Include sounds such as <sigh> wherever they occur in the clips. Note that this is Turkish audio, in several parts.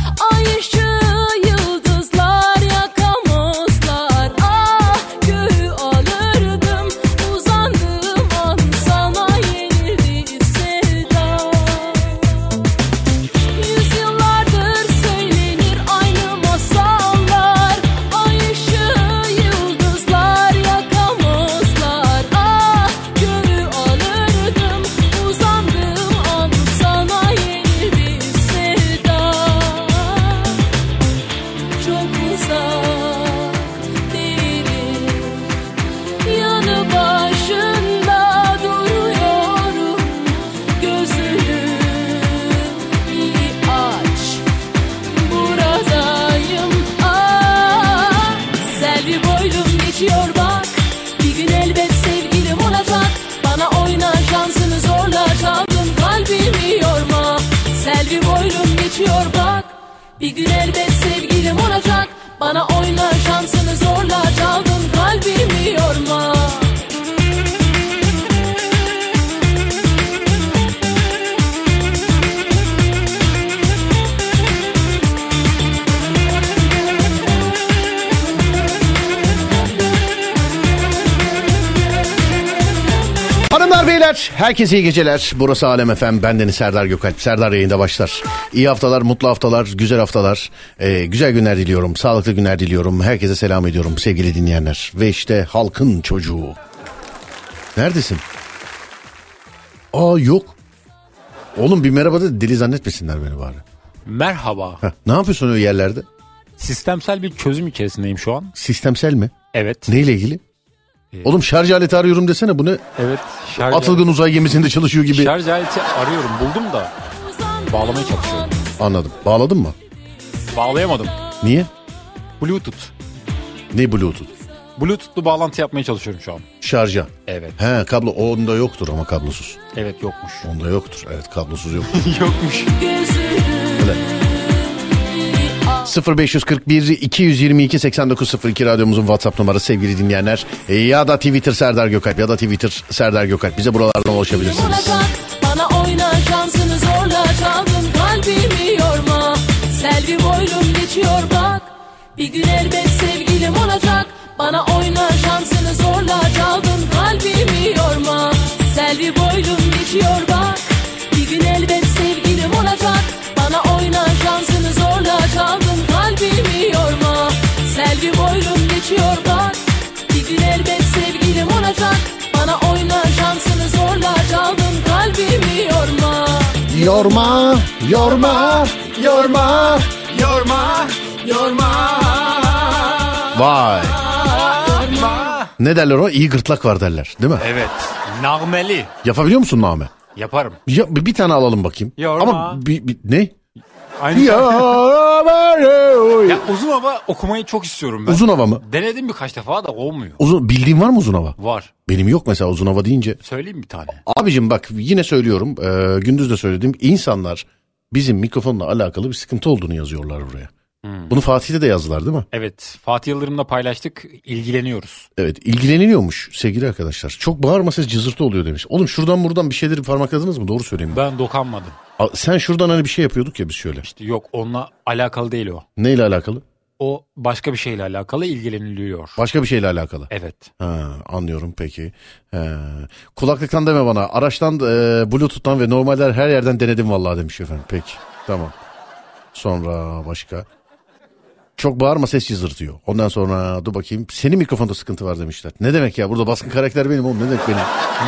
Ah, Ah, Ah, geçiyor bak Bir gün elbet sevgilim olacak Bana oyna şansını zorla Çaldın kalbimi yorma Hanımlar beyler herkese iyi geceler. Burası Alem FM. Ben Deniz Serdar Gökalp. Serdar yayında başlar. İyi haftalar, mutlu haftalar, güzel haftalar. Ee, güzel günler diliyorum. Sağlıklı günler diliyorum. Herkese selam ediyorum sevgili dinleyenler. Ve işte halkın çocuğu. Neredesin? Aa yok. Oğlum bir merhaba da deli zannetmesinler beni bari. Merhaba. Heh, ne yapıyorsun öyle yerlerde? Sistemsel bir çözüm içerisindeyim şu an. Sistemsel mi? Evet. Neyle ilgili? Oğlum şarj aleti arıyorum desene bu ne? Evet. Ee, Şarj, Atılgın uzay gemisinde çalışıyor gibi. şarj aleti arıyorum. Buldum da Bağlamaya çalışıyorum. Anladım. Bağladın mı? bağlayamadım. Niye? Bluetooth. Ne Bluetooth? Bluetooth'lu bağlantı yapmaya çalışıyorum şu an. Şarja. Evet. He kablo onda yoktur ama kablosuz. Evet yokmuş. <laughs> Onda yoktur. Evet kablosuz yoktur. yokmuş. Gözüm 0541 222 8902 radyomuzun WhatsApp numarası sevgili dinleyenler. E, Ya da Twitter Serdar Gökalp ya da Twitter Serdar Gökalp. Bize buralardan ulaşabilirsiniz. olacak Bana oyna şansını zorla Çaldın kalbimi yorma Selvi boylum geçiyor bak Bir gün elbet sevgilim olacak Bana oyna şansını zorla Çaldın kalbimi yorma Selvi boylum geçiyor bak Bir gün elbet sevgilim olacak Bana oyna şansını zorla Çaldın kalbimi yorma Selvi boylum geçiyor bak bir gün elbet sevgilim olacak Bana oyna şansını zorla Çaldın kalbimi yorma Yorma, yorma, yorma, Yorma. Yorma. Vay. Ne derler o? İyi gırtlak var derler. Değil mi? Evet. Nağmeli. Yapabiliyor musun Name? Yaparım. Ya, bir bir tane alalım bakayım. Yorma. Ama bir, bir- ne? Aynı şey- Yorma. Ya uzun hava okumayı çok istiyorum ben. uzun hava mı? Denedim birkaç defa da olmuyor. Uzun, bildiğin var mı uzun hava? Var. Benim yok mesela uzun hava deyince. Söyleyeyim bir tane. Abicim bak yine söylüyorum. e, gündüz de söyledim. İnsanlar bizim mikrofonla alakalı bir sıkıntı olduğunu yazıyorlar buraya. Bunu Fatih'te de yazdılar değil mi? Evet. Fatih Yıldırım'la paylaştık. İlgileniyoruz. Evet ilgileniliyormuş sevgili arkadaşlar. Çok bağırma ses cızırtı oluyor demiş. Oğlum şuradan buradan bir şeyleri parmakladınız mı? Doğru söyleyeyim. Ben dokanmadım. Aa, Sen şuradan hani bir şey yapıyorduk ya biz şöyle. İşte yok onunla alakalı değil o. Neyle alakalı? O başka bir şeyle alakalı ilgileniliyor. Başka bir şeyle alakalı. Evet. Ha, anlıyorum peki. He. Kulaklıktan deme bana. Araçtan, e, Bluetooth'tan ve normaller her yerden denedim vallahi demiş efendim. Peki tamam. Sonra başka. Çok bağırma ses cızırtıyor. Ondan sonra dur bakayım. Senin mikrofonda sıkıntı var demişler. Ne demek ya? Burada baskın karakter benim oğlum. Ne demek benim?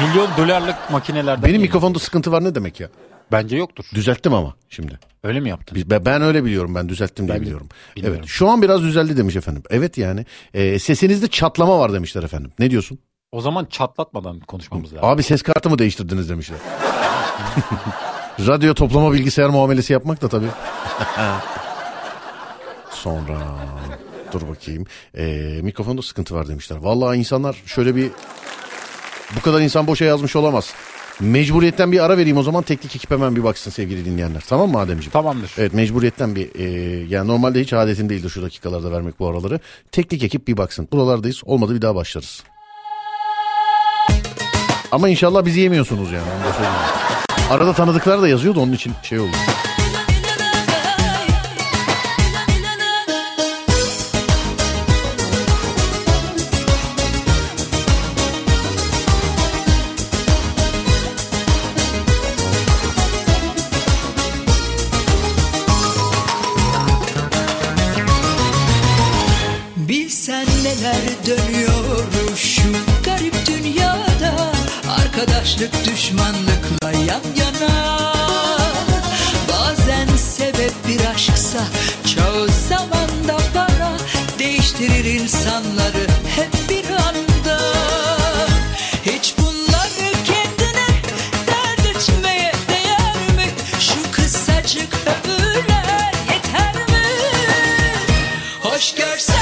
Milyon dolarlık makinelerden. Benim mi? mikrofonda sıkıntı var ne demek ya? Bence yoktur. Düzelttim ama şimdi. Öyle mi yaptın? Biz- Ben ben öyle biliyorum ben düzelttim diye Ben de biliyorum. bilmiyorum. Evet şu an biraz düzeldi demiş efendim. Evet yani E, sesinizde çatlama var demişler efendim. Ne diyorsun? O zaman çatlatmadan konuşmamız lazım. Abi ses kartımı değiştirdiniz demişler. <laughs> Radyo toplama bilgisayar muamelesi yapmak da tabii. <laughs> Sonra dur bakayım. Ee, mikrofonda sıkıntı var demişler. Vallahi insanlar şöyle bir bu kadar insan boşa yazmış olamaz. Mecburiyetten bir ara vereyim o zaman teknik ekip hemen bir baksın sevgili dinleyenler. Tamam mı Ademciğim? Tamamdır. Evet mecburiyetten bir e, yani normalde hiç adetim değildir şu dakikalarda vermek bu araları. Teknik ekip bir baksın. Buralardayız. Olmadı bir daha başlarız. Ama inşallah bizi yemiyorsunuz yani. onu da söyleyeyim. Arada tanıdıklar da yazıyor da onun için şey oldu. Bilsen neler dönüyor şu garip dünyada Arkadaşlık düşmanlıkla yan yana Bazen sebep bir aşksa çoğu zaman da para Değiştirir insanları hep bir anda Hiç bunları kendine dert etmeye değer mi? Şu kısacık ömürler yeter mi? Hoş görsen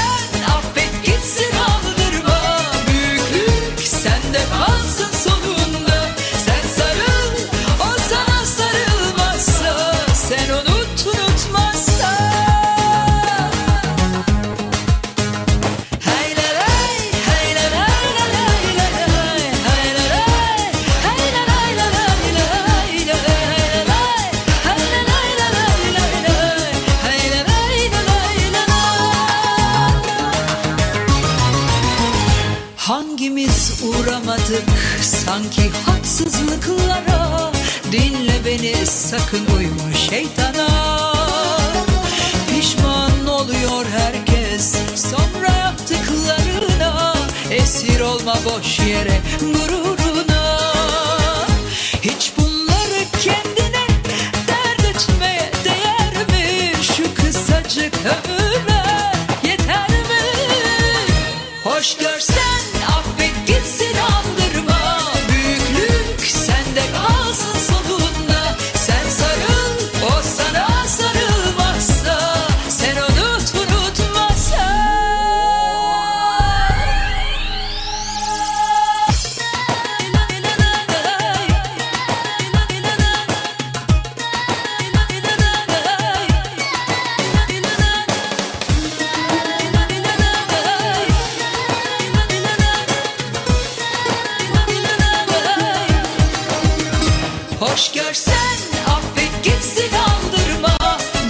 affet gitsin aldırma Büyüklük sende kalsın sonunda Sen sarıl o sanki haksızlıklara Dinle beni sakın uyma şeytana Pişman oluyor herkes sonra yaptıklarına Esir olma boş yere gururuna Hiç bunları kendine dert etmeye değer mi? Şu kısacık ömüre yeter mi? Hoş görsen affet gitsin aldırma Büyüklük sende kalsın sonunda Sen sarıl o sana sarılmazsa Sen unut unutmazsa Hoş görsen affet gitsin aldırma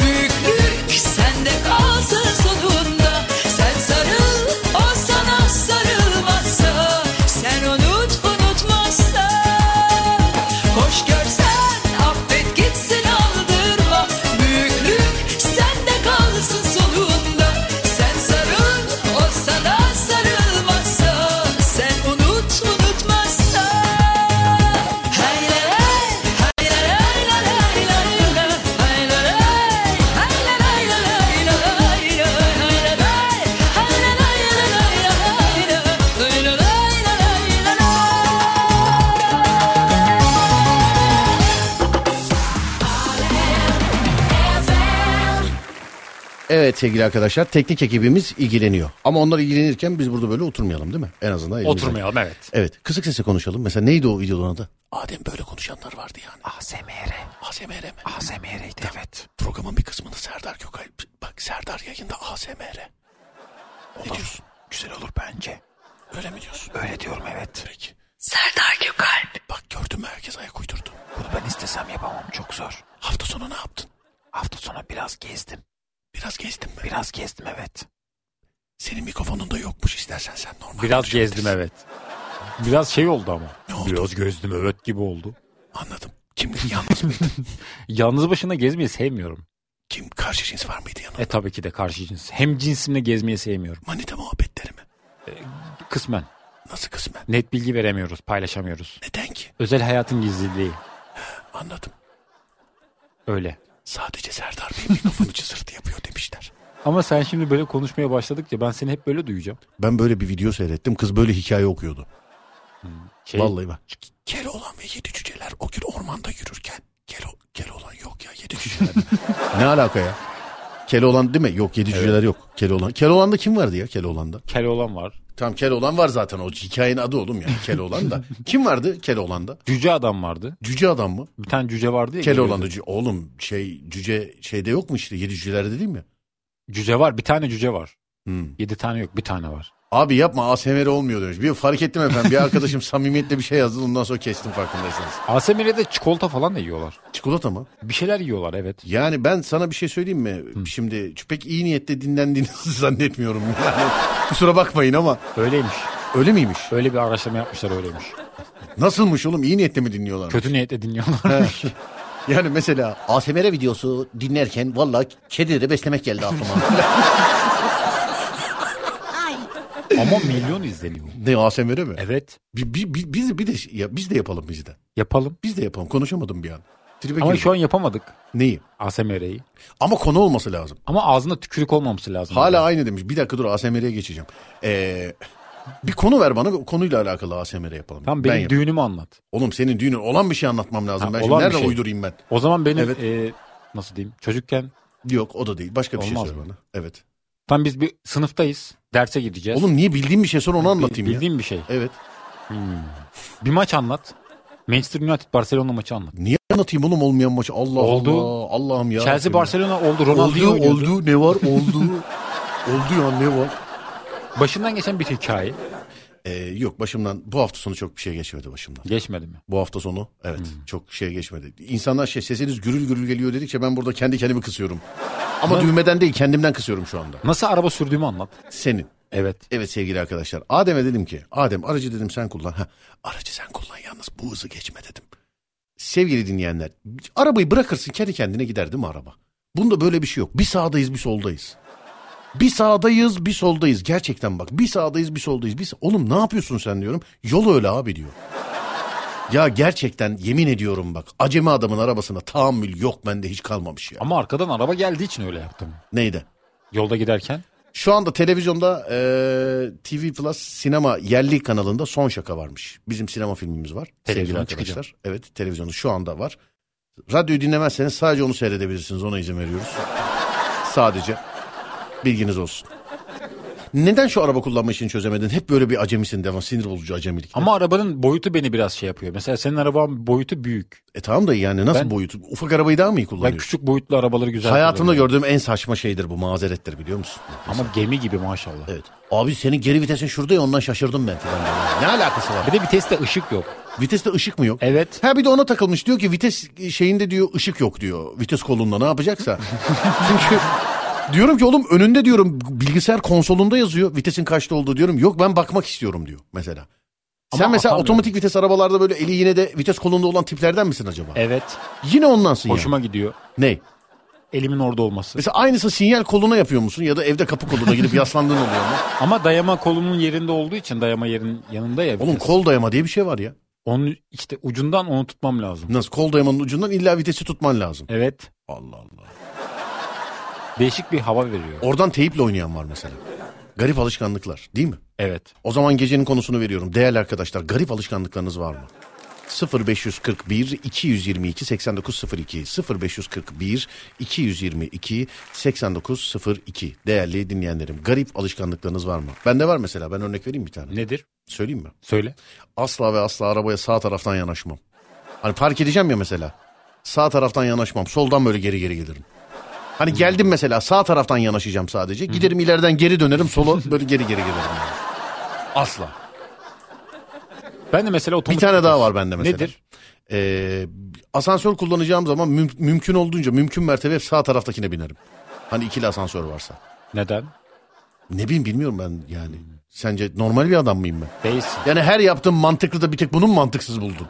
Büyüklük sende kalsın sonunda Sen sarıl o sana sarılmazsa Sen unut unutmazsa Hoş görsen affet gitsin aldırma Büyüklük sende kalsın sonunda Sen sarıl o sana sarılmazsa Sen unut unutmazsa Evet sevgili arkadaşlar teknik ekibimiz ilgileniyor. Ama onlar ilgilenirken biz burada böyle oturmayalım değil mi? En azından elimizde. Oturmayalım evet. Evet kısık sesle konuşalım. Mesela neydi o videonun adı? Adem böyle konuşanlar vardı yani. ASMR. ASMR mi? ASMR'ydi evet. Programın bir kısmını Serdar Gökal. Bak Serdar yayında ASMR. Ne diyorsun? Güzel olur bence. Öyle mi diyorsun? Öyle diyorum evet. Peki. Serdar Gökalp Bak gördün mü herkes ayak uydurdu. Bunu ben istesem yapamam çok zor. Hafta sonu ne yaptın? Hafta sonu biraz gezdim. Biraz gezdin mi? Biraz gezdim evet. Senin mikrofonun da yokmuş istersen sen normal Biraz konuşabilirsin. gezdim evet. Biraz şey oldu ama. Ne oldu? Biraz gezdim evet gibi oldu. Anladım. Kim yalnız mıydı? <laughs> Yalnız başına gezmeyi sevmiyorum. Kim karşı cins var mıydı yanında? E tabii ki de karşı cins. Hem cinsimle gezmeyi sevmiyorum. Manita muhabbetleri mi? Kısmen. Nasıl kısmen? Net bilgi veremiyoruz, paylaşamıyoruz. Neden ki? Özel hayatın gizliliği. Anladım. Öyle. Sadece Serdar Bey <laughs> mikrofonu cızırtı yapıyor demişler. Ama sen şimdi böyle konuşmaya başladıkça ben seni hep böyle duyacağım. Ben böyle bir video seyrettim. Kız böyle hikaye okuyordu. Şey, Vallahi bak. Keloğlan ve yedi cüceler o gün ormanda yürürken Kelo, Keloğlan yok ya yedi cüceler. <laughs> ne alaka ya? Keloğlan değil mi? Yok yedi cüceler yok. Keloğlan. Keloğlan'da kim vardı ya Keloğlan'da? Keloğlan var. Tam Keloğlan var zaten o hikayenin adı oğlum ya Keloğlan <laughs> da. kim vardı Keloğlan'da? Cüce adam vardı. Cüce adam mı? Bir tane cüce vardı ya. Keloğlan'da cüce. Oğlum şey cüce şeyde yok mu işte yedi cücelerde değil mi? Cüce var. Bir tane cüce var. Hmm. Yedi tane yok. Bir tane var. Abi yapma ASMR olmuyor demiş. Bir fark ettim efendim. Bir <laughs> arkadaşım samimiyetle bir şey yazdı. Ondan sonra kestim farkındaysanız. ASMR'de çikolata falan da yiyorlar. Çikolata mı? Bir şeyler yiyorlar evet. Yani ben sana bir şey söyleyeyim mi? Şimdi pek iyi niyetle dinlendiğinizi <laughs> zannetmiyorum. Yani kusura bakmayın ama Öyleymiş. öyle miymiş? Öyle bir araştırma yapmışlar öyleymiş. Nasılmış oğlum? İyi niyetle mi dinliyorlar? Kötü niyetle dinliyorlar. Yani mesela ASMR videosu dinlerken valla kedileri beslemek geldi aklıma. Ama milyon izleniyor. <laughs> ne ASMR mi? Evet. Bi- bi- bi- biz bir de ya, biz de yapalım biz de. Yapalım. Biz de yapalım. Konuşamadım bir an. Tribe Ama girdim. şu an yapamadık Neyi? ASMR'yi. Ama konu olması lazım. Ama ağzında tükürük olmaması lazım. Hala aynı demiş. Bir dakika dur ASMR'ye geçeceğim. Ee, bir konu ver bana. O konuyla alakalı ASMR yapalım. Tam Ben benim yapayım. düğünümü anlat. Oğlum senin düğünün olan bir şey anlatmam lazım. Ha, ben şimdi olan bir nereden şey. uydurayım ben? O zaman benim Evet. e, nasıl diyeyim çocukken Yok o da değil. Başka bir şey Olmaz söyle mı? bana. Evet. tam biz bir sınıftayız. Derse gideceğiz. Oğlum niye bildiğim bir şey sor onu anlatayım ya. Bildiğim bir şey. Evet. Bir maç anlat. Manchester United Barcelona maçı anlat. Niye anlatayım oğlum olmayan maçı? Allah Oldu. Allah. Allah'ım ya. Chelsea Rabbim ya. Barcelona oldu. Oldu Ronaldinho oynuyordu. oldu ne var oldu. <laughs> oldu ya ne var. Başından geçen bir hikaye. Ee, yok başımdan bu hafta sonu çok bir şey geçmedi başımdan. Geçmedi mi? Bu hafta sonu evet çok şey geçmedi. İnsanlar şey sesiniz gürül gürül geliyor dedikçe ben burada kendi kendimi kısıyorum. Ama düğmeden değil kendimden kısıyorum şu anda. Nasıl araba sürdüğümü anlat. Senin. Evet. Evet sevgili arkadaşlar. Adem'e dedim ki Adem aracı dedim sen kullan. Ha, aracı sen kullan yalnız bu hızı geçme dedim. Sevgili dinleyenler arabayı bırakırsın kendi kendine gider değil mi araba? Bunda böyle bir şey yok. Bir sağdayız bir soldayız. Bir sağdayız bir soldayız. Gerçekten bak bir sağdayız bir soldayız. Bir sa- Oğlum ne yapıyorsun sen diyorum. Yol öyle abi diyor. ya gerçekten yemin ediyorum bak. Acemi adamın arabasına tahammül yok bende hiç kalmamış ya. Ama arkadan araba geldiği için öyle yaptım. Neydi? Yolda giderken. Şu anda televizyonda eee, TV Plus sinema yerli kanalında son şaka varmış. Bizim sinema filmimiz var. Sevgili Televizyona arkadaşlar. çıkacak. Evet televizyonu şu anda var. Radyoyu dinlemezseniz sadece onu seyredebilirsiniz. Ona izin veriyoruz. sadece. Bilginiz olsun. Neden şu araba kullanma işini çözemedin? Hep böyle bir acemisin devam. Sinir bozucu acemilik. Ama arabanın boyutu beni biraz şey yapıyor. Mesela senin araban boyutu büyük. E tamam da yani nasıl Ben- boyutu? Ufak arabayı daha mı iyi Ben kullanıyorsun? küçük boyutlu arabaları güzel Hayatımda kullanıyorum. gördüğüm en saçma şeydir bu mazerettir biliyor musun? Ama gemi gibi maşallah. Evet. Abi senin geri vitesin şurada ya ondan şaşırdım ben falan. Ne alakası var? Bir de viteste ışık yok. Viteste ışık mı yok? Evet. Ha bir de ona takılmış diyor ki vites şeyinde diyor ışık yok diyor. Vites kolunda ne <laughs> yapacaksa. Çünkü diyorum ki oğlum önünde diyorum bilgisayar konsolunda yazıyor vitesin kaçta olduğu diyorum. Yok ben bakmak istiyorum diyor mesela. Sen Ama mesela atamıyorum. otomatik vites arabalarda böyle eli yine de vites kolunda olan tiplerden misin acaba? Evet. Yine onlansın E, Hoşuma gidiyor. yani. Ne? Elimin orada olması. Mesela aynısı sinyal koluna yapıyor musun ya da evde kapı koluna gidip yaslandığın oluyor mu? Ama dayama kolumun yerinde olduğu için dayama yerin yanında ya. Oğlum vites. kol dayama diye bir şey var ya. Onun işte ucundan onu tutmam lazım. Nasıl kol dayamanın ucundan illa vitesi tutman lazım. Evet. Allah Allah. Değişik bir hava veriyor. Oradan teyiple oynayan var mesela. Garip alışkanlıklar değil mi? Evet. O zaman gecenin konusunu veriyorum. Değerli arkadaşlar garip alışkanlıklarınız var mı? 0541 222 8902 0541 222 8902 Değerli dinleyenlerim garip alışkanlıklarınız var mı? Bende var mesela ben örnek vereyim bir tane. Nedir? Söyleyeyim mi? Söyle. Asla ve asla arabaya sağ taraftan yanaşmam. Hani park edeceğim ya mesela. Sağ taraftan yanaşmam. Soldan böyle geri geri gelirim. Hani geldim mesela sağ taraftan yanaşacağım sadece. Giderim ileriden geri dönerim. Sola böyle geri geri gelirim. yani. Asla. Ben de mesela Bir otomatik tane vites. daha var bende mesela. Nedir? Ee, asansör kullanacağım zaman müm- mümkün olduğunca mümkün mertebe hep sağ taraftakine binerim. Hani ikili asansör varsa. Neden? Ne bileyim bilmiyorum ben yani. Sence normal bir adam mıyım ben? Değilsin. Yani her yaptığım mantıklı da bir tek bunun mantıksız buldum.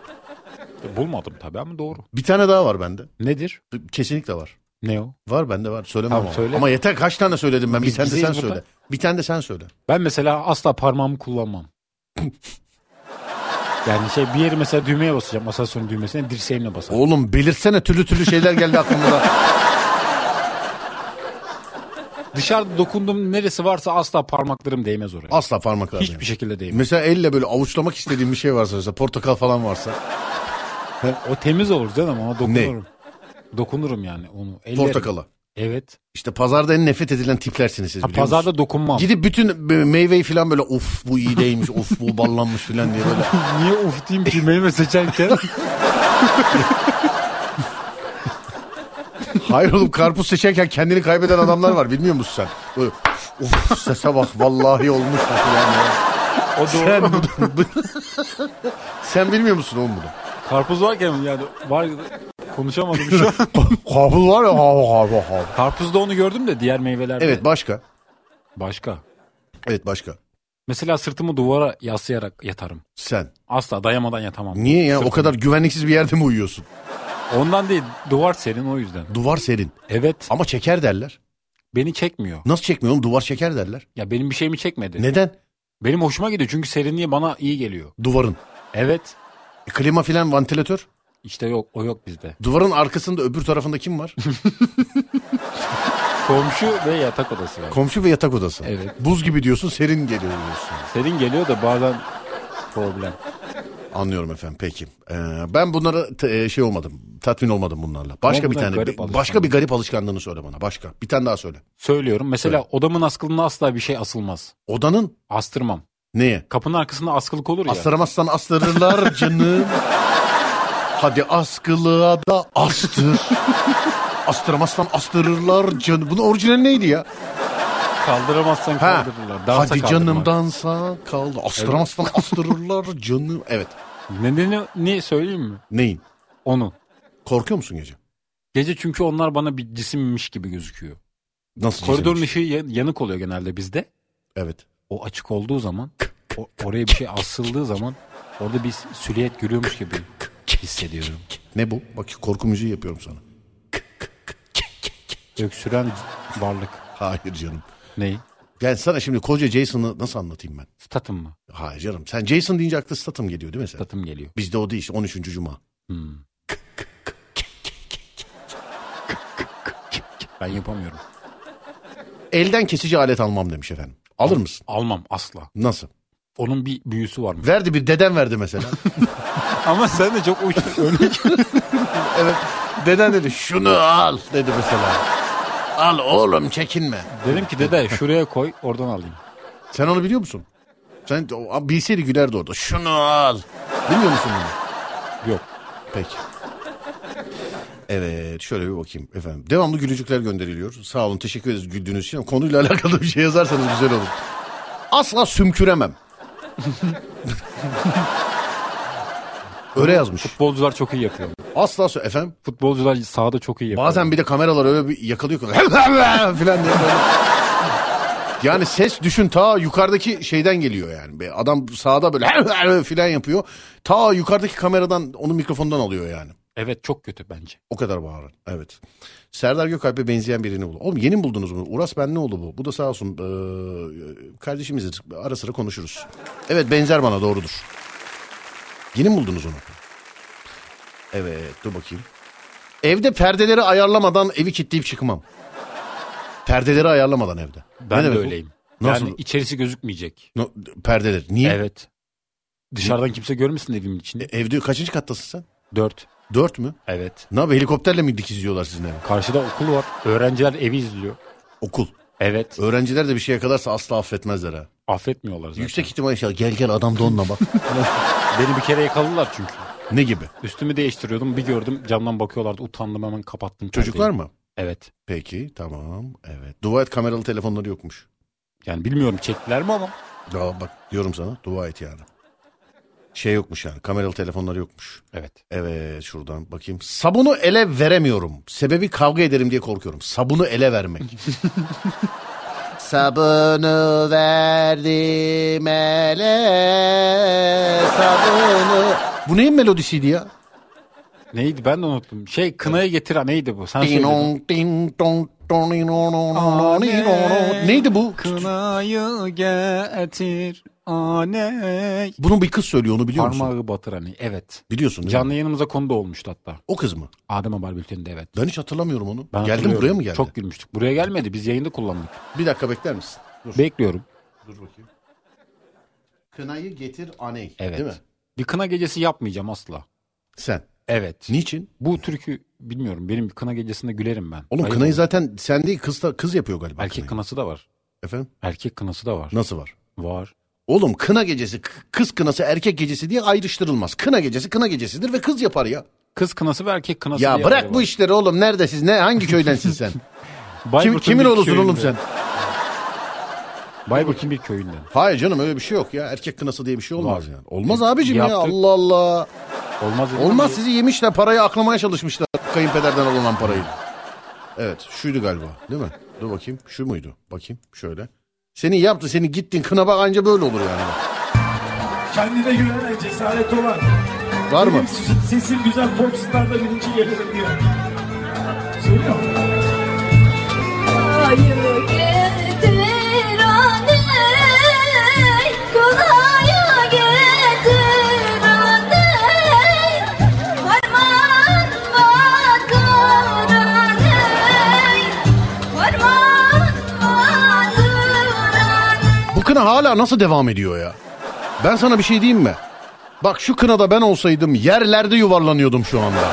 Bulmadım tabii ama doğru. Bir tane daha var bende. Nedir? Kesinlikle var. Ne o? Var bende var. Söylemem Tamam, ama. söyle. Ama yeter kaç tane söyledim ben. Bir Biz tane de bizeyiz sen burada. söyle. Bir tane de sen söyle. Ben mesela asla <laughs> parmağımı kullanmam. yani şey bir yeri mesela düğmeye basacağım. Asansörün düğmesine dirseğimle basarım. Oğlum belirtsene türlü türlü şeyler geldi aklımda. <laughs> Dışarıda dokunduğum neresi varsa asla parmaklarım değmez oraya. Asla parmaklar. Hiçbir şey- şekilde değmez. Mesela elle böyle avuçlamak istediğim bir şey varsa mesela portakal falan varsa. O temiz olur canım ona dokunurum. Ne? Dokunurum yani onu. Ellerim. Portakala. Evet. İşte pazarda en nefret edilen tiplersiniz siz Ha, biliyor musunuz? pazarda dokunmam. Gidip bütün be- meyveyi falan böyle of bu iyi değilmiş of bu <laughs> ballanmış falan diye böyle. Niye uf diyeyim ki meyve seçerken? Hayır oğlum karpuz seçerken kendini kaybeden adamlar var bilmiyor musun sen? Böyle, of sese bak vallahi olmuş. bu falan ya. <laughs> o doğru. Sen, sen bilmiyor musun oğlum <laughs> bunu? Karpuz varken yani var konuşamadım <laughs> şu an. Kabul var ya abi abi abi. Karpuzda onu gördüm de diğer meyvelerde. Evet başka. Başka. Evet başka. Mesela sırtımı duvara yaslayarak yatarım. Sen. Asla dayamadan yatamam. Niye ya o Sırtımı. kadar güvenliksiz bir yerde mi uyuyorsun? Ondan değil duvar serin o yüzden. Duvar serin. Evet Ama çeker derler. beni çekmiyor. Nasıl çekmiyor oğlum duvar çeker derler. Ya benim bir şeyimi çekmedi. Neden? Benim hoşuma gidiyor çünkü serinliği bana iyi geliyor. Duvarın. Evet E, klima filan vantilatör. işte yok o yok bizde. Duvarın arkasında öbür tarafında kim <laughs> var? Komşu ve yatak odası var. Komşu ve yatak odası. Evet. Buz gibi diyorsun serin geliyor diyorsun. Serin geliyor da bazen problem. Anlıyorum efendim peki. Ee, ben bunlara t- e, şey olmadım. Tatmin olmadım bunlarla. Başka bir bunlar tane. garip bir- başka alışkanlık. bir garip alışkanlığını söyle bana. Başka. Bir tane daha söyle. Söylüyorum mesela odamın askılına asla bir şey asılmaz. Odanın Astırmam. neye? Kapının arkasında askılık olur ya. Astıramazsan astırırlar <laughs> canım. Hadi askılığa da astır. Astıramazsan astırırlar canım. Bunun orijinali neydi ya? Ha. Kaldıramazsan kaldırırlar. Dansa Hadi canım kaldırmak. dansa kaldı. Astıramazsan astırırlar canım. Evet. Nedeni ne söyleyeyim mi? Neyin? Onu. Korkuyor musun gece? Gece çünkü onlar bana bir cisimmiş gibi gözüküyor. Nasıl Koridorun gecemiş? ışığı ya- yanık oluyor genelde bizde. Evet. o açık olduğu zaman o- oraya bir şey asıldığı zaman orada bir süliyet gülüyormuş gibi hissediyorum. Ne bu? Bak korku müziği yapıyorum sana. Öksüren varlık. Hayır canım. Neyi? Yani sana şimdi koca Jason'ı nasıl anlatayım ben? Statım mı? Hayır canım. Sen Jason deyince aklı Statham geliyor değil mi sen? Statım geliyor. Bizde o değil işte 13. Cuma. Ben yapamıyorum. Elden kesici alet almam demiş efendim. Alır mısın? Almam asla. Nasıl? Onun bir büyüsü var mı? Verdi bir deden verdi <laughs> mesela. Ama sen de çok uç <laughs> örnek. deden dedi şunu al dedi mesela. Al oğlum çekinme. Dedim ki dede şuraya koy oradan alayım. Sen onu biliyor musun? Sen o- bilseydi gülerdi orada. Şunu al. Bilmiyor musun bunu? Yok. Peki. Evet şöyle bir bakayım efendim. Devamlı gülücükler gönderiliyor. Sağ olun teşekkür ederiz güldüğünüz için. ama Konuyla <laughs> alakalı bir şey yazarsanız güzel olur. Asla <laughs> sümküremem. öyle yazmış. Futbolcular çok iyi yapıyor. Asla sü- efendim. Futbolcular sahada çok iyi yapıyor. Bazen bir de kameralar öyle bir yakalıyor ki falan diye böyle. Yani ses düşün ta yukarıdaki şeyden geliyor yani. Be adam sağda böyle falan yapıyor. Ta yukarıdaki kameradan onu mikrofondan alıyor yani. Evet çok kötü bence. O kadar bağırın. Evet. Serdar Gökalp'e benzeyen birini buldu. Oğlum yeni mi buldunuz bunu? Uras ben ne oldu bu? Bu da sağ olsun ee, kardeşimizdir. Ara sıra konuşuruz. Evet benzer bana doğrudur. Yeni mi buldunuz onu? Evet dur bakayım. Evde perdeleri ayarlamadan evi kilitleyip çıkmam. Perdeleri ayarlamadan evde. Ben Ne de demek bu? öyleyim. Nasıl? Yani içerisi gözükmeyecek. No- perdeler. Niye? E, Evet. Dışarıdan kimse görmesin evimin içinde. Evde kaçıncı kattasın sen? Dört. Dört mü? Evet. Ne abi helikopterle mi dikizliyorlar sizin eve? Karşıda okul var. Öğrenciler evi izliyor. Okul. Evet. Öğrenciler de bir şey yakalarsa asla affetmezler ha. Affetmiyorlar zaten. Yüksek ihtimal şey gel gel adam donla bak. Beni bir kere yakaladılar çünkü. <laughs> ne gibi? Üstümü değiştiriyordum. Bir gördüm camdan bakıyorlardı. Utandım hemen kapattım. perdeyi. Çocuklar mı? Evet. Peki tamam evet. Dua et kameralı telefonları yokmuş. Yani bilmiyorum çektiler mi ama. Daha bak diyorum sana dua et yani. Şey yokmuş yani kameralı telefonları yokmuş. Evet. Evet şuradan bakayım. Sabunu ele veremiyorum. Sebebi kavga ederim diye korkuyorum. Sabunu ele vermek. <laughs> sabunu verdim ele sabunu. Bu neyin melodisiydi ya? Neydi ben de unuttum. Şey kınaya getiren neydi bu? Sen söyledin. Dinong, ding dong, dong, ding, dong, dong, dong, ding, dong, dong. Neydi bu? Kınayı getir aney. Bunun bir kız söylüyor onu biliyor musun? Parmağı batır hani. Evet. Biliyorsun değil mi? Canlı yayınımıza konu da olmuştu hatta. O kız mı? Adem Haber Bülteni'nde evet. Ben hiç hatırlamıyorum onu. Ben Geldim hatırlıyorum. buraya mı geldi? Çok gülmüştük. Buraya gelmedi. Biz yayında kullandık. Bir dakika bekler misin? Dur, Bekliyorum. dur bakayım. Kınayı getir aney. Evet. Değil mi? Bir kına gecesi yapmayacağım asla. Sen. Evet. Niçin? Bu türkü bilmiyorum. Benim kına gecesinde gülerim ben. Oğlum Ayıp kınayı olur. zaten sen değil kız, da- kız yapıyor galiba. Erkek kınayı. kınası da var. Efendim? Erkek kınası da var. Nasıl var? Var. Oğlum kına gecesi, k- kız kınası, erkek gecesi diye ayrıştırılmaz. Kına gecesi kına gecesidir ve kız yapar ya. Kız kınası ve erkek kınası ya diye bırak ayrı bu var. işleri oğlum. Nerede siz? Ne? Hangi köydensin <laughs> sen? Kim, Bayburt'un kimin bir oğlusun oğlum köyünde. sen? Bayburt'un bir köyünden. Hayır canım öyle bir şey yok ya. Erkek kınası diye bir şey olmaz Var. yani. Olmaz abicim ya. Yaptık. Allah Allah. Olmaz dedim Olmaz ama- sizi yemişler. Parayı aklamaya çalışmışlar. Kayınpederden alınan parayı. Evet şuydu galiba değil mi? Dur bakayım şu muydu? Bakayım şöyle. Seni yaptı seni gittin kına bak anca böyle olur yani. Kendine güvenen cesaret olan. Var mı? Benim Sesim güzel popstarda birinci gelirim diyor. Söylüyor musun? Ayı getir aney, kolaya getir aney, parmağın batır aney, parmağın batır aney. Bu kına hala nasıl devam ediyor ya? Ben sana bir şey diyeyim mi? Bak şu kınada ben olsaydım yerlerde yuvarlanıyordum şu anda.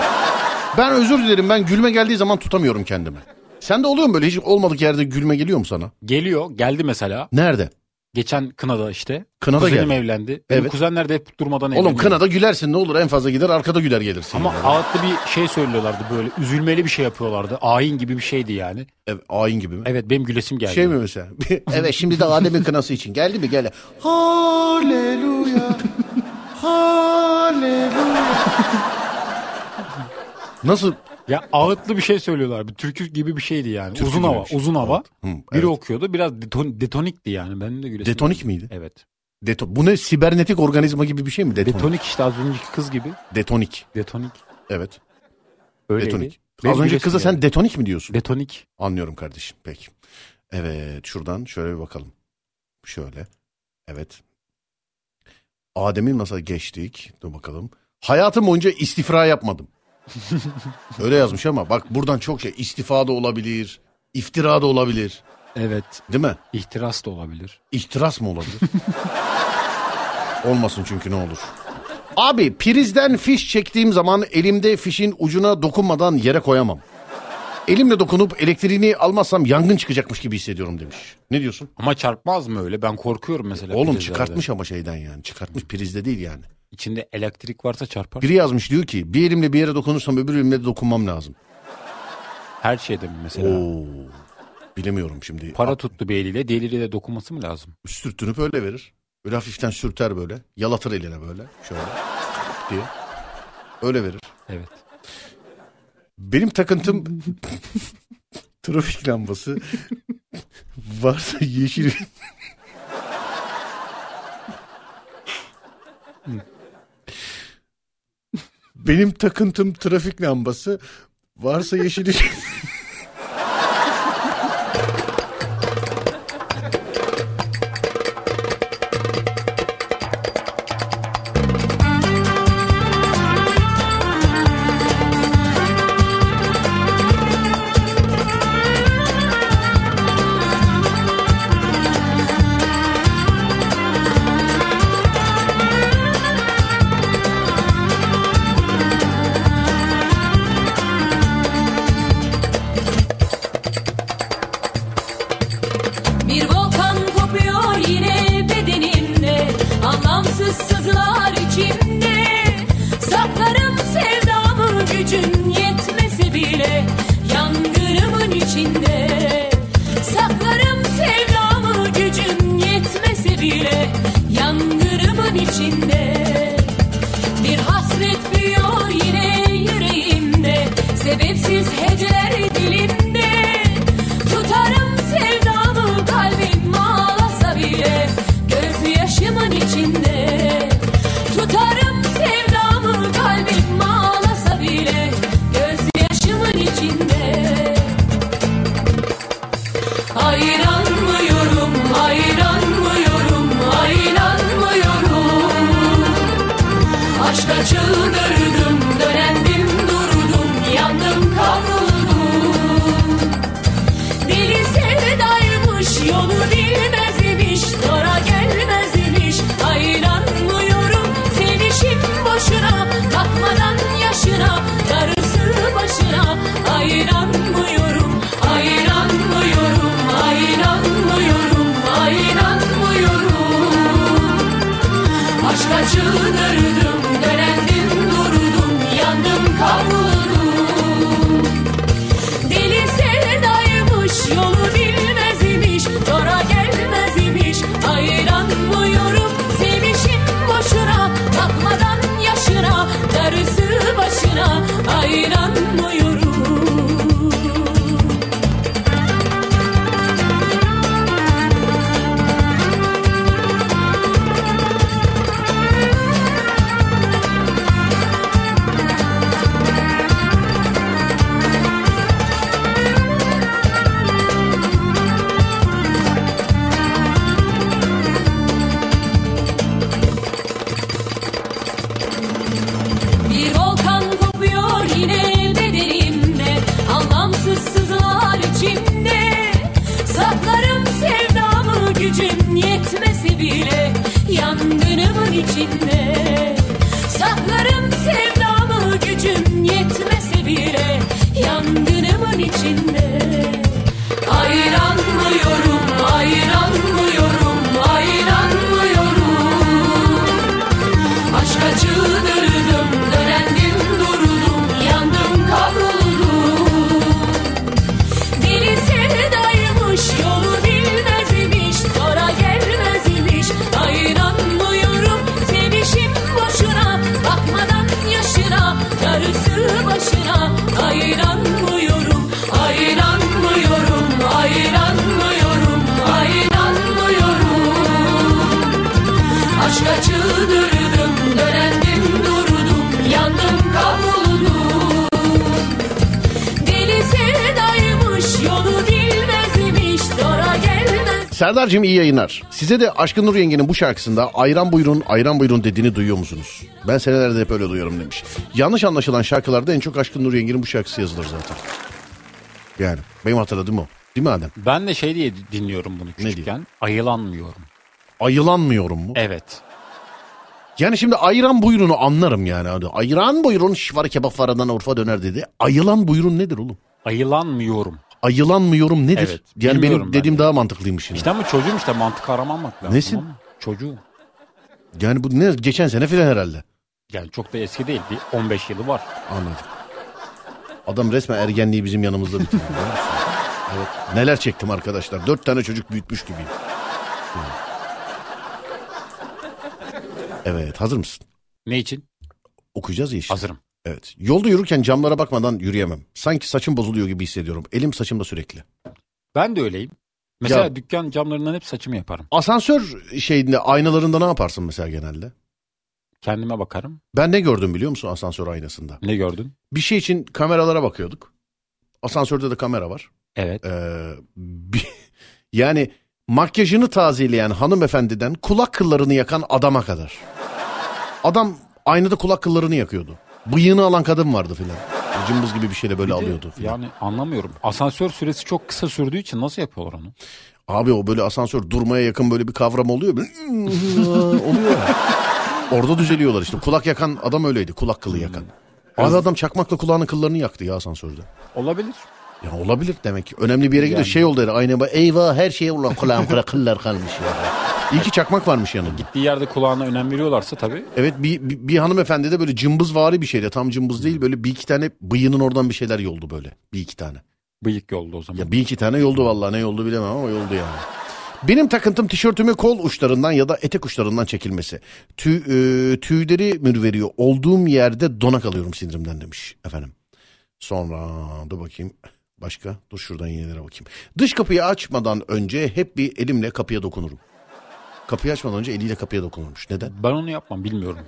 Ben özür dilerim ben gülme geldiği zaman tutamıyorum kendimi. Sen de oluyor mu böyle hiç olmadık yerde gülme geliyor mu sana? Geliyor. Geldi mesela. Nerede? Geçen kınada işte. Kınada Kuzenim geldi. evlendi. Benim Evet. Kuzenler de hep durmadan Oğlum evleniyor. kınada gülersin ne olur en fazla gider arkada güler gelirsin. Ama yani. ağıtlı bir şey söylüyorlardı böyle. Üzülmeli bir şey yapıyorlardı. Ayin gibi bir şeydi yani. Evet, ayin gibi mi? Evet benim gülesim geldi. Şey mi mesela? <laughs> evet şimdi de Adem'in kınası için. Geldi mi? Gel. Haleluya. Haleluya. Nasıl? Ya ağıtlı bir şey söylüyorlar. Bir türkü gibi bir şeydi yani. Türkü uzun gibi hava, bir şey. uzun hava. Hı, evet. Biri okuyordu. Biraz deton- detonikti yani. Benim de gülesim. Detonik geldi. miydi? Evet. Deto- bu ne sibernetik organizma gibi bir şey mi? Detonik. Detonik işte az önceki kız gibi. Detonik. Detonik. Evet. Öyleydi. Detonik. Benim Az önce gülesim kıza geldi. sen detonik mi diyorsun? Detonik. Anlıyorum kardeşim. Peki. Evet şuradan şöyle bir bakalım. Şöyle. Evet. Adem'in masa geçtik. Dur bakalım. Hayatım boyunca istifra yapmadım. Öyle yazmış ama bak buradan çok şey. İstifa da olabilir. iftira da olabilir. Evet. Değil mi? İhtiras da olabilir. İhtiras mı olabilir? Olmasın çünkü ne olur. Abi prizden fiş çektiğim zaman elimde fişin ucuna dokunmadan yere koyamam. Elimle dokunup elektriğini almazsam yangın çıkacakmış gibi hissediyorum demiş. Ne diyorsun? Ama çarpmaz mı öyle? Ben korkuyorum mesela. Oğlum prizlerde. çıkartmış ama şeyden yani. Çıkartmış prizde değil yani. İçinde elektrik varsa çarpar. Biri yazmış diyor ki bir elimle bir yere dokunursam öbür elimle de dokunmam lazım. Her şeyde mi mesela? Oo. Bilemiyorum şimdi. Para tuttu bir eliyle, diğer eliyle de dokunması mı lazım? sürtünüp öyle verir. Böyle hafiften sürter böyle. Yalatır eline böyle. Şöyle. diye. Öyle verir. Evet. Benim takıntım <laughs> trafik lambası varsa yeşil. Benim takıntım trafik lambası varsa yeşil. Bir volkan kopuyor yine bedenimde Anlamsız sızılar içimde Saklarım sevdamı gücüm yetmese bile Yangınımın içinde Saklarım sevdamı gücüm yetmese bile Yangınımın içinde bir hasret büyüyor yine yüreğimde Sebepsiz heceler dilimde Tutarım sevdamı kalbim ağlasa bile Gözyaşımın içinde Tutarım sevdamı kalbim ağlasa bile Gözyaşımın içinde Ayranmıyorum, ayranmıyorum, ayranmıyorum Aşka çıldırdım, dönendim durdum, yandım kavruldum Serdar'cığım iyi yayınlar. Size de Aşkın Nur Yenge'nin bu şarkısında ayran buyurun ayran buyurun dediğini duyuyor musunuz? Ben senelerde hep öyle duyuyorum demiş. Yanlış anlaşılan şarkılarda en çok Aşkın Nur Yenge'nin bu şarkısı yazılır zaten. Yani benim hatırladığım o. Değil mi Adem? Ben de şey diye dinliyorum bunu küçükken. Ayılanmıyorum. Ayılanmıyorum mu? Evet. Yani şimdi ayran buyurunu anlarım yani. Hani Ayran buyurun şivar kebap faradan Urfa döner dedi. Ayılan buyurun nedir oğlum? Ayılanmıyorum. Ayılanmıyorum nedir? Evet, yani benim bilmiyorum ben dediğim de. daha mantıklıymış yine. İşte ama çocuğum işte mantık aramamak lazım. Nesin? ama. Çocuğum. Yani bu ne geçen sene filan herhalde. Yani çok da eski değil. Bir 15 yılı var. Anladım. Adam resmen ergenliği bizim yanımızda bitiriyor. biliyor musun? evet. Neler çektim arkadaşlar. Dört tane çocuk büyütmüş gibiyim. Evet hazır mısın? Ne için? Okuyacağız ya işte. Hazırım. Evet. Yolda yürürken camlara bakmadan yürüyemem. Sanki saçım bozuluyor gibi hissediyorum. Elim saçımda sürekli. Ben de öyleyim. Mesela Ya- dükkan camlarından hep saçımı yaparım. Asansör şeyinde aynalarında ne yaparsın mesela genelde? Kendime bakarım. Ben ne gördüm biliyor musun asansör aynasında? Ne gördün? Bir şey için kameralara bakıyorduk. Asansörde de kamera var. Evet. Ee, <laughs> bi- yani makyajını tazeleyen hanımefendiden kulak kıllarını yakan adama kadar. Adam aynada kulak kıllarını yakıyordu. Bıyığını alan kadın vardı filan. Cımbız gibi bir şeyle böyle alıyordu filan. Yani anlamıyorum. Asansör süresi çok kısa sürdüğü için nasıl yapıyorlar onu? Abi o böyle asansör durmaya yakın böyle bir kavram oluyor. Böyle, <laughs> oluyor. Orada düzeliyorlar işte. Kulak yakan adam öyleydi. Kulak kılı yakan. Abi adam çakmakla kulağının kıllarını yaktı ya asansörde. Olabilir. Ya olabilir demek ki. Önemli bir yere gidiyor. Şey oldu yani aynaya bak. Eyvah her şeye ulan kulağım kıra kıllar kalmış ya. İyi ki çakmak varmış yanında. Bir yerde kulağına önem veriyorlarsa tabii. Evet bir, bir, bir hanımefendi de böyle cımbızvari bir şeydi. Tam cımbız değil böyle bir iki tane bıyığının oradan bir şeyler yoldu böyle. Bir iki tane. Bıyık yolda o zaman. Ya bir iki tane yoldu vallahi ne yoldu bilemem ama yoldu yani. Benim takıntım tişörtümü kol uçlarından ya da etek uçlarından çekilmesi. Tüy, e, tüyleri mür veriyor. Olduğum yerde dona kalıyorum sinirimden demiş efendim. Sonra dur bakayım. Başka? Dur şuradan yenilere bakayım. Dış kapıyı açmadan önce hep bir elimle kapıya dokunurum. Kapıyı açmadan önce eliyle kapıya dokunurmuş. Neden? Ben onu yapmam bilmiyorum.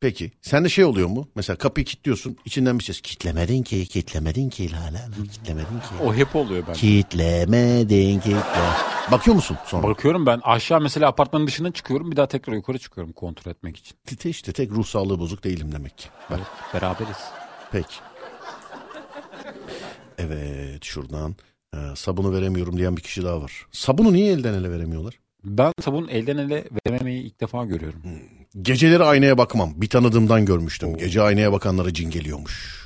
Peki. Sende şey oluyor mu? Mesela kapıyı kilitliyorsun. içinden bir ses. Kitlemedin ki, kitlemedin ki hala. Kitlemedin ki. O hep oluyor bende. Kitlemedin kitle. Bakıyor musun sonra? Bakıyorum ben aşağı mesela apartmanın dışına çıkıyorum bir daha tekrar yukarı çıkıyorum kontrol etmek için. Tite işte tek ruh sağlığı bozuk değilim demek ki. Bak Evet, beraberiz. peki. Evet şuradan e, sabunu veremiyorum diyen bir kişi daha var. Sabunu niye elden ele veremiyorlar? Ben sabun elden ele verememeyi ilk defa görüyorum. Geceleri aynaya bakmam. Bir tanıdığımdan görmüştüm. Gece aynaya bakanlara cin geliyormuş.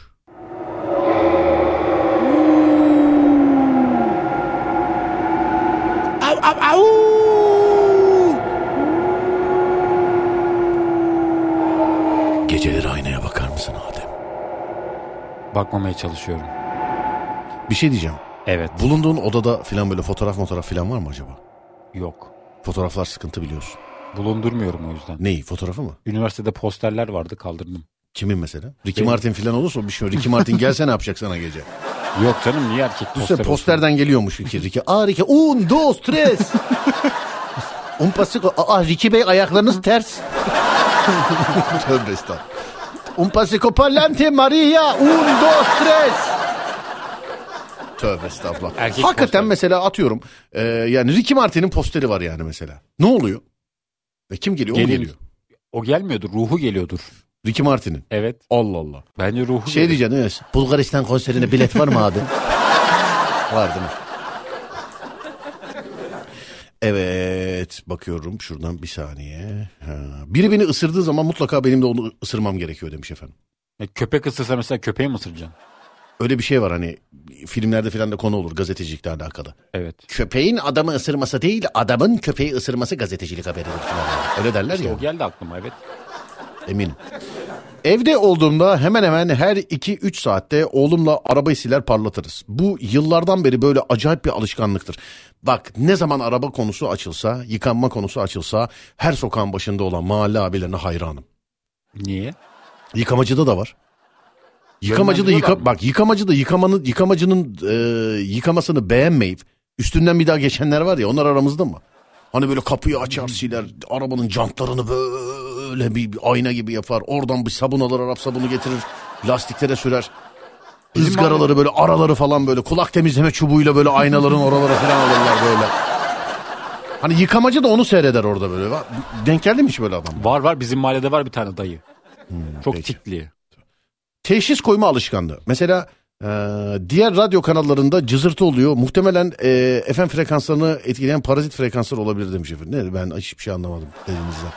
Geceleri aynaya bakar mısın Adem? Bakmamaya çalışıyorum. Bir şey diyeceğim. Evet. Bulunduğun odada filan böyle fotoğraf fotoğraf filan var mı acaba? Yok. Fotoğraflar sıkıntı biliyorsun. Bulundurmuyorum o yüzden. Neyi? Fotoğrafı mı? Üniversitede posterler vardı kaldırdım. Kimin mesela? Ricky Benim. Martin filan olursa bir şey. Ricky Martin gelse ne yapacak sana gece? Yok canım niye erkek poster Düşünsene olsun? posterden geliyormuş Ricky. Ricky. Aa Ricky. Un, dos, <laughs> tres. Un pasico. Aa Ricky Bey ayaklarınız ters. <laughs> Tövbe estağfurullah. Un pasico parlante Maria. Un, dos, tres. Tövbe estağfurullah. Erkek Hakikaten posteri. mesela atıyorum. e, yani Ricky Martin'in posteri var yani mesela. Ne oluyor? Ve kim geliyor? O Gelin- geliyor. O gelmiyordur ruhu geliyordur. Ricky Martin'in. Evet. Allah Allah. Bence ruhu Şey geliyor. diyeceğim değil mi? Bulgaristan konserine bilet var mı abi? var değil mi? Evet bakıyorum şuradan bir saniye. Ha, Biri beni ısırdığı zaman mutlaka benim de onu ısırmam gerekiyor demiş efendim. Ya E, Köpek ısırsa mesela köpeği mi ısıracaksın? Öyle bir şey var hani filmlerde falan da konu olur gazetecilikle alakalı. Evet. Köpeğin adamı ısırması değil adamın köpeği ısırması gazetecilik haberidir falan. Öyle derler İşte ya. o geldi aklıma evet. Eminim. Evde olduğumda hemen hemen her 2-3 saatte oğlumla arabayı siler parlatırız. Bu yıllardan beri böyle acayip bir alışkanlıktır. Bak ne zaman araba konusu açılsa, yıkanma konusu açılsa her sokağın başında olan mahalle abilerine hayranım. Niye? Yıkamacıda da var. Yıkamacı da Yönlendiriyorlar yıka mı? bak yıkamacı da yıkamanın yıkamacının e, yıkamasını beğenmeyip üstünden bir daha geçenler var ya onlar aramızda mı? Hani böyle kapıyı açar siler arabanın jantlarını böyle bir, bir ayna gibi yapar. Oradan bir sabun alır Arap sabunu getirir lastiklere sürer. Izgaraları böyle araları falan böyle kulak temizleme çubuğuyla böyle aynaların oralara falan alırlar böyle. Hani yıkamacı da onu seyreder orada böyle. Va- Denk geldi mi hiç böyle adam? Var var bizim mahallede var bir tane dayı. Çok Hmm, peki. tikli. Teşhis koyma alışkanlığı. Mesela e, diğer radyo kanallarında cızırtı oluyor. Muhtemelen e, FM frekanslarını etkileyen parazit frekanslar olabilir demiş efendim. Ne, ben hiçbir şey anlamadım dediğinizden.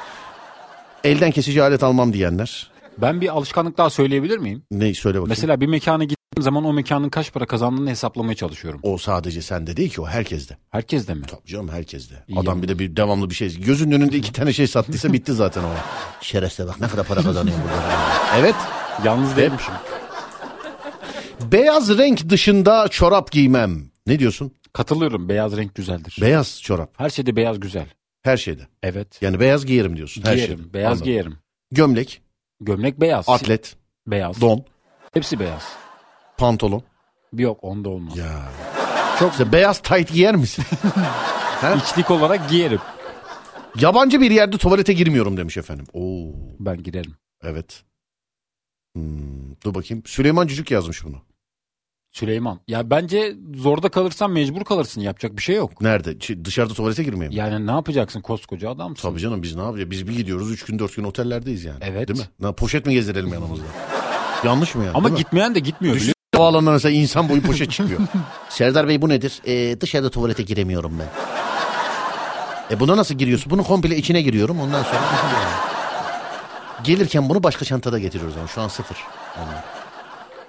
Elden kesici alet almam diyenler. Ben bir alışkanlık daha söyleyebilir miyim? Ne söyle bakayım. Mesela bir mekana gittiğim zaman o mekanın kaç para kazandığını hesaplamaya çalışıyorum. O sadece sende değil ki o herkeste. Herkes de mi? Tabii canım herkeste. İyi Adam yani. bir de bir devamlı bir şey. Gözünün önünde iki tane şey <laughs> sattıysa bitti zaten o. Şerefse bak ne kadar para kazanıyor burada. evet. Yalnız değilmişim. Beyaz renk dışında çorap giymem. Ne diyorsun? Katılıyorum. Beyaz renk güzeldir. Beyaz çorap. Her şeyde beyaz güzel. Her şeyde. Evet. Yani beyaz giyerim diyorsun. Her giyerim. şeyde. Beyaz Anladım. giyerim. Gömlek, Gömlek beyaz. si- atlet, Beyaz. don, Hepsi beyaz. pantolon. Bir yok onda olmaz. Ya. Çok güzel. Beyaz tight giyer <laughs> misin? İçlik olarak giyerim. Yabancı bir yerde tuvalete girmiyorum demiş efendim. Oo, Ben girerim. evet. Hmm, dur bakayım. Süleyman Cücük yazmış bunu. Süleyman. Ya bence zorda kalırsan mecbur kalırsın. Yapacak bir şey yok. Nerede? Ç- Dışarıda tuvalete girmeye mi? Yani ne yapacaksın koskoca adamsın. Tabii canım biz ne yapacağız? Biz bir gidiyoruz 3 gün 4 gün otellerdeyiz yani. Evet. Değil mi? Ne, poşet mi gezdirelim <laughs> yanımızda? Yanlış mı yani? Ama Değil mi? gitmeyen de gitmiyor. Düşün havaalanına mesela insan boyu poşet çıkıyor. <laughs> Serdar Bey bu nedir? Ee, dışarıda tuvalete giremiyorum ben. E buna nasıl giriyorsun? Bunu komple içine giriyorum ondan sonra. Gelirken bunu başka çantada getiriyoruz ama şu an sıfır. Onlar.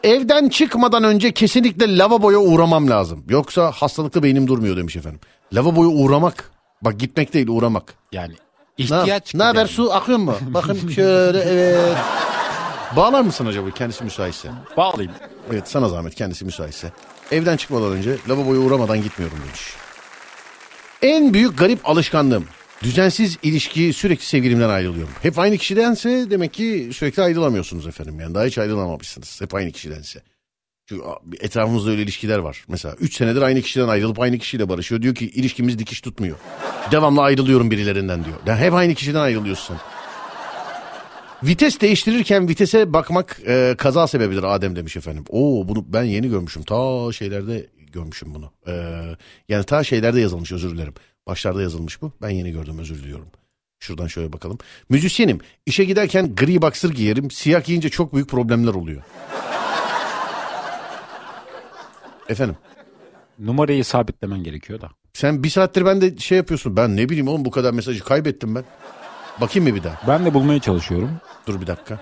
Evden çıkmadan önce kesinlikle lavaboya uğramam lazım. Yoksa hastalıklı beynim durmuyor demiş efendim. Lavaboya uğramak. Bak gitmek değil uğramak. Yani Ne, ihtiyaç. ne haber giderim. su akıyor mu? Bakın şöyle evet. Bağlar mısın acaba kendisi müsaitse? Bağlayayım. Evet sana zahmet kendisi müsaitse. Evden çıkmadan önce lavaboya uğramadan gitmiyorum demiş. En büyük garip alışkanlığım. Düzensiz ilişki sürekli sevgilimden ayrılıyorum. Hep aynı kişidense demek ki sürekli ayrılamıyorsunuz efendim. Yani daha hiç ayrılamamışsınız. Hep aynı kişidense. Çünkü a- etrafımızda öyle ilişkiler var. Mesela 3 senedir aynı kişiden ayrılıp aynı kişiyle barışıyor. Diyor ki ilişkimiz dikiş tutmuyor. Devamlı ayrılıyorum birilerinden diyor. Ya hep aynı kişiden ayrılıyorsun. Vites değiştirirken vitese bakmak e, kaza sebebidir Adem demiş efendim. Oo bunu ben yeni görmüşüm. Ta şeylerde görmüşüm bunu. E, yani ta şeylerde yazılmış özür dilerim. Başlarda yazılmış bu. Ben yeni gördüm özür diliyorum. Şuradan şöyle bakalım. Müzisyenim. İşe giderken gri baksır giyerim. Siyah giyince çok büyük problemler oluyor. efendim. Numarayı sabitlemen gerekiyor da. Sen bir saattir ben de şey yapıyorsun. Ben ne bileyim oğlum bu kadar mesajı kaybettim ben. Bakayım mı bir daha? Ben de bulmaya çalışıyorum. Dur bir dakika.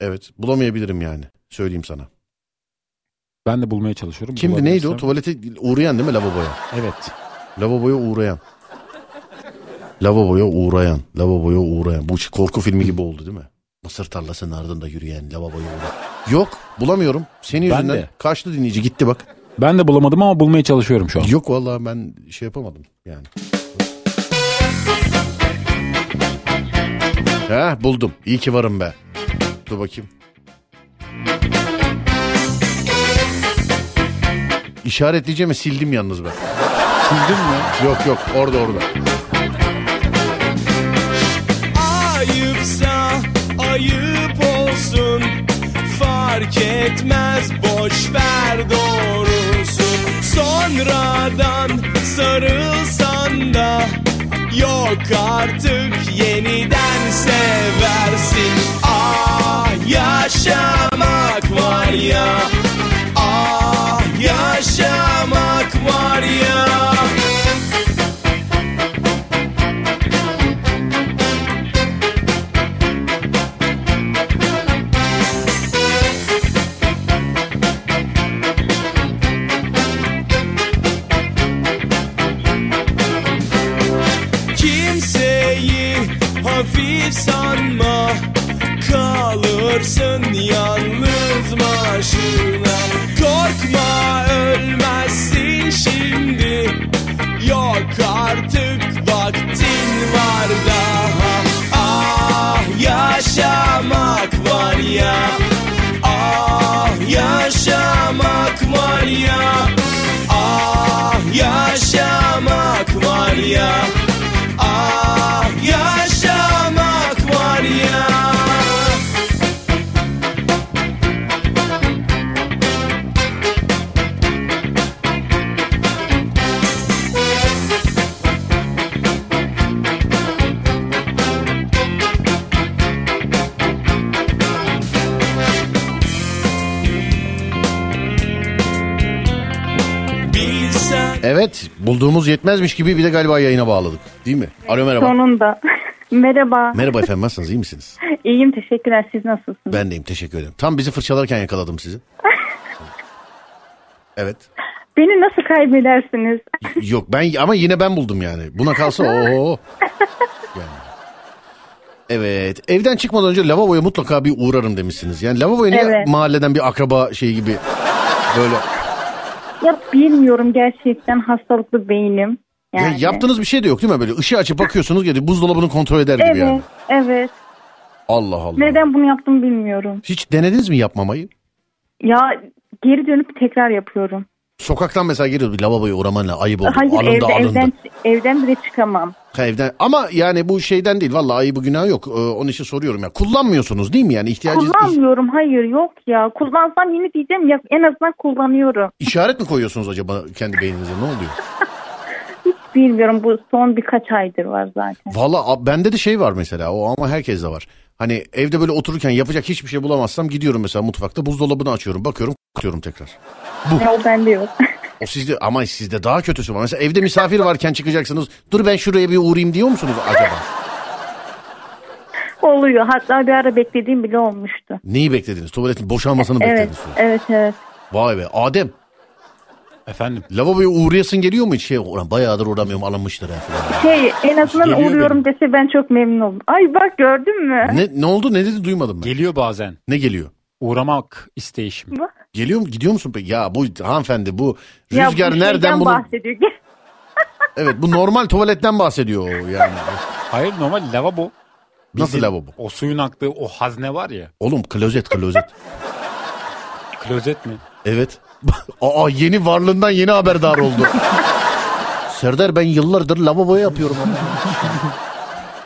Evet bulamayabilirim yani. Söyleyeyim sana. Ben de bulmaya çalışıyorum. Kimdi neydi o? Bulabilirsem- Tuvalete uğrayan değil mi lavaboya? Evet. Lavaboya uğrayan. Lavaboya uğrayan. Lavaboya uğrayan. Bu korku filmi gibi oldu değil mi? Mısır tarlasının ardında yürüyen lavaboya uğrayan. Yok bulamıyorum. Senin Ben yüzünden. de. Kaçtı dinleyici gitti bak. Ben de bulamadım ama bulmaya çalışıyorum şu an. Yok vallahi ben şey yapamadım yani. Heh buldum. İyi ki varım be. Dur bakayım. İşaretleyeceğimi sildim yalnız ben. Sildin mi? Yok yok orada orada. Ayıpsa ayıp olsun Fark etmez boş ver doğrusu Sonradan sarılsan da Yok artık yeniden seversin Ah yaşamak var ya Ah yaşamak var ya Kimseyi hafif sanma Kalırsın yalnız başına Ah, Evet bulduğumuz yetmezmiş gibi bir de galiba yayına bağladık değil mi? Alo merhaba. Sonunda. <laughs> Merhaba. Merhaba efendim nasılsınız iyi misiniz? İyiyim teşekkürler. Siz nasılsınız? Ben deyim teşekkür ederim. Tam bizi fırçalarken yakaladım sizi. Evet. Beni nasıl kaybedersiniz? Yok ben ama yine ben buldum yani. <laughs> Buna kalsa o. Evet. Evden çıkmadan önce lavaboya mutlaka bir uğrarım demişsiniz. Yani lavaboya niye Evet. mahalleden bir akraba şey gibi böyle. ya bilmiyorum gerçekten hastalıklı beynim. Ya Yani. yaptığınız bir şey de yok değil mi? Böyle ışığı açıp bakıyorsunuz geri buzdolabını kontrol eder gibi Evet, yani. evet. Allah Allah. Neden bunu yaptım bilmiyorum. Hiç denediniz mi yapmamayı? Ya geri dönüp tekrar yapıyorum. Sokaktan mesela geliyor bir lavaboya uğraman lazım. Ayıp oldu. Hayır alındı evde, alındı. evden evden bile çıkamam. Ha, evden. Ama yani bu şeyden değil. Vallahi ayıbı günah yok. Ee, onun için soruyorum ya. Kullanmıyorsunuz değil mi yani? İhtiyacınız Kullanmıyorum. Hayır yok ya. Kullansam yeni diyeceğim ya en azından kullanıyorum. işaret mi koyuyorsunuz acaba kendi beyninize? Ne oluyor? Bilmiyorum bu son birkaç aydır var zaten. Valla a- bende de şey var mesela o ama herkes de var. Hani evde böyle otururken yapacak hiçbir şey bulamazsam gidiyorum mesela mutfakta buzdolabını açıyorum bakıyorum kutuyorum tekrar. Ya, o bende yok. <laughs> O sizde ama sizde daha kötüsü var. Mesela evde misafir varken çıkacaksınız dur ben şuraya bir uğrayayım diyor musunuz acaba? Oluyor. Hatta bir ara beklediğim bile olmuştu. Neyi beklediniz? Tuvaletin boşalmasını Evet, beklediniz. evet, evet. Vay be Adem Efendim lavaboya uğrayasın geliyor mu hiç şey? Ulan bayağıdır uğramıyorum alınmıştır ha falan. Şey, en azından Geliyor uğruyorum dese ben çok memnun oldum. Ay bak gördün mü? Ne, ne oldu ne dedi duymadım ben. geliyor bazen. Ne geliyor? Uğramak isteyişim. Geliyor mu gidiyor musun peki? Ya bu hanımefendi bu Ya rüzgar bu şeyden nereden bunu... bahsediyor. <laughs> Gel. Evet bu normal tuvaletten bahsediyor o yani. Hayır normal lavabo. Nasıl lavabo? O suyun aktığı o hazne var ya. Oğlum klozet klozet. Klozet mi? evet. <laughs> Aa yeni varlığından yeni haberdar oldu. Serdar ben yıllardır lavabo yapıyorum ama.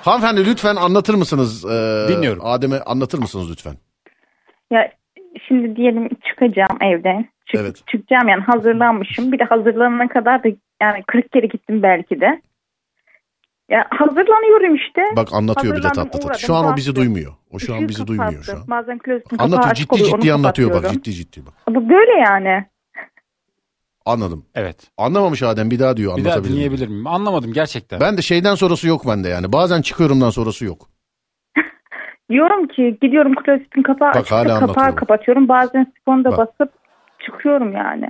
Hanımefendi lütfen anlatır mısınız? Ee, Dinliyorum. Adem'e anlatır mısınız lütfen? Ya şimdi diyelim çıkacağım evden. Çık- Evet. Çıkacağım yani hazırlanmışım. Bir de hazırlanana kadar da yani 40 kere gittim belki de. Ya hazırlanıyorum işte. Bak anlatıyor bir de Hazırlandım, tatlı tatlı. uğradım, Şu an o bizi bastım. duymuyor. O şu an Işığı bizi duymuyor şu kapattım. an. Bazen klozetin kapağı Anlatıyor açık ciddi oluyor, ciddi onu anlatıyor bak kapatıyorum. ciddi ciddi bak. Bu böyle yani. Anladım. Evet. Anlamamış Adem bir daha diyor Bir daha anlatabilir. miyim? dinleyebilir miyim? Anlamadım gerçekten. Ben de şeyden sonrası yok bende yani. Bazen çıkıyorumdan sonrası yok. Diyorum ki gidiyorum klozetin kapağı Bak, hala açıp kapağı anlatıyorum. kapatıyorum. Bazen sponda Bak. basıp çıkıyorum yani.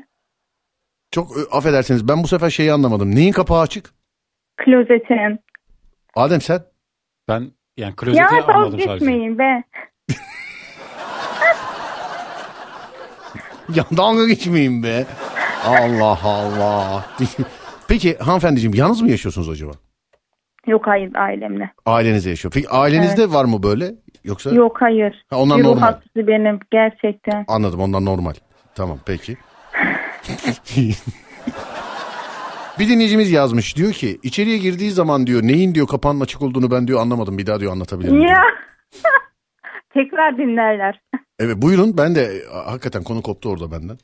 Çok ö, affedersiniz ben bu sefer şeyi anlamadım. Neyin kapağı açık? Klozetin. Adem sen? <laughs> Ben yani klozeti Ya anladım sadece. vazgeçmeyin be. Ya dalga geçmeyin be. Allah Allah. <laughs> Peki hanımefendiciğim yalnız mı yaşıyorsunuz acaba? Yok hayır ailemle. Ailenizde yaşıyor. Peki ailenizde var mı böyle? Yoksa Yok hayır. Ha, onlar bir ruh normal. hastası benim gerçekten. anladım ondan normal. Tamam peki. <laughs> bir dinleyicimiz yazmış diyor ki içeriye girdiği zaman diyor neyin diyor kapağının açık olduğunu ben diyor anlamadım bir daha diyor anlatabilir miyim? Ya. <laughs> Tekrar dinlerler. <laughs> Evet buyurun ben de a- hakikaten konu koptu orada benden.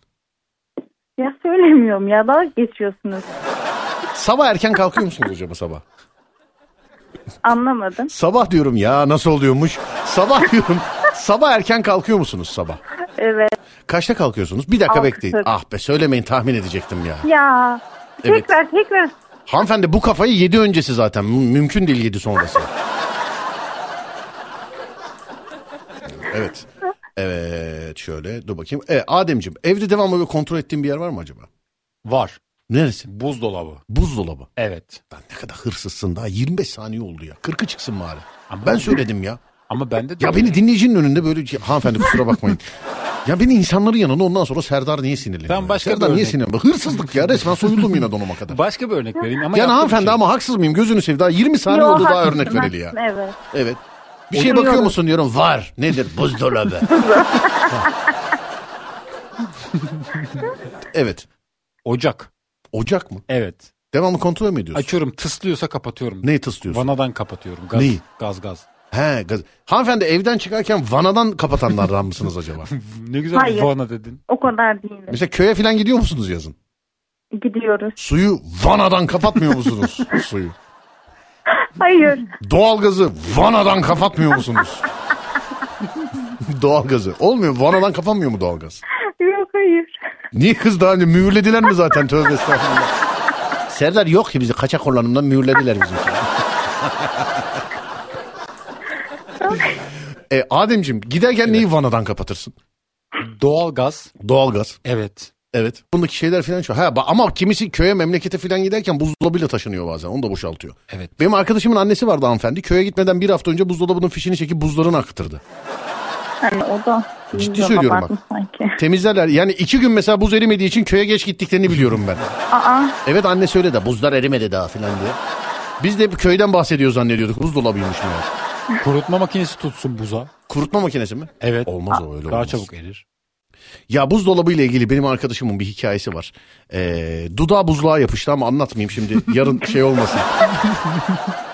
Ya söylemiyorum ya dalga geçiyorsunuz. Sabah erken kalkıyor musunuz acaba sabah? Anlamadım. Sabah diyorum ya nasıl oluyormuş? Sabah <laughs> diyorum. sabah erken kalkıyor musunuz sabah? Evet. Kaçta kalkıyorsunuz? Bir dakika Altı. bekleyin. Ah be söylemeyin tahmin edecektim ya. Ya. Evet. Tekrar tekrar. Hanımefendi bu kafayı 7 öncesi zaten. Mü- Mümkün değil 7 sonrası. <laughs> evet. Evet şöyle dur bakayım. E, Ademciğim evde devamlı böyle kontrol ettiğin bir yer var mı acaba? Var. Neresi? Buzdolabı. Buzdolabı. Evet. Lan ne kadar hırsızsın daha 25 saniye oldu ya. 40'ı çıksın bari. Ama- Ben söyledim ya. Ama bende de Ya beni dinleyicinin önünde böyle şey- hanımefendi kusura bakmayın. ya beni insanların yanında ondan sonra Serdar niye sinirleniyor? Tamam, ya? başka bir Serdar niye örnek. sinirleniyor? Hırsızlık ya resmen soyuldum yine donuma kadar. Başka bir örnek vereyim ama yani yaptığım hanımefendi şey- ama haksız mıyım? Gözünü seveyim daha 20 saniye Yo, oldu daha haklısın, örnek vereli ya. haklısın, Evet. Evet. Bir şeye bakıyor musun diyorum var. Nedir? Buzdolabı. evet. Ocak. Ocak mı? Evet. Devamlı kontrol mü ediyorsun? Açıyorum tıslıyorsa kapatıyorum. Neyi tıslıyorsun? Vanadan kapatıyorum. Gaz, Neyi? Gaz gaz. He, gaz- Hanımefendi evden çıkarken vanadan kapatanlardan mısınız <laughs> acaba? Ne güzel Hayır. vana dedin. O kadar değil. Mesela köye falan gidiyor musunuz yazın? Gidiyoruz. Suyu vanadan kapatmıyor <laughs> musunuz? Suyu. Hayır. <laughs> Doğalgazı vanadan kapatmıyor musunuz? Doğalgazı. Olmuyor. Vanadan kapanmıyor mu doğalgaz? Yok hayır. Niye kız daha önce mühürlediler mi zaten tövbe estağfurullah. Serdar yok ki bizi kaçak kullanımdan mühürlediler bizi. e, Ademciğim giderken neyi vanadan kapatırsın? Doğalgaz. Doğalgaz. Evet. Evet. Bundaki şeyler falan şu. Ha, ba- ama kimisi köye memlekete falan giderken buzdolabıyla taşınıyor bazen. Onu da boşaltıyor. Evet. Benim arkadaşımın annesi vardı hanımefendi. Köye gitmeden bir hafta önce buzdolabının fişini çekip buzlarını akıtırdı. Yani Hani o da Ciddi bilmiyorum, söylüyorum abartmış Sanki. Temizlerler. Yani iki gün mesela buz erimediği için köye geç gittiklerini biliyorum ben. Aa, Evet anne söyle de buzlar erimedi daha filan diye. Biz de hep köyden bahsediyor zannediyorduk. Buzdolabıymış meğer. Kurutma makinesi tutsun buza. Kurutma makinesi mi? Evet. Olmaz o öyle Daha olmaz. çabuk erir. Ya buzdolabı ile ilgili benim arkadaşımın bir hikayesi var. Ee, dudağı buzluğa yapıştı ama anlatmayayım şimdi. Yarın şey olmasın.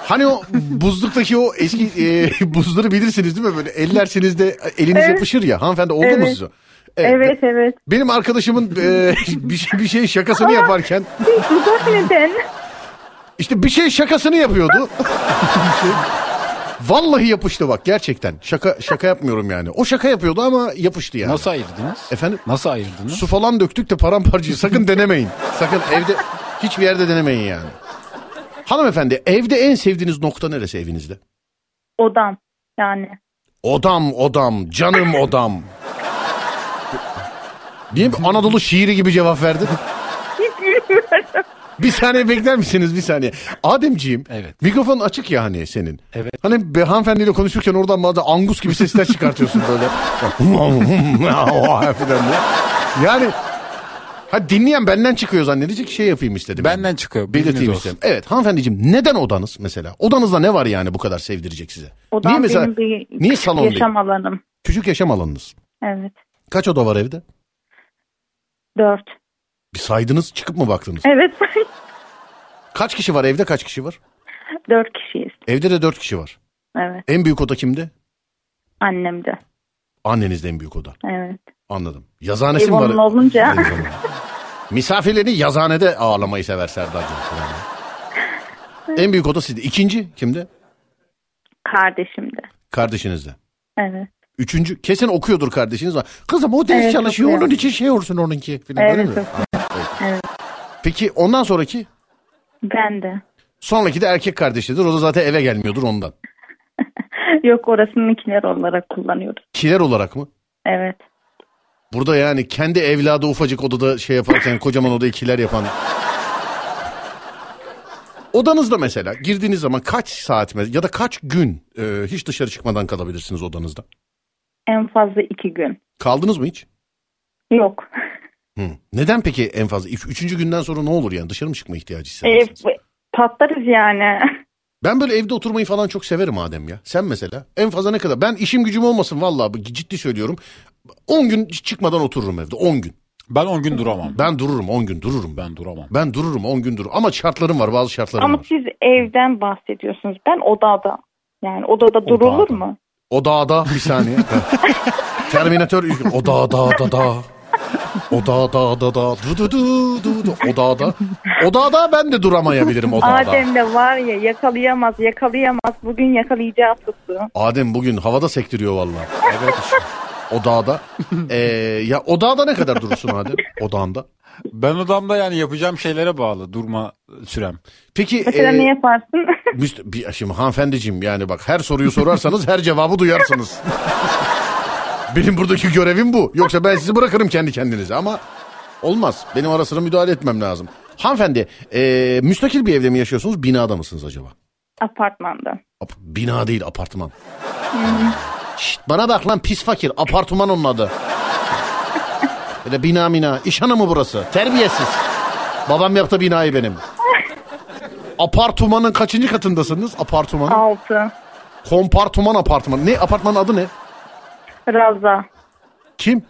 hani o buzluktaki o eski e, <laughs> buzları bilirsiniz değil mi? Böyle ellersiniz de eliniz Evet. yapışır ya. Hanımefendi oldu mu Evet. size? evet evet. Benim arkadaşımın e, <laughs> bir, şey, bir şey şakasını yaparken Dudak neden? işte bir şey şakasını yapıyordu. Vallahi yapıştı bak gerçekten. Şaka şaka yapmıyorum yani. O şaka yapıyordu ama yapıştı yani. Nasıl ayırdınız? Efendim? Nasıl ayırdınız? Su falan döktük de paramparçayı sakın denemeyin. Sakın evde hiçbir yerde denemeyin yani. Hanımefendi evde en sevdiğiniz nokta neresi evinizde? Odam yani. Odam odam canım odam. Niye bir Anadolu şiiri gibi cevap verdin? bir saniye bekler misiniz bir saniye? Ademciğim Evet. mikrofon açık ya hani senin. Evet. Hani bir hanımefendiyle konuşurken oradan bazı angus gibi sesler çıkartıyorsun <laughs> böyle. <laughs> Falan diye. yani ha dinleyen benden çıkıyor zannedecek şey yapayım istedim. Benden çıkıyor. Belirteyim bilginiz olsun. istedim. Evet hanımefendiciğim neden odanız mesela? Odanızda ne var yani bu kadar sevdirecek size? Odam niye mesela benim bir niye salon değil? yaşam alanım. küçük yaşam alanınız? Evet. Kaç oda var evde? Dört. Bir saydınız çıkıp mı baktınız? Evet. <laughs> Kaç kişi var evde kaç kişi var? Dört kişiyiz. Evde de dört kişi var. Evet. En büyük oda kimde? Annem de. Annenizde en büyük oda. Evet. Anladım. Yazanesi Ev mi var? onun olunca Ev onun. Misafirlerini yazanede ağırlamayı sever <laughs> Serdar'cığım. Yani. en büyük oda sizde. İkinci kimde? kardeşim de. Kardeşinizde. Evet. Üçüncü kesin okuyordur kardeşiniz var. Kızım o ders Evet, çalışıyor okuyor. onun için şey olsun onunki. Falan, Evet, öyle mi? okuyor. Anladım. Evet. Peki ondan sonraki? Ben de. <laughs> Sonraki de erkek kardeşidir. O da zaten eve gelmiyordur ondan. Yok orasını ikiler olarak kullanıyoruz. Kiler olarak mı? Evet. Burada yani kendi evladı ufacık odada şey yaparken kocaman odada ikiler yapan. Odanızda mesela girdiğiniz zaman kaç saat me- ya da kaç gün e, hiç dışarı çıkmadan kalabilirsiniz odanızda? En fazla iki gün. Kaldınız mı hiç? Yok. <laughs> Hı. Neden peki en fazla? Üç- üçüncü günden sonra ne olur yani dışarı mı çıkma ihtiyacı E, hissedersiniz? bu- patlarız <laughs> yani. Ben böyle evde oturmayı falan çok severim Adem ya. Sen mesela en fazla ne kadar? Ben işim gücüm olmasın vallahi bu- ciddi söylüyorum. 10 gün hiç çıkmadan otururum evde 10 gün. Ben 10 gün duramam. Ben dururum 10 gün dururum ben. Ben duramam. Ben dururum 10 gün dururum ama şartlarım var bazı şartlarım Ama var. siz evden bahsediyorsunuz. Ben odada. Yani odada durulur Odada. mu? O dağda bir saniye. Terminator üç gün. o dağda da da. O dağda da da. Du du du du du. O dağda. O dağda ben de duramayabilirim o dağda. Adem. Adem de var ya yakalayamaz yakalayamaz. Bugün yakalayacağı tuttu. bugün havada sektiriyor vallahi. Evet. O dağda. Ee, ya o dağda ne kadar durursun Adem? Odağında. Ben odamda yani yapacağım şeylere bağlı durma sürem. Peki Mesela ee, ne yaparsın? <laughs> müst- bir, şimdi hanımefendiciğim yani bak her soruyu sorarsanız her cevabı duyarsınız. Benim buradaki görevim bu. Yoksa ben sizi bırakırım kendi kendinize ama olmaz. Benim arasına müdahale etmem lazım. Hanımefendi ee, müstakil bir evde mi yaşıyorsunuz binada mısınız acaba? Apartmanda. Ap- bina değil apartman. Şşt, bana bak lan pis fakir apartman onun adı. Böyle bina mina iş hanımı burası terbiyesiz. Babam yaptı binayı benim. Apartmanın kaçıncı katındasınız? Apartmanın. Altı. Kompartman apartmanı. Ne apartmanın adı ne? Raza. Kim?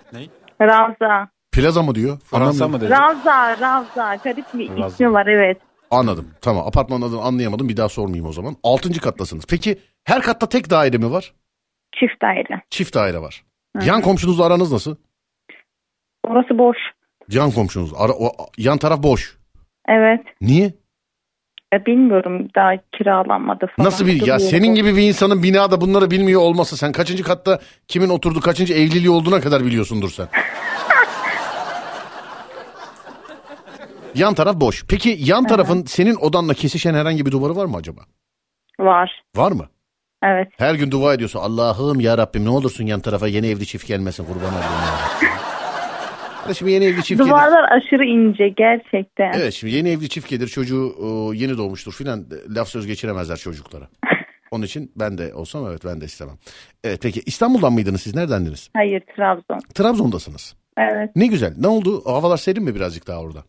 Raza. Plaza mı diyor? Fransa Anlamıyorum. mı dedi? Raza. Raza. Garip bir Raza. ismi var evet. Anladım. Tamam apartmanın adını anlayamadım bir daha sormayayım o zaman. Altıncı kattasınız. Peki her katta tek daire mi var? Çift daire. Çift daire var. Yan komşunuzla aranız nasıl? Orası boş. Yan komşunuz. Ara, o- yan taraf boş. Evet. Niye? Ya bilmiyorum daha kiralanmadı falan. Nasıl bir ya Duruyor. senin gibi bir insanın binada bunları bilmiyor olması sen kaçıncı katta kimin oturduğu kaçıncı evliliği olduğuna kadar biliyorsundur sen. Yan taraf boş. Peki yan tarafın senin odanla kesişen herhangi bir duvarı var mı acaba? Var. Var mı? Evet. Her gün dua ediyorsun. Allah'ım ya Rabbim ne olursun yan tarafa yeni evli çift gelmesin kurban olayım. ya." Kardeşim yeni evli çift gelir. Duvarlar aşırı ince gerçekten. Evet şimdi yeni evli çift gelir çocuğu e, yeni doğmuştur filan e, laf söz geçiremezler çocuklara. Onun için ben de olsam evet ben de istemem. Evet peki İstanbul'dan mıydınız siz neredendiniz? Hayır Trabzon. Trabzon'dasınız. Evet. Ne güzel ne oldu havalar serin mi birazcık daha orada?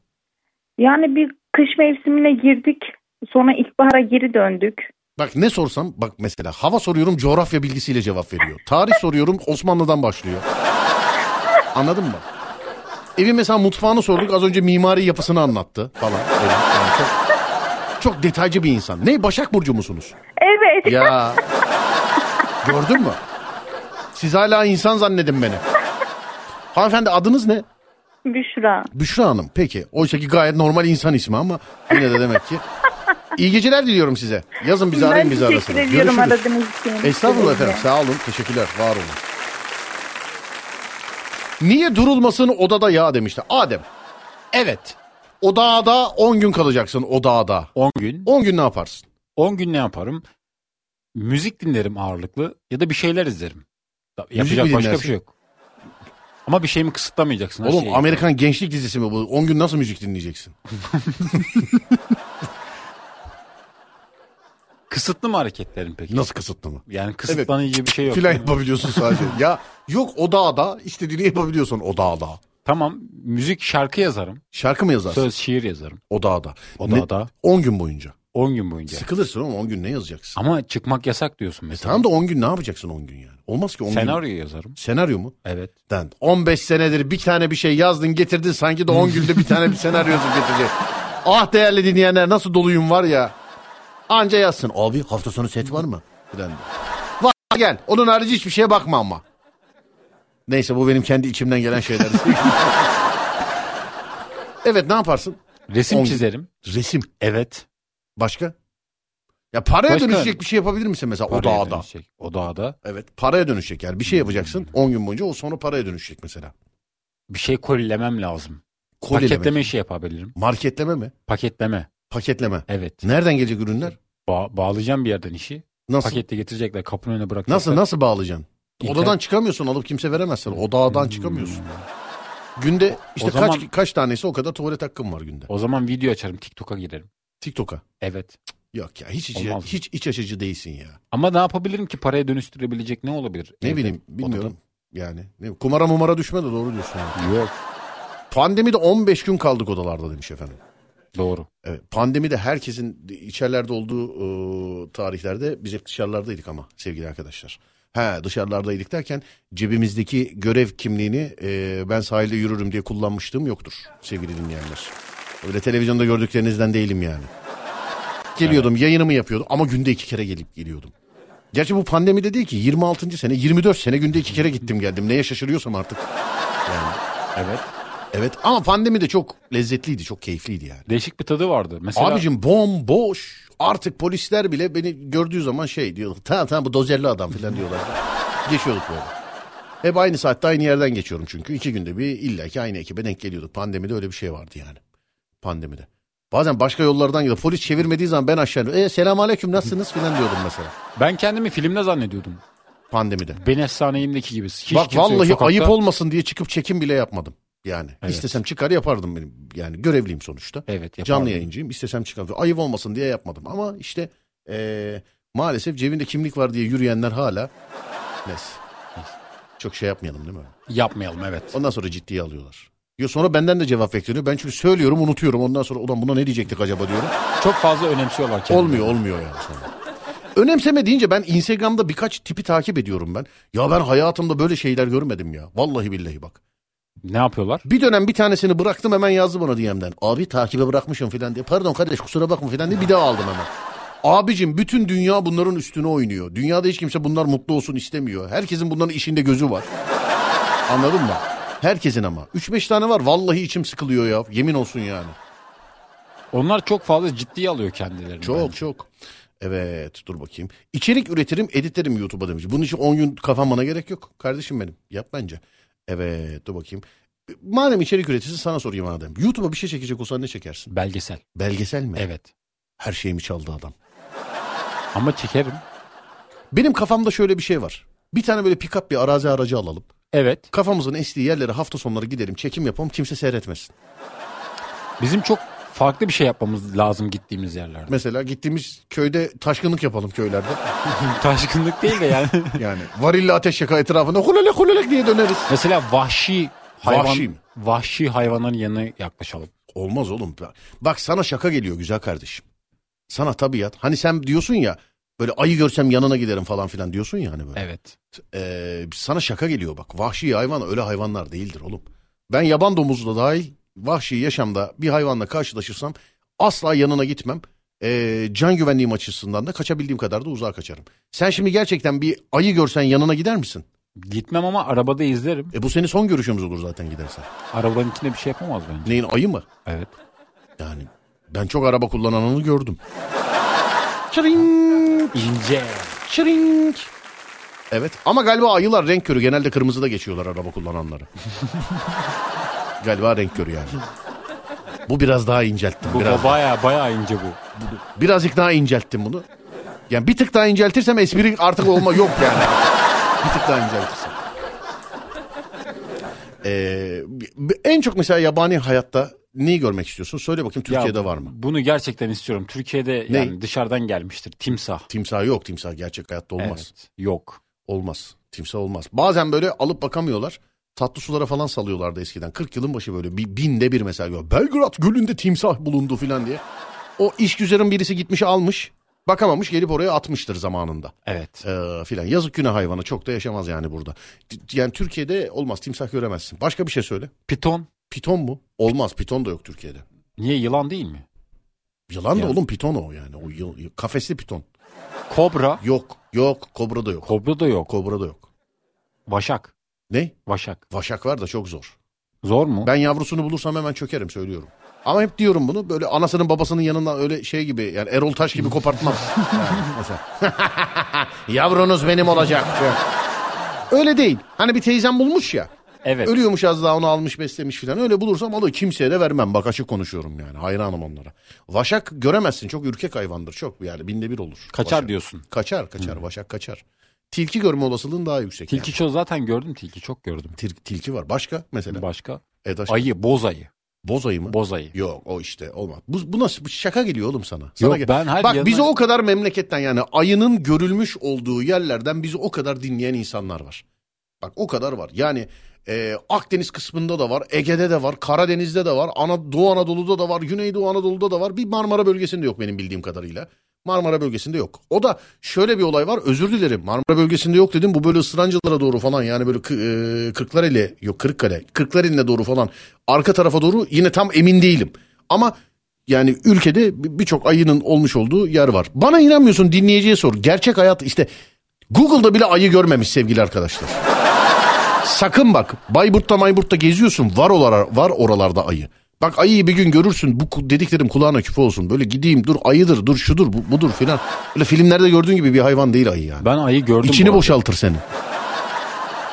Yani bir kış mevsimine girdik. Sonra ilkbahara geri döndük. Bak ne sorsam bak mesela hava soruyorum coğrafya bilgisiyle cevap veriyor. Tarih soruyorum Osmanlı'dan başlıyor. Anladın mı? Evin mesela mutfağını sorduk az önce mimari yapısını anlattı falan. Evet, yani çok, çok detaycı bir insan. Ne Başak Burcu musunuz? Evet. Ya gördün mü? Siz hala insan zannedin beni. Hanımefendi adınız ne? Büşra. Büşra Hanım. Peki. Oysa ki gayet normal insan ismi ama yine de demek ki. İyi geceler diliyorum size. Yazın bizi ben arayın bizi teşekkür arasın. ediyorum aradığınız için. Estağfurullah efendim. Sağ olun. Teşekkürler. Var olun. Niye durulmasın odada ya demişti. Adem. Evet. Odada 10 gün kalacaksın odada. 10 gün. 10 gün ne yaparsın? 10 gün ne yaparım? Müzik dinlerim ağırlıklı ya da bir şeyler izlerim. Ya- Yapacak mi başka bir dinlersin? şey yok. Ama bir şeyimi kısıtlamayacaksın. her şey Oğlum şeyi. Amerikan gençlik dizisi mi bu? 10 gün nasıl müzik dinleyeceksin? Kısıtlı mı hareketlerin peki? Nasıl kısıtlı mı? Yani kısıtlanıcı bir şey yok. Filan değil mi? yapabiliyorsun <laughs> sadece. ya yok odada istediğini yapabiliyorsun odada. Tamam müzik şarkı yazarım. Şarkı mı yazarsın? Söz şiir yazarım. Odada. Odada. 10 gün boyunca. 10 gün boyunca. Sıkılırsın oğlum 10 gün ne yazacaksın? Ama çıkmak yasak diyorsun mesela. Tamam da 10 gün ne yapacaksın 10 gün yani? Olmaz ki 10 gün. Senaryo yazarım. Senaryo mu? Evet. Den. 15 senedir bir tane bir şey yazdın getirdin sanki de 10 günde bir tane bir senaryo yazıp getirecek. Ah değerli dinleyenler nasıl doluyum var ya. Anca yazsın. Abi hafta sonu set var mı? Filan. Var gel. Onun harici hiçbir şeye bakma ama. Neyse bu benim kendi içimden gelen şeyler. <laughs> evet ne yaparsın? Resim On- çizerim. Resim. Evet. Başka? Ya paraya Başka? dönüşecek bir şey yapabilir misin mesela o Paraya dağda? dönüşecek. Hmm. O dağda. Evet paraya dönüşecek yani bir şey yapacaksın 10 gün boyunca o sonra paraya dönüşecek mesela. Bir şey kolilemem lazım. Kolye Paketleme demek. işi yapabilirim. Marketleme mi? Paketleme. Paketleme. Evet. Nereden gelecek ürünler? Ba- bağlayacağım bir yerden işi. Nasıl? Pakette getirecekler. Kapının önüne bırakacaklar. Nasıl nasıl bağlayacaksın? İnternet- Odadan çıkamıyorsun alıp kimse veremezsen. Odadan çıkamıyorsun. Günde işte O zaman- kaç kaç tanesi o kadar tuvalet hakkım var günde. O zaman video açarım. TikTok'a girerim. TikTok'a. Evet. Yok ya hiç iç, Olmaz mı? hiç iç açıcı değilsin ya. Ama ne yapabilirim ki paraya dönüştürebilecek ne olabilir? Ne Evde, bileyim bilmiyorum. Yani ne, kumara mumara düşme de doğru diyorsun. yani. odada? Yok. Pandemide 15 gün kaldık odalarda demiş efendim. Doğru. Evet, pandemide herkesin içerilerde olduğu e, tarihlerde biz hep dışarılardaydık ama sevgili arkadaşlar. He dışarılardaydık derken cebimizdeki görev kimliğini e, ben sahilde yürürüm diye kullanmışlığım yoktur sevgili dinleyenler. Öyle televizyonda gördüklerinizden değilim yani. Geliyordum yayınımı yapıyordum ama günde iki kere gelip geliyordum. Gerçi bu pandemide değil ki 26. sene 24 sene günde iki kere gittim geldim neye şaşırıyorsam artık. Evet. Evet ama pandemi de çok lezzetliydi çok keyifliydi yani. Değişik bir tadı vardı. Mesela Abicim bomboş. Artık polisler bile beni gördüğü zaman şey diyor. Tamam tamam bu dozerli adam falan diyorlar. <laughs> Geçiyorduk böyle. Hep aynı saatte aynı yerden geçiyorum çünkü. iki günde bir illaki aynı ekibe denk geliyorduk. Pandemide öyle bir şey vardı yani. Pandemide. Bazen başka yollardan gidiyor. Polis çevirmediği zaman ben aşağı e, selam aleyküm nasılsınız falan diyordum mesela. ben kendimi filmde zannediyordum. Pandemide. Ben efsaneyimdeki gibi. Hiç Bak kimse yok vallahi sokakta. ayıp olmasın diye çıkıp çekim bile yapmadım. Yani Evet. istesem çıkar yapardım benim. Yani görevliyim sonuçta. Evet yapardım. Canlı yayıncıyım. İstesem çıkardım. Ayıp olmasın diye yapmadım. Ama işte eee, maalesef cebinde kimlik var diye yürüyenler hala. Neyse. Çok şey yapmayalım değil mi? Yapmayalım evet. Ondan sonra ciddiye alıyorlar. Diyor sonra benden de cevap bekleniyor. Ben çünkü söylüyorum unutuyorum. Ondan sonra ulan buna ne diyecektik acaba diyorum. Çok fazla önemsiyorlar kendini. Olmuyor olmuyor yani sonra. Önemseme deyince ben Instagram'da birkaç tipi takip ediyorum ben. Ya ben hayatımda böyle şeyler görmedim ya. Vallahi billahi bak. Ne yapıyorlar? Bir dönem bir tanesini bıraktım hemen yazdı bana DM'den. Abi takibe bırakmışım filan diye. Pardon kardeş kusura bakma filan diye bir daha aldım hemen. Abicim bütün dünya bunların üstüne oynuyor. Dünyada hiç kimse bunlar mutlu olsun istemiyor. Herkesin bunların işinde gözü var. Anladın mı? Herkesin ama. 3-5 tane var. Vallahi içim sıkılıyor ya. Yemin olsun yani. Onlar çok fazla ciddiye alıyor kendilerini. Çok bence. çok. Evet dur bakayım. İçerik üretirim editlerim YouTube'a demiş. Bunun için 10 gün kafam bana gerek yok. Kardeşim benim yap bence. Evet dur bakayım. Madem içerik üreticisi sana sorayım madem. YouTube'a bir şey çekecek olsan ne çekersin? Belgesel. Belgesel mi? Evet. Her şeyimi çaldı adam. Ama çekerim. Benim kafamda şöyle bir şey var. Bir tane böyle pick-up bir arazi aracı alalım. Evet. Kafamızın estiği yerlere hafta sonları gidelim çekim yapalım kimse seyretmesin. Bizim çok farklı bir şey yapmamız lazım gittiğimiz yerlerde. Mesela gittiğimiz köyde taşkınlık yapalım köylerde. <laughs> Taşkınlık değil de yani. Yani varilli ateş yaka etrafında hulelek hulelek diye döneriz. <laughs> Mesela vahşi hayvan Vahşi vahşi, mi? hayvanların yanına yaklaşalım. Olmaz oğlum. Bak sana şaka geliyor güzel kardeşim. Sana tabiat. Hani sen diyorsun ya böyle ayı görsem yanına giderim falan filan diyorsun ya hani böyle. Evet. Ee, sana şaka geliyor bak. Vahşi hayvan öyle hayvanlar değildir oğlum. Ben yaban domuzu da dahil vahşi yaşamda bir hayvanla karşılaşırsam asla yanına gitmem. Ee, can güvenliğim açısından da kaçabildiğim kadar da uzağa kaçarım. Sen şimdi gerçekten bir ayı görsen yanına gider misin? Gitmem ama arabada izlerim. E bu senin son görüşümüz olur zaten gidersen. Arabanın içinde bir şey yapamaz bence. Neyin ayı mı? Evet. Yani ben çok araba kullananını gördüm. Çırink, İnce. çırink. Evet ama galiba ayılar renk körü. Genelde kırmızıda geçiyorlar araba kullananları. galiba renk körü yani. Bu biraz daha incelttim. Bu biraz, da baya baya ince bu. birazcık daha incelttim bunu. Yani bir tık daha inceltirsem espri artık olma yok yani. bir tık daha inceltirsem. Ee, en çok mesela yabani hayatta neyi görmek istiyorsun? Söyle bakayım Ya Türkiye'de var mı? Bunu gerçekten istiyorum. Türkiye'de Ne? yani dışarıdan gelmiştir. Timsah. Timsah yok. Timsah gerçek hayatta olmaz. Evet. Yok. Olmaz. Timsah olmaz. Bazen böyle alıp bakamıyorlar. Tatlı sulara falan salıyorlardı eskiden. 40 yılın başı böyle bir, binde bir mesela. Diyor. Belgrad gölünde timsah bulundu falan diye. O işgüzarın birisi gitmiş almış. Bakamamış gelip oraya atmıştır zamanında. Evet. Ee, filan. Yazık günah hayvana. Çok da yaşamaz yani burada. T- Yani Türkiye'de olmaz. Timsah göremezsin. Başka bir şey söyle. Piton. Piton mu? Olmaz. Piton da yok Türkiye'de. Niye yılan değil mi? Yılan da Ya. oğlum piton o yani. O yıl, kafesli piton. Kobra. Yok. Yok. Kobra da yok. Kobra da yok. Kobra da yok. Vaşak. Ne? Vaşak. Vaşak var da çok zor. Zor mu? Ben yavrusunu bulursam hemen çökerim söylüyorum. Ama hep diyorum bunu böyle anasının babasının yanından öyle şey gibi yani Erol Taş gibi <laughs> kopartmam. Yani mesela. <laughs> Yavrunuz benim olacak. öyle değil. Hani bir teyzem bulmuş ya. Evet. Ölüyormuş az daha onu almış beslemiş filan. Öyle bulursam alır kimseye de vermem. Bak açık konuşuyorum yani. Hayranım onlara. Vaşak göremezsin. Çok ürkek hayvandır. Çok yani binde bir olur. Kaçar Vaşak. diyorsun. Hmm. Kaçar kaçar. Vaşak kaçar. Tilki görme olasılığın daha yüksek. Tilki yani. çok zaten gördüm tilki çok gördüm. Til- tilki var. Başka mesela? Başka? E, taş- Ayı, boz ayı. Boz ayı mı? Boz ayı. Yok o işte olmaz. Bu, bu nasıl bu şaka geliyor oğlum sana. sana Yok, gel- ben her Bak yanına- bizi o kadar memleketten yani ayının görülmüş olduğu yerlerden bizi o kadar dinleyen insanlar var. Bak o kadar var. Yani e, Akdeniz kısmında da var, Ege'de de var, Karadeniz'de de var, Ana, Doğu Anadolu'da da var, Güneydoğu Anadolu'da da var. Bir Marmara bölgesinde yok benim bildiğim kadarıyla. Marmara bölgesinde yok. O da şöyle bir olay var. Özür dilerim. Marmara bölgesinde yok dedim. Bu böyle ısırancılara doğru falan yani böyle kı- e, Kırklareli yok Kırıkkale. Kırklareli'ne doğru falan arka tarafa doğru yine tam emin değilim. Ama yani ülkede bir- birçok ayının olmuş olduğu yer var. Bana inanmıyorsun dinleyiciye sor. Gerçek hayat işte Google'da bile ayı görmemiş sevgili arkadaşlar. Sakın bak Bayburt'ta Mayburt'ta geziyorsun var oralar, var oralarda ayı. Bak ayıyı bir gün görürsün bu ku- dediklerim kulağına küfe olsun. Böyle gideyim dur ayıdır dur şudur bu, budur filan. Öyle filmlerde gördüğün gibi bir hayvan değil ayı yani. Ben ayı gördüm. bu İçini arada. boşaltır seni.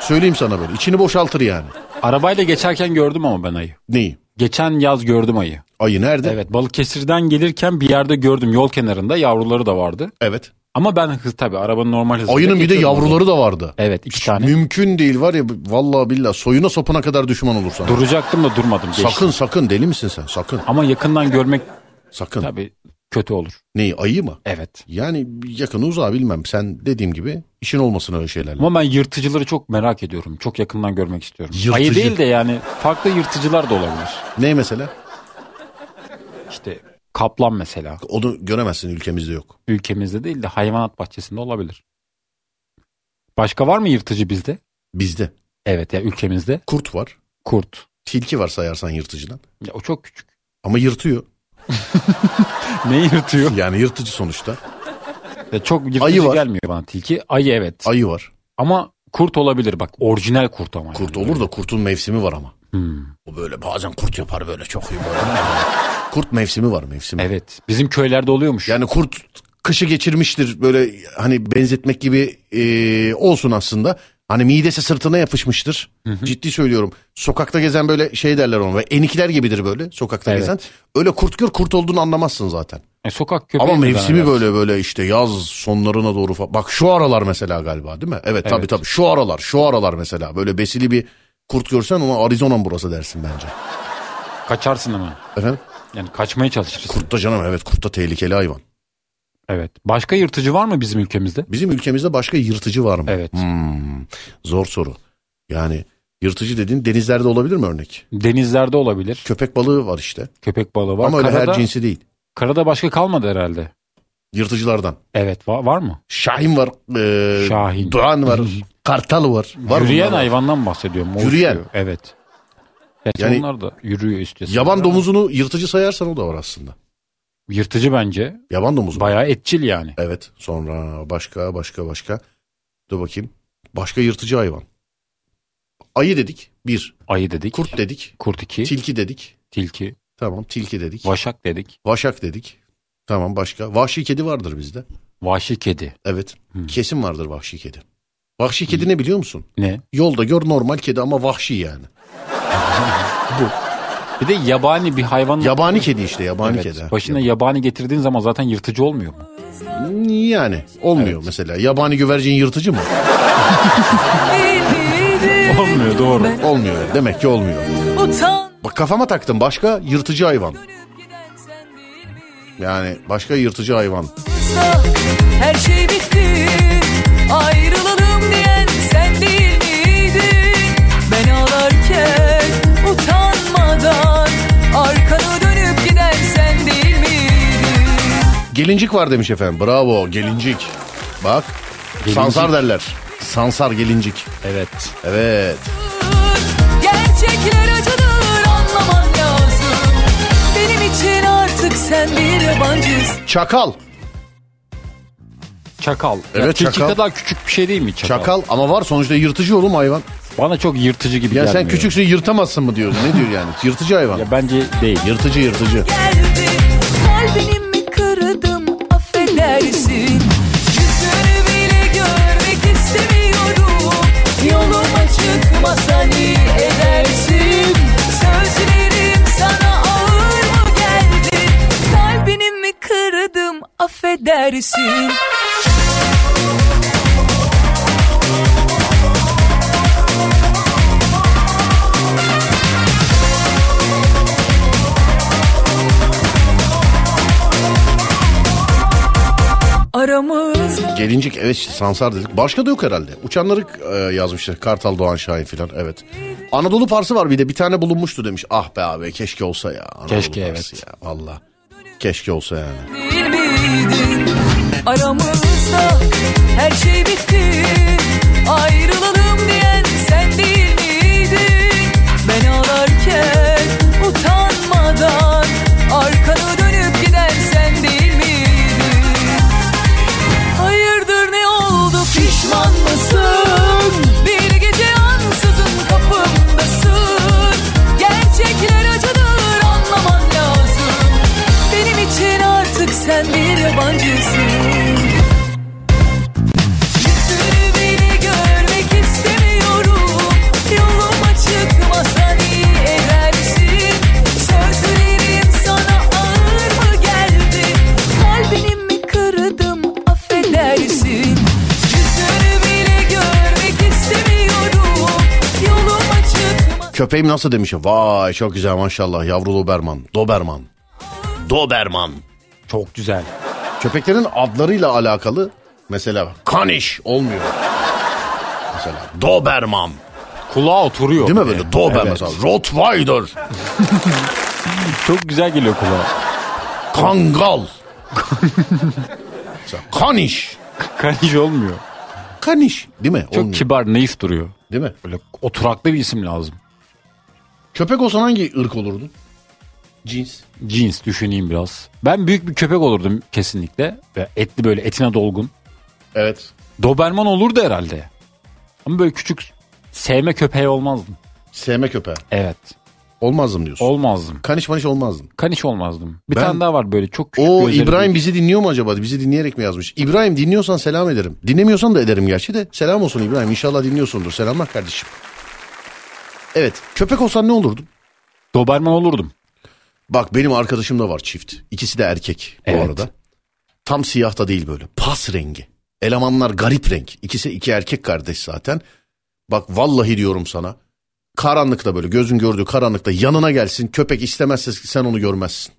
Söyleyeyim sana böyle içini boşaltır yani. Arabayla geçerken gördüm ama ben ayı. Neyi? Geçen yaz gördüm ayı. Ayı nerede? Evet Balıkesir'den gelirken bir yerde gördüm yol kenarında yavruları da vardı. Evet. Ama ben hız tabii arabanın normal hızında. Ayının bir de geçiyordum orada. yavruları da vardı. Evet iki tane. Mümkün değil var ya vallahi billahi soyuna sopuna kadar düşman olursan. Duracaktım da durmadım. Geçtim. sakın sakın deli misin sen? Sakın Ama yakından görmek sakın. tabii kötü olur. Neyi ayı mı? Evet. Yani yakını uzağı bilmem. Sen dediğim gibi işin olmasın öyle şeylerle. Ama ben yırtıcıları çok merak ediyorum. Çok yakından görmek istiyorum. Yırtıcı. Ayı değil de yani farklı yırtıcılar da olabilir. Ne mesela? İşte kaplan mesela. Onu göremezsin ülkemizde yok. Ülkemizde değil de hayvanat bahçesinde olabilir. Başka var mı yırtıcı bizde? Bizde. Evet ya ülkemizde Kurt var. kurt. Tilki var sayarsan yırtıcıdan. Ya o çok küçük. Ama yırtıyor. Ne yırtıyor? Yani yırtıcı sonuçta. Ya çok yırtıcı Ayı var. gelmiyor bana tilki. Ayı evet. Ayı var. Ama kurt olabilir bak. Orijinal kurt ama. Kurt yani. olur da kurtun mevsimi var ama. Hmm. O böyle bazen kurt yapar böyle çok iyi böyle. kurt mevsimi var mevsimi. Evet. Bizim köylerde oluyormuş. Yani kurt kışı geçirmiştir böyle hani benzetmek gibi e, olsun aslında. Hani midesi sırtına yapışmıştır. Ciddi söylüyorum. Sokakta gezen böyle şey derler ona. Enikler gibidir böyle sokakta Evet. gezen. Öyle kurt gör kurt olduğunu anlamazsın zaten. E, sokak köpeği. Ama neden mevsimi ararsın? böyle böyle işte yaz sonlarına doğru falan. Bak şu aralar mesela galiba değil mi? Evet, tabii Evet. tabii şu aralar şu aralar mesela böyle besili bir kurt görsen ona Arizona'm burası dersin bence. Kaçarsın ama. Efendim? Yani kaçmaya çalışırsın. Kurt da canım evet kurt da tehlikeli hayvan. Evet. Başka yırtıcı var mı bizim ülkemizde? Bizim ülkemizde başka yırtıcı var mı? Evet. Hmm, zor soru. Yani yırtıcı dediğin denizlerde olabilir mi örnek? Denizlerde olabilir. Köpek balığı var işte. Köpek balığı var. Ama öyle karada, her cinsi değil. karada başka kalmadı herhalde. Yırtıcılardan. Evet var, var mı? Şahin var. E, Şahin. Doğan <laughs> var. Kartal var. var Yürüyen bunlar. hayvandan bahsediyorum. O Yürüyen. uçuyor, Evet. Gerçi Yani- onlar da yürüyor istiyorsan. Yaban domuzunu yırtıcı sayarsan o da var aslında. Yırtıcı bence. Yaban domuzu. Bayağı etçil yani. Evet. Sonra başka başka başka. Dur bakayım. Başka yırtıcı hayvan. Ayı dedik. Bir. Ayı dedik. Kurt dedik. Kurt iki. Tilki dedik. tilki. Tamam tilki dedik. Vaşak dedik. Vaşak dedik. Tamam başka. Vahşi kedi vardır bizde. Vahşi kedi. Evet. Kesin vardır vahşi kedi. Vahşi kedi ne biliyor musun? Ne? Yolda gör normal kedi ama vahşi yani. Bir de yabani bir hayvan. Yabani kedi işte yabani Evet, kedi. Başına yabani getirdiğin zaman zaten yırtıcı olmuyor mu? Yani olmuyor mesela. Yabani güvercin yırtıcı mı? Olmuyor doğru. Olmuyor. Demek ki olmuyor. Utan Bak kafama taktım başka yırtıcı hayvan. dönüp giden sen değil mi? Yani başka yırtıcı hayvan. Yoksa Her şey bitti Ayrılalım diyen sen değil miydin Ben ağlarken utanmadan Arkanı dönüp giden sen değil miydin Gelincik var demiş efendim. Bravo gelincik. Bak sansar derler. Sansar gelincik. Evet. Evet. Gerçekler acıdır anlaman lazım Benim için artık sen bir yabancısın Çakal. Çakal. Evet, tilki çakal. kadar küçük bir şey değil mi çakal? Çakal ama var sonuçta yırtıcı oğlum hayvan. Bana çok yırtıcı gibi Ya gelmiyor. sen küçüksün yırtamazsın mı diyorsun? Ne diyor yani? Yırtıcı hayvan. Ya bence değil. Yırtıcı yırtıcı. Geldi kalbimi kırdım affedersin Yüzünü bile görmek istemiyorum Yoluma çıkmasa iyi edersin Sözlerim sana ağır mı geldi Kalbimi kırdım affedersin Aramız Gelincik evet işte sansar dedik. Başka da yok herhalde. Uçanları e, yazmışlar. Kartal Doğan Şahin filan evet. Anadolu Farsı var bir de bir tane bulunmuştu demiş. Ah be abi keşke olsa ya. Anadolu Keşke, Farsı evet. Ya, Valla. Keşke olsa yani. değil miydin? Aramızda her şey bitti Ayrılalım diyen sen değil miydin? Ben ağlarken utanmadan Arkanı dönüp giden sen değil miydin? Hayırdır ne oldu pişman mısın? Bir gece ansızın kapımdasın. Gerçekler acıdır anlaman lazım. Benim için artık sen bir yabancısın. Yüzünü bile görmek istemiyorum. Yoluma çıkmasan iyi edersin. Sözlerim sana ağır mı geldi? Kalbimi kırdım affedersin. Yüzünü bile görmek istemiyorum. Yoluma çıkmasan Köpeğim nasıl demiş. Vay çok güzel maşallah yavru Doberman. Doberman. Doberman. Çok güzel. Köpeklerin adlarıyla alakalı mesela kaniş olmuyor. mesela Doberman. Kulağa oturuyor. Değil mi bir de. böyle Doberman Evet. mesela. Rottweiler. Çok güzel geliyor kulağa. <laughs> Kangal. Mesela kaniş. Kaniş olmuyor. Kaniş değil mi? Çok Olmuyor, kibar naif duruyor. Değil mi? Böyle oturaklı bir isim lazım. Köpek olsan hangi ırk olurdun? Cins. Cins düşüneyim biraz. Ben büyük bir köpek olurdum kesinlikle. Ve etli böyle etine dolgun. Evet. Doberman olurdu herhalde. Ama böyle küçük sevme köpeği olmazdım. Sevme köpeği. Evet. Olmazdım diyorsun. Olmazdım. Kaniş maniş olmazdım. Kaniş olmazdım. Bir Ben- tane daha var böyle çok küçük O gözleri İbrahim büyük. bizi dinliyor mu acaba? Bizi dinleyerek mi yazmış? İbrahim dinliyorsan selam ederim. Dinlemiyorsan da ederim gerçi de. Selam olsun İbrahim. İnşallah dinliyorsundur. Selamlar kardeşim. Evet. Köpek olsan ne olurdun? Doberman olurdum. Bak benim arkadaşım da var çift. İkisi de erkek bu Evet. arada. Tam siyah da değil böyle. Pas rengi. Elemanlar garip renk. İkisi iki erkek kardeş zaten. Bak vallahi diyorum sana. Karanlıkta böyle gözün gördüğü karanlıkta yanına gelsin. Köpek istemezse sen onu görmezsin.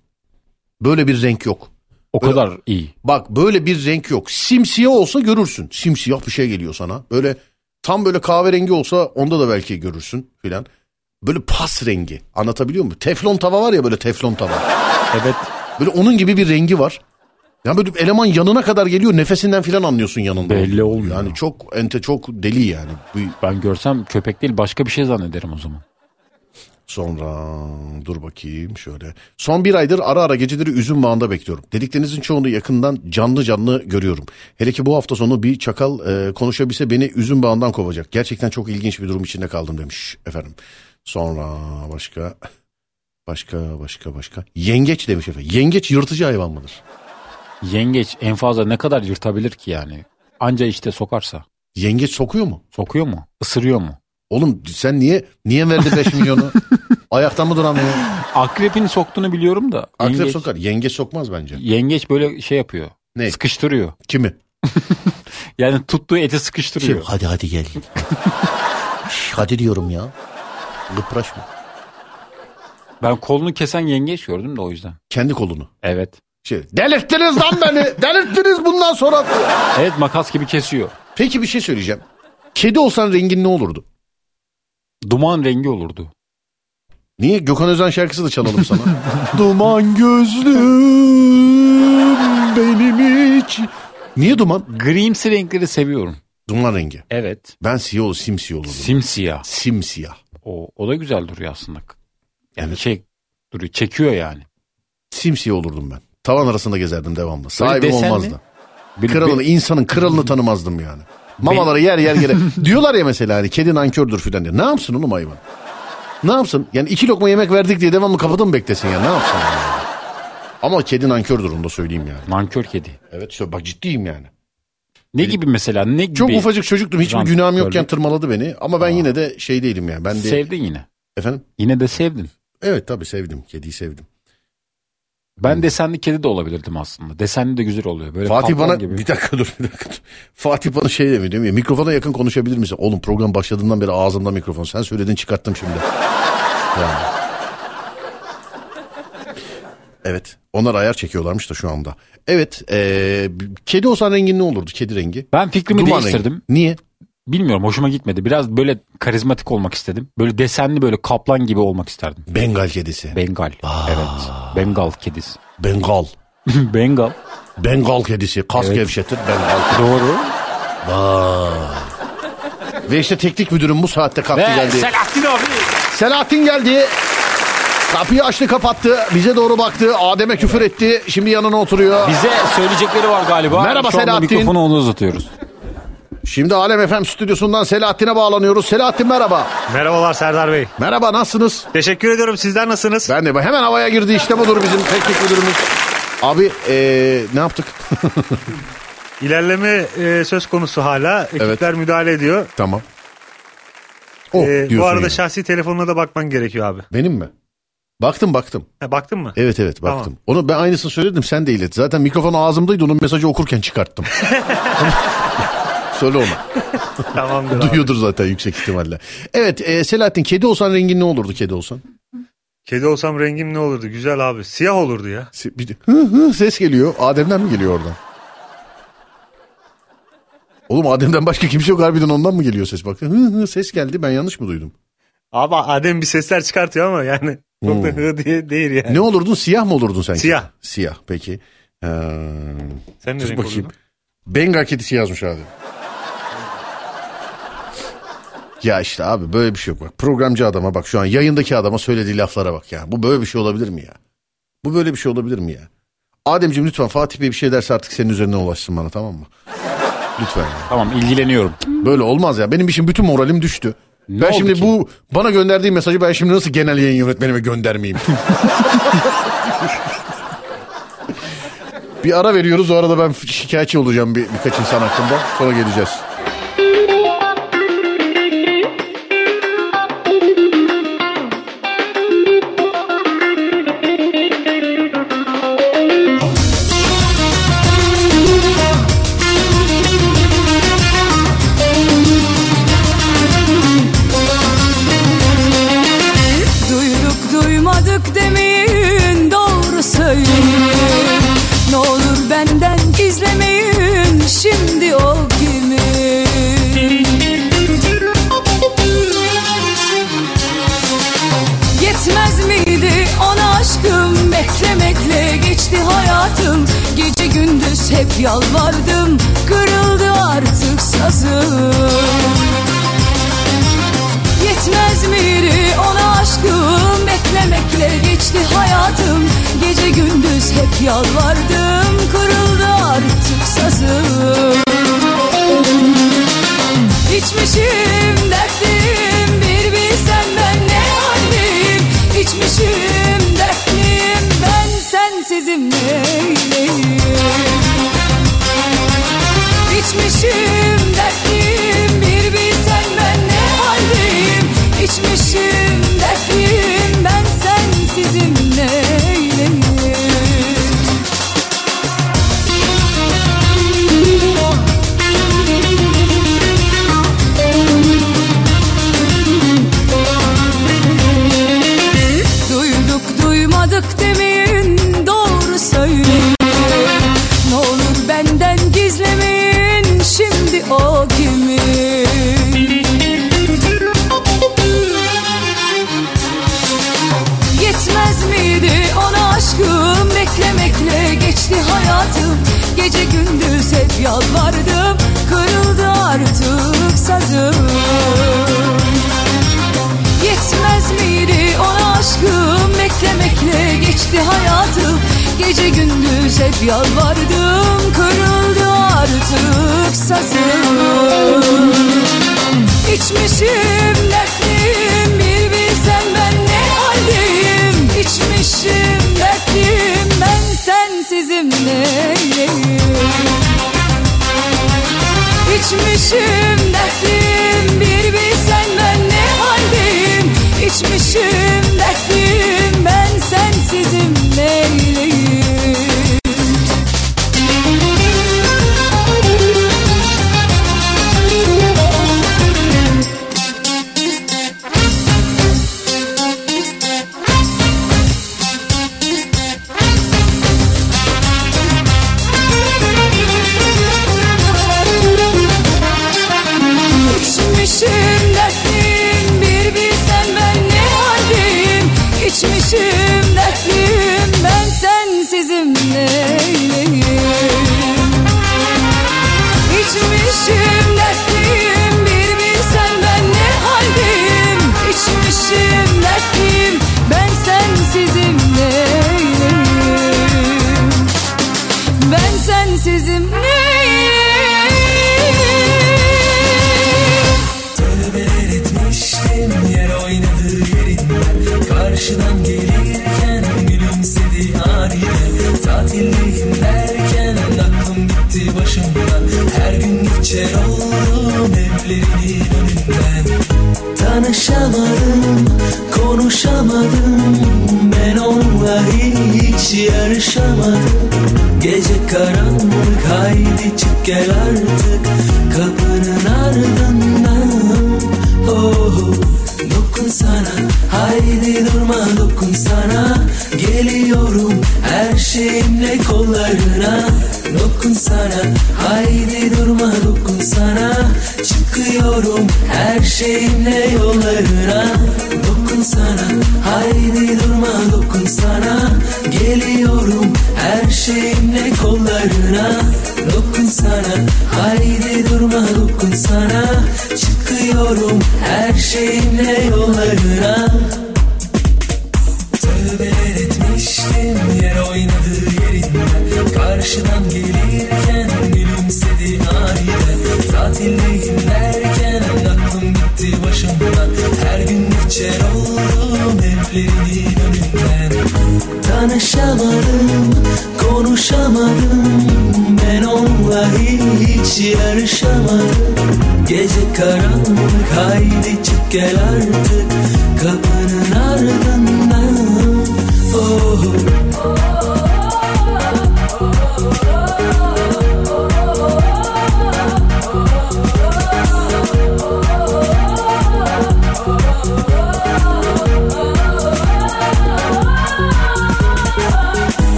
Böyle bir renk yok. O Böyle- kadar iyi. Bak böyle bir renk yok. Simsiyah olsa görürsün. Simsiyah bir şey geliyor sana. Böyle tam böyle kahverengi olsa onda da belki görürsün filan. Böyle pas rengi. Anlatabiliyor muyum? Teflon tava var ya böyle teflon tava. Evet. Böyle onun gibi bir rengi var. Ya böyle eleman yanına kadar geliyor nefesinden filan anlıyorsun yanında. Belli olduğunu. olmuyor. Yani çok ente çok deli yani. Bir- Ben görsem köpek değil başka bir şey zannederim o zaman. Sonra dur bakayım şöyle. Son bir aydır ara ara geceleri üzüm bağında bekliyorum. Dediklerinizin çoğunu yakından canlı canlı görüyorum. Hele ki bu hafta sonu bir çakal e, konuşabilse beni üzüm bağından kovacak. Gerçekten çok ilginç bir durum içinde kaldım demiş efendim. Sonra başka başka başka başka. Yengeç demiş efendim. Yengeç yırtıcı hayvan mıdır? Yengeç en fazla ne kadar yırtabilir ki yani? Anca işte sokarsa. Yengeç sokuyor mu? Sokuyor mu? Isırıyor mu? Oğlum sen niye niye verdi <laughs> 5 milyonu? Ayakta mı duramıyor? Akrepin soktuğunu biliyorum da. Akrep yengeç, sokar. Yengeç sokmaz bence. yengeç böyle şey yapıyor. Ne? Sıkıştırıyor. Kimi? Yani tuttuğu eti Kim? sıkıştırıyor. Hadi hadi gel. <laughs> Şş, hadi diyorum ya. Gıpraşma. Ben kolunu kesen yengeç gördüm de o yüzden. Kendi kolunu. Evet. Şey, delirttiniz lan beni. delirttiniz bundan sonra. Evet makas gibi kesiyor. Peki bir şey söyleyeceğim. Kedi olsan rengin ne olurdu? Duman rengi olurdu. Niye? Gökhan Özen şarkısı da çalalım sana. <laughs> duman gözlüm benim hiç. Niye duman? Grimsi renkleri seviyorum. Duman rengi. Evet. Ben siyah ol, simsiyah olurdum. Simsiyah. simsiyah. O, o da güzel duruyor aslında. Yani Evet. şey duruyor. Çekiyor yani. simsiye olurdum ben. Tavan arasında gezerdim devamlı. Sahibim desenli. olmazdı. Bir- Kralını, bir- insanın kralını tanımazdım yani. Mamaları yer yer yere. <laughs> Diyorlar ya mesela hani kedi nankördür filan diye. Ne yapsın oğlum hayvan? Ne yapsın? Yani iki lokma yemek verdik diye devamlı kapıda mı beklesin ya? Ne yapsın? yani? Ama kedi nankördür onu da söyleyeyim yani. Nankör kedi. Evet sö- bak ciddiyim yani. Ne gibi mesela? Ne gibi? Çok ufacık çocuktum. Hiçbir Lan, günahım yokken gördün. tırmaladı beni. Ama ben yine de şey değilim yani. Ben de Sevdin yine. efendim. Yine de sevdin. Evet tabii sevdim. Kediyi sevdim. Ben desenli kedi de olabilirdim aslında. Desenli de güzel oluyor. Böyle Fatih papağan bana gibi. bir dakika dur bir dakika dur. Fatih bana şey demiyor değil mi? Mikrofona yakın konuşabilir misin? Oğlum program başladığından beri ağzımda mikrofon. Sen söyledin çıkarttım şimdi. Yani. Evet. Onlar ayar çekiyorlarmış da şu anda. Evet. eee, kedi olsan rengin ne olurdu? Kedi rengi. Ben fikrimi Duman değiştirdim. rengi. Niye? Bilmiyorum hoşuma gitmedi. Biraz böyle karizmatik olmak istedim. Böyle desenli böyle kaplan gibi olmak isterdim. Bengal kedisi. Bengal. Evet. Bengal kedisi. <laughs> Bengal. Bengal. Bengal kedisi. Kas gevşetir. Bengal. Doğru. Ve işte teknik müdürüm bu saatte kalktı Ve geldi. Selahattin abi. Selahattin geldi. Kapıyı açtı kapattı. Bize doğru baktı. Adem'e küfür etti. Şimdi yanına oturuyor. Bize söyleyecekleri var galiba. Merhaba Şu anda Selahattin. mikrofonu ona uzatıyoruz. Şimdi Alem FM stüdyosundan Selahattin'e bağlanıyoruz. Selahattin merhaba. Merhabalar Serdar Bey. Merhaba nasılsınız? Teşekkür ediyorum. Sizler nasılsınız? Ben de hemen havaya girdi. İşte budur bizim teknik müdürümüz. Abi ee, ne yaptık? <laughs> İlerleme e, söz konusu hala. Ekipler Evet. müdahale ediyor. tamam. Oh, E, diyorsun bu arada yani. şahsi telefonuna da bakman gerekiyor abi. Benim mi? Baktım baktım. Ha, baktın mı? Evet evet Tamam. baktım. Onu ben aynısını söyledim sen de ilet. Zaten mikrofon ağzımdaydı onun mesajı <laughs> okurken çıkarttım. Söyle onu. <laughs> Tamamdır abi. Duyuyordur zaten yüksek ihtimalle. Evet e, Selahattin kedi olsan rengin ne olurdu kedi olsan? Kedi olsam rengim ne olurdu? Güzel abi. Siyah olurdu ya. Se- bir de hı hı ses geliyor. Adem'den mi geliyor oradan? Oğlum Adem'den başka kimse yok harbiden ondan mı geliyor ses bak. Hı hı ses geldi ben yanlış mı duydum? Abi Adem bir sesler çıkartıyor ama yani çok da hı diye değil yani. Ne olurdun siyah mı olurdun sen? Siyah. Siyah peki. Ee, Sen ne dur renk bakayım. olurdun? Bengal kedisi yazmış Adem. Ya işte abi böyle bir şey yok bak. Programcı adama bak şu an yayındaki adama söylediği laflara bak ya. Bu böyle bir şey olabilir mi ya? Bu böyle bir şey olabilir mi ya? Ademciğim lütfen Fatih Bey bir şey derse artık senin üzerine ulaşsın bana tamam mı? Lütfen ya. Tamam ilgileniyorum. Böyle olmaz ya. Benim işim bütün moralim düştü. Ne Ben oldu şimdi ki? bu bana gönderdiği mesajı ben şimdi nasıl genel yayın yönetmenime <laughs> göndermeyeyim? bir ara veriyoruz o arada ben şikayetçi olacağım bir, birkaç insan hakkında sonra geleceğiz. Duyduk duymadık demeyin doğru söyleyin Ne olur benden gizlemeyin şimdi o kimi Yetmez miydi ona aşkım beklemekle geçti hayatım Gece gündüz hep yalvardım kırıldı artık sazım Yetmez miydi ona aşkım Beklemekle geçti hayatım Gece gündüz hep yalvardım Kırıldı artık sazım İçmişim dertliyim Bir bilsen ben ne haldeyim İçmişim dertliyim Ben sensizim neyleyim İçmişim dertliyim bir bilsen ben ne haldeyim İçmişim dertliyim ben sensizim neyleyim Duyduk duymadık demeyin doğru söyleyin Ne olur benden gizlemeyin şimdi o kimin Yetmez miydi ona aşkım beklemekle geçti hayatım Gece gündüz hep yalvardım kırıldı artık sazım Yetmez miydi ona aşkım beklemekle geçti hayatım Gece gündüz hep yalvardım kırıldı artık sazım İçmişim dertliyim bir bilsem ben ne haldeyim İçmişim dertliyim ben sensizim neyleyim İçmişim dertliyim bir bilsen ben ne haldeyim İçmişim dertliyim ben sensizim neyleyim İçmişim dertliyim bir bilsen ben ne haldeyim İçmişim dertliyim ben sensizim neyleyim İçmişim dertliyim bir bilsen ben ne haldeyim İçmişim dertliyim ben sensizim neyleyim ben sensizim neyim? Tanışamadım, konuşamadım Ben onunla hiç yarışamadım Gece karanlık haydi çık gel artık Kapının ardından oh, Dokun sana haydi durma dokun sana Geliyorum her şeyimle kollarına Dokun sana haydi durma dokun sana Çıkıyorum her şeyimle yollarına Dokun sana haydi durma dokun sana Geliyorum her şeyimle kollarına Dokun sana haydi durma dokun sana Çıkıyorum her şeyimle yollarına Tövbeler etmiştim yer oynadı yerinden Karşıdan gelirken gülümsedi aniden Tatildeyim derken aklım gitti başımdan oh. Barışamadım, konuşamadım Ben onunla hiç yarışamadım Gece karanlık haydi çık gel artık Kapının ardından Oh,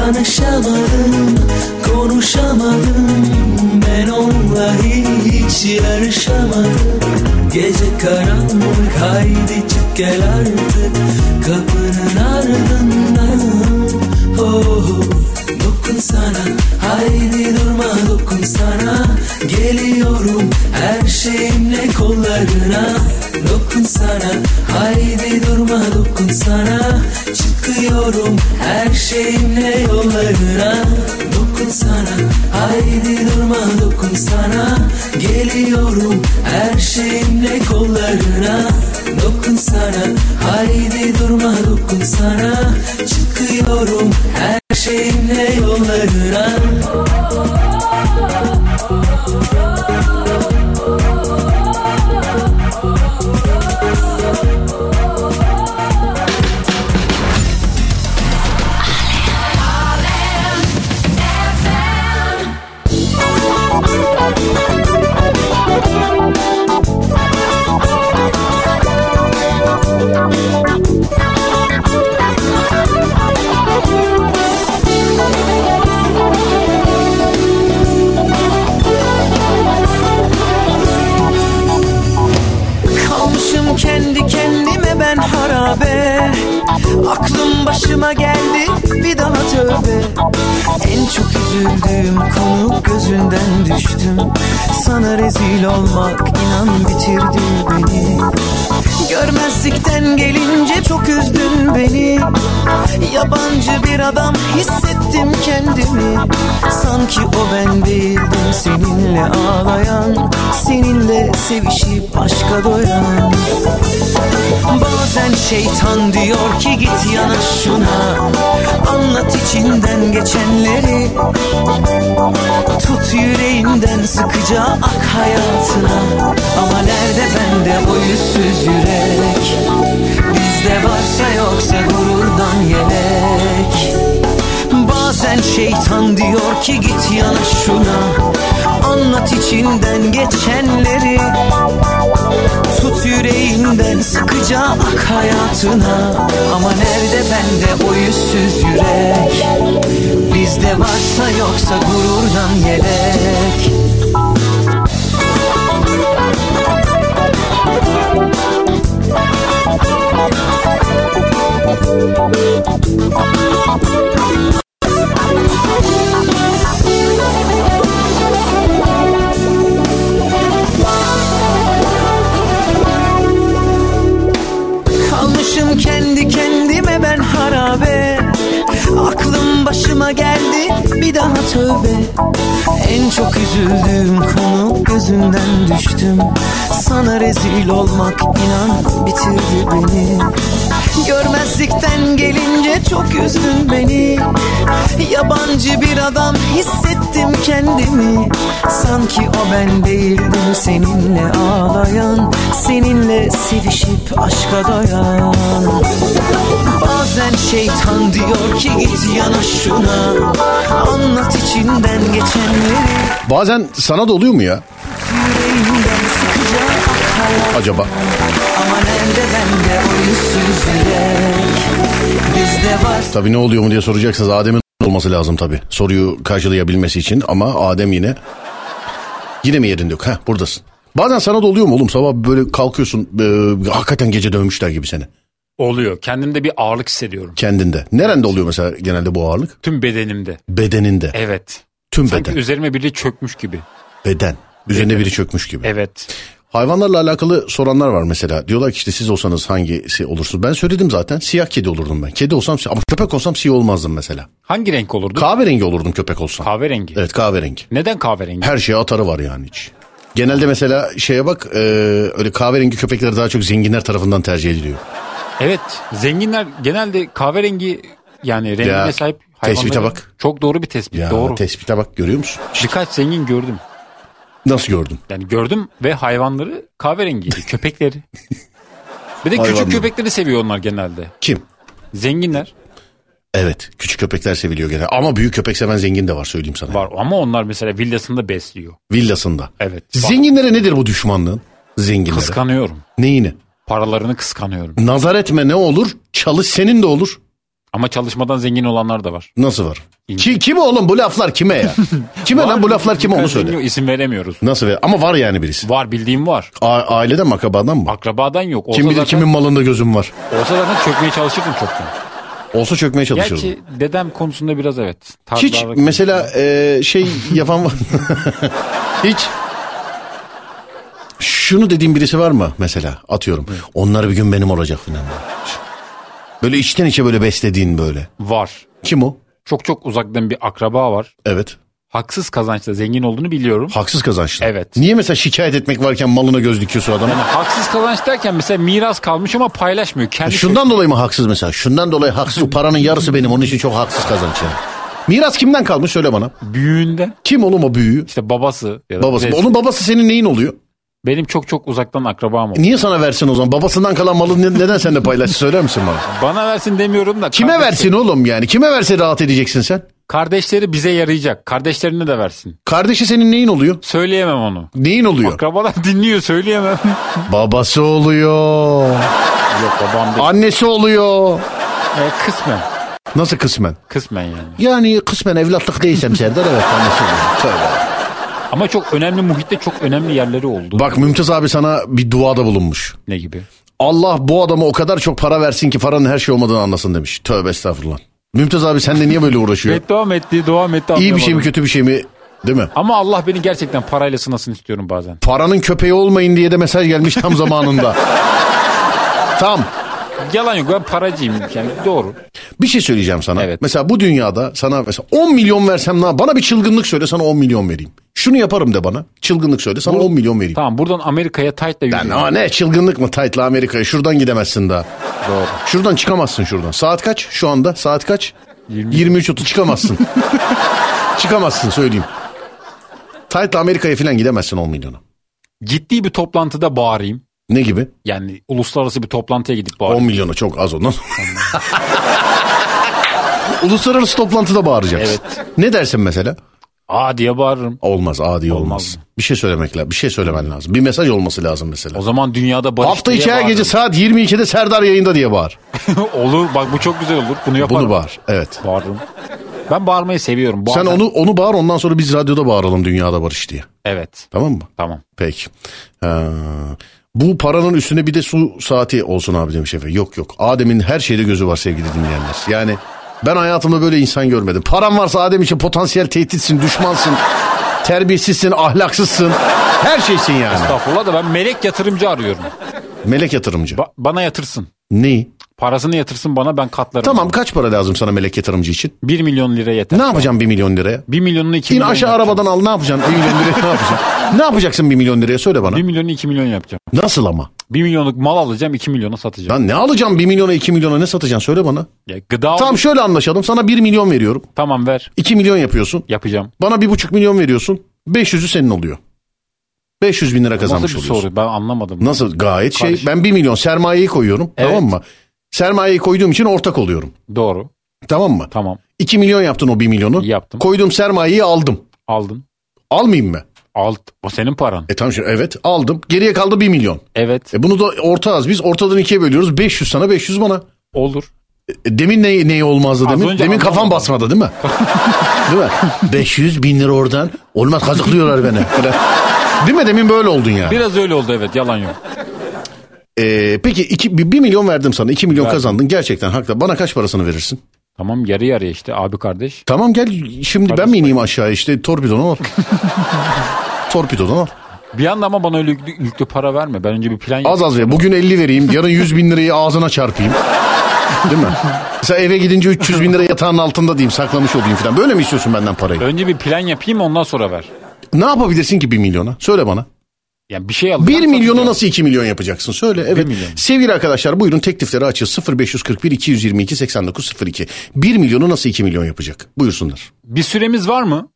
Tanışamadım, konuşamadım Ben onunla hiç yarışamadım Gece karanlık haydi çık gel artık Kapının ardından oh, Dokun sana haydi durma dokun sana Geliyorum her şeyimle kollarına Dokun sana haydi durma dokun sana Çıkıyorum her şeyimle yollarına Dokun sana haydi durma dokun sana Geliyorum her şeyimle kollarına Dokun sana haydi durma dokun sana Çıkıyorum her şeyimle yollarına Kalmışım kendi kendime ben harabe Aklım başıma geldi bir daha tövbe En çok üzüldüğüm konu gözünden düştüm Sana rezil olmak inan bitirdi beni Görmezlikten gelince çok üzdün beni Yabancı bir adam hissettim kendimi Sanki o ben değildim seninle ağlayan Seninle sevişip aşka doyan Bazen şeytan diyor ki git yana şuna Anlat içinden geçenleri Tut yüreğinden sıkıca ak hayatına Ama nerede bende o yüzsüz yürek Bizde varsa yoksa gururdan yelek Bazen şeytan diyor ki git yana şuna Anlat içinden geçenleri Tut yüreğinden sıkıca ak hayatına Ama nerede bende o yüzsüz yürek Bizde varsa yoksa gururdan yelek Kalmışım kendi kendime ben harabe Aklım başıma geldi bir daha tövbe En çok üzüldüğüm konu gözünden düştüm Sana rezil olmak inan bitirdi beni Görmezlikten gelince çok üzdün beni Yabancı bir adam hissettim kendimi Sanki o ben değildim seninle ağlayan Seninle sevişip aşka doyan Bazen şeytan diyor ki git yana şuna Anlat içinden geçenleri Bazen sana da oluyor mu ya Yüreğimden sıkıca akar acaba? Ama nerede bende o yüzsüz yürek Bizde var Tabii ne oluyor mu diye soracaksınız. Adem'in <laughs> olması lazım tabii. Soruyu karşılayabilmesi için ama Adem yine yine mi yerinde yok? Heh buradasın. Bazen sana da oluyor mu oğlum? Sabah böyle kalkıyorsun e, hakikaten gece dövmüşler gibi seni. Oluyor. Kendimde bir ağırlık hissediyorum. Kendinde. Nerende oluyor mesela genelde bu ağırlık? Tüm bedenimde. Bedeninde. Evet. Tüm Sanki beden. üzerime biri çökmüş gibi. Beden. Üzerine biri çökmüş gibi. Evet. Hayvanlarla alakalı soranlar var mesela. Diyorlar ki işte siz olsanız hangisi olursunuz? Ben söyledim zaten. Siyah kedi olurdum ben. Kedi olsam siyah. Ama köpek olsam siyah olmazdım mesela. Hangi renk olurdu? Kahverengi olurdum köpek olsam. kahverengi. Evet kahverengi. <laughs> Neden kahverengi? Her şeye atarı var yani hiç. Genelde mesela şeye bak e, öyle kahverengi köpekler daha çok zenginler tarafından tercih ediliyor. Evet. Zenginler genelde kahverengi Yani rengine Ya, sahip hayvanları. tespite bak. Çok doğru bir tespit. Ya, doğru. Tespite bak görüyor musun? Birkaç zengin gördüm. Nasıl gördün? Yani gördüm ve hayvanları <laughs> kahverengiydi. köpekleri. Bir de Hayvanları. küçük köpekleri seviyor onlar genelde. Kim? Zenginler Evet küçük köpekler seviliyor genel. Ama büyük köpek seven zengin de var söyleyeyim sana. var ama onlar mesela villasında besliyor. Villasında. Evet. Bak, Zenginlere nedir bu düşmanlığın? Zenginlere. kıskanıyorum. Neyini? Paralarını kıskanıyorum. Nazar etme ne olur? Çalış senin de olur. Ama çalışmadan zengin olanlar da var. Nasıl var? Ki, kim oğlum bu laflar kime <laughs> ya? kime lan bu laflar kime onu Birkaç zengin söyle. yok, İsim veremiyoruz. Nasıl ver? Ama var yani birisi. Var bildiğim var. A- aileden mi akrabadan mı? Akrabadan yok. Olsa Kim bilir zaten, kimin malında gözüm var. Olsa zaten çökmeye çalışırdım çoktan. Olsa çökmeye çalışırdım. Gerçi dedem konusunda biraz evet. Hiç Tarlalara- mesela e, şey yapan var <laughs> Hiç. Şunu dediğim birisi var mı mesela atıyorum. Onlar bir gün benim olacak falan. Böyle içten içe böyle beslediğin böyle. Var. Kim o? Çok çok uzaktan bir akraba var. Evet. Haksız kazançla zengin olduğunu biliyorum. Haksız kazançlı. Evet. Niye mesela şikayet etmek varken malına göz dikiyorsun adama? Yani haksız kazanç derken mesela miras kalmış ama paylaşmıyor. Kendi E Şundan dolayı mı haksız mesela? Şundan dolayı haksız. Bu paranın yarısı benim. Onun için çok haksız kazanç yani. Miras kimden kalmış söyle bana. büyüğünden Kim oğlum o büyüğü? işte babası ya da Babası. dedesi. Onun babası senin neyin oluyor? benim çok çok uzaktan akrabam oldu. Niye sana versin o zaman? Babasından kalan malı ne- neden sen de paylaş? Söyler misin bana? Bana versin demiyorum da Kime kardeşleri- versin oğlum yani? Kime verse rahat edeceksin sen? Kardeşleri bize yarayacak. Kardeşlerine de versin. Kardeşi senin neyin oluyor? Söyleyemem onu. Neyin oluyor? Akrabalar <laughs> dinliyor söyleyemem. Babası oluyor. Yok babam değil. Annesi oluyor. E, kısmen. Nasıl kısmen? Kısmen yani. Yani kısmen evlatlık değilsem Serdar evet annesi oluyor. Tövbe. Ama çok önemli muhitte çok önemli yerleri oldu. Bak Mümtaz abi sana bir duada bulunmuş. Ne gibi? Allah bu adama o kadar çok para versin ki paranın her şey olmadığını anlasın demiş. Tövbe estağfurullah. Mümtaz abi sen de niye böyle uğraşıyor? Beddua mı etti, dua mı etti İyi bir şey mi anlayamadım. kötü bir şey mi? Değil mi? Ama Allah beni gerçekten parayla sınasın istiyorum bazen. Paranın köpeği olmayın diye de mesaj gelmiş tam <laughs> zamanında. tam. Yalan yok ben paracıyım yani doğru. Bir şey söyleyeceğim sana. Evet. Mesela bu dünyada sana mesela 10 milyon versem ne? Bana bir çılgınlık söyle sana 10 milyon vereyim. Şunu yaparım de bana. Çılgınlık söyle sana 10 milyon vereyim. Tamam buradan Amerika'ya tight'la Ben yürüyorum. aa ne çılgınlık mı Tight'la Amerika'ya? Şuradan gidemezsin daha. Doğru. Şuradan çıkamazsın şuradan. Saat kaç şu anda? Saat kaç? 20. 23.30 <laughs> çıkamazsın. çıkamazsın söyleyeyim. Tight'la Amerika'ya falan gidemezsin 10 milyona. Ciddi bir toplantıda bağırayım. Ne gibi? Yani uluslararası bir toplantıya gidip bağırayım. 10 milyona çok az ondan. <laughs> Uluslararası toplantıda bağıracaksın. Ne dersin mesela? Aa diye bağırırım. Olmaz adi olmaz. Olmaz mı? Bir şey söylemek lazım. Bir şey söylemen lazım. Bir mesaj olması lazım mesela. O zaman dünyada barış Hafta diye içi her bağırırım. gece saat 22'de Serdar yayında diye bağır. <laughs> olur bak bu çok güzel olur. Bunu yaparım. Bunu bağır. Evet. Bağırırım. Ben bağırmayı seviyorum. Sen Bazen- onu onu bağır ondan sonra biz radyoda bağıralım dünyada barış diye. Evet Tamam mı? tamam. Peki. Ee, bu paranın üstüne bir de su saati olsun abi demiş efendim. Yok yok. Adem'in her şeyde gözü var sevgili dinleyenler. Yani ben hayatımda böyle insan görmedim. Paran varsa Adem için potansiyel tehditsin, düşmansın, terbiyesizsin, ahlaksızsın. Her şeysin yani. Estağfurullah da ben melek yatırımcı arıyorum. Melek yatırımcı. Ba- bana yatırsın. Neyi? Parasını yatırsın bana ben katlarım. Tamam kaç para lazım sana melek yatırımcı için? 1 milyon lira yeter. Ne yapacağım 1 milyon liraya? 1 milyonunu 2 İn milyon aşağı yapacağım. arabadan al ne yapacaksın 1 milyon liraya ne yapacaksın? Ne yapacaksın 1 milyon liraya söyle bana. 1 milyonu 2 milyon yapacağım. Nasıl ama? 1 milyonluk mal alacağım 2 milyona satacağım. Lan ne alacağım 1 milyona 2 milyona ne satacaksın söyle bana. Ya gıda Tamam şöyle anlaşalım sana 1 milyon veriyorum. tamam ver 2 milyon yapıyorsun. yapacağım. Bana 1,5 milyon veriyorsun. 500'ü senin oluyor. 500 bin lira kazanmış Nasıl bir oluyorsun. soru ben anlamadım. Nasıl gayet şey Karışık. ben 1 milyon sermayeyi koyuyorum Evet. tamam mı? Sermayeyi koyduğum için ortak oluyorum. Doğru Tamam mı? tamam 2 milyon yaptın o 1 milyonu. Yaptım. Koyduğum sermayeyi aldım. aldın. Almayayım mı? Alt o senin paran. E tamam şimdi evet aldım. Geriye kaldı 1 milyon. Evet E bunu da orta az biz ortadan ikiye bölüyoruz. 500 sana 500 bana. olur. E, Demin ne, neyi olmazdı Az demin? önce Demin kafam anlamadım. basmadı <laughs> değil mi? değil mi? 500 bin lira oradan. Olmaz kazıklıyorlar beni. Falan. Değil mi? Demin böyle oldun yani. Biraz öyle oldu evet yalan yok. E, peki 1 milyon verdim sana. 2 milyon Verdim. kazandın. Gerçekten haklı. Bana kaç parasını verirsin? Tamam yarı yarıya işte abi kardeş. Tamam gel şimdi ben mi ineyim aşağı işte <laughs> torpidonu al. torpidonu al. Bir anda ama bana öyle yüklü, yüklü para verme. Ben önce bir plan Az az ver. Bugün 50 vereyim. Yarın 100 bin lirayı ağzına çarpayım. Değil mi? Mesela eve gidince 300 bin lira yatağın altında diyeyim saklamış olayım falan. Böyle mi istiyorsun benden parayı? Önce bir plan yapayım ondan sonra ver. Ne yapabilirsin ki 1 milyona? Söyle bana. Yani bir şey 1 milyonu nasıl 2 milyon yapacaksın? Söyle. Evet. Sevgili arkadaşlar buyurun teklifleri açız. 0541 222 8902. 1 milyonu nasıl 2 milyon yapacak? Buyursunlar. Bir süremiz var mı?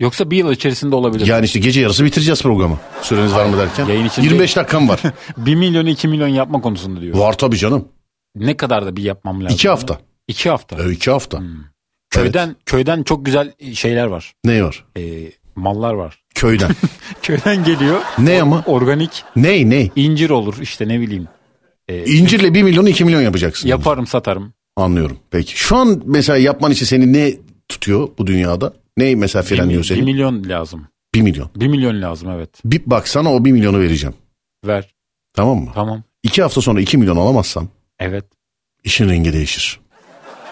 Yoksa bir yıl içerisinde olabilir. Yani işte gece yarısı bitireceğiz programı. Süreniz var mı derken? Yayın içinde- 25 dakikam <laughs> var. 1 milyonu 2 milyon yapma konusunda diyor. var tabii canım. Ne kadar da bir yapmam lazım. 2 hafta. 2 hafta. 2 hafta. Hmm. Köyden köyden çok güzel şeyler var. Ne var? Ee, mallar var. <laughs> Köyden. Köyden geliyor. ne ama? Organik. Ney ney? İncir olur işte ne bileyim. İncirle 1 milyonu 2 milyon yapacaksın. Yaparım satarım. Anlıyorum. Peki. Şu an mesela yapman için seni ne tutuyor bu dünyada? Ney mesela frenliyor seni? 1 milyon lazım. 1 milyon. 1 milyon lazım evet. Bir baksana o 1 milyonu vereceğim. Ver. Tamam mı? Tamam. 2 hafta sonra 2 milyon alamazsam Evet. işin rengi değişir.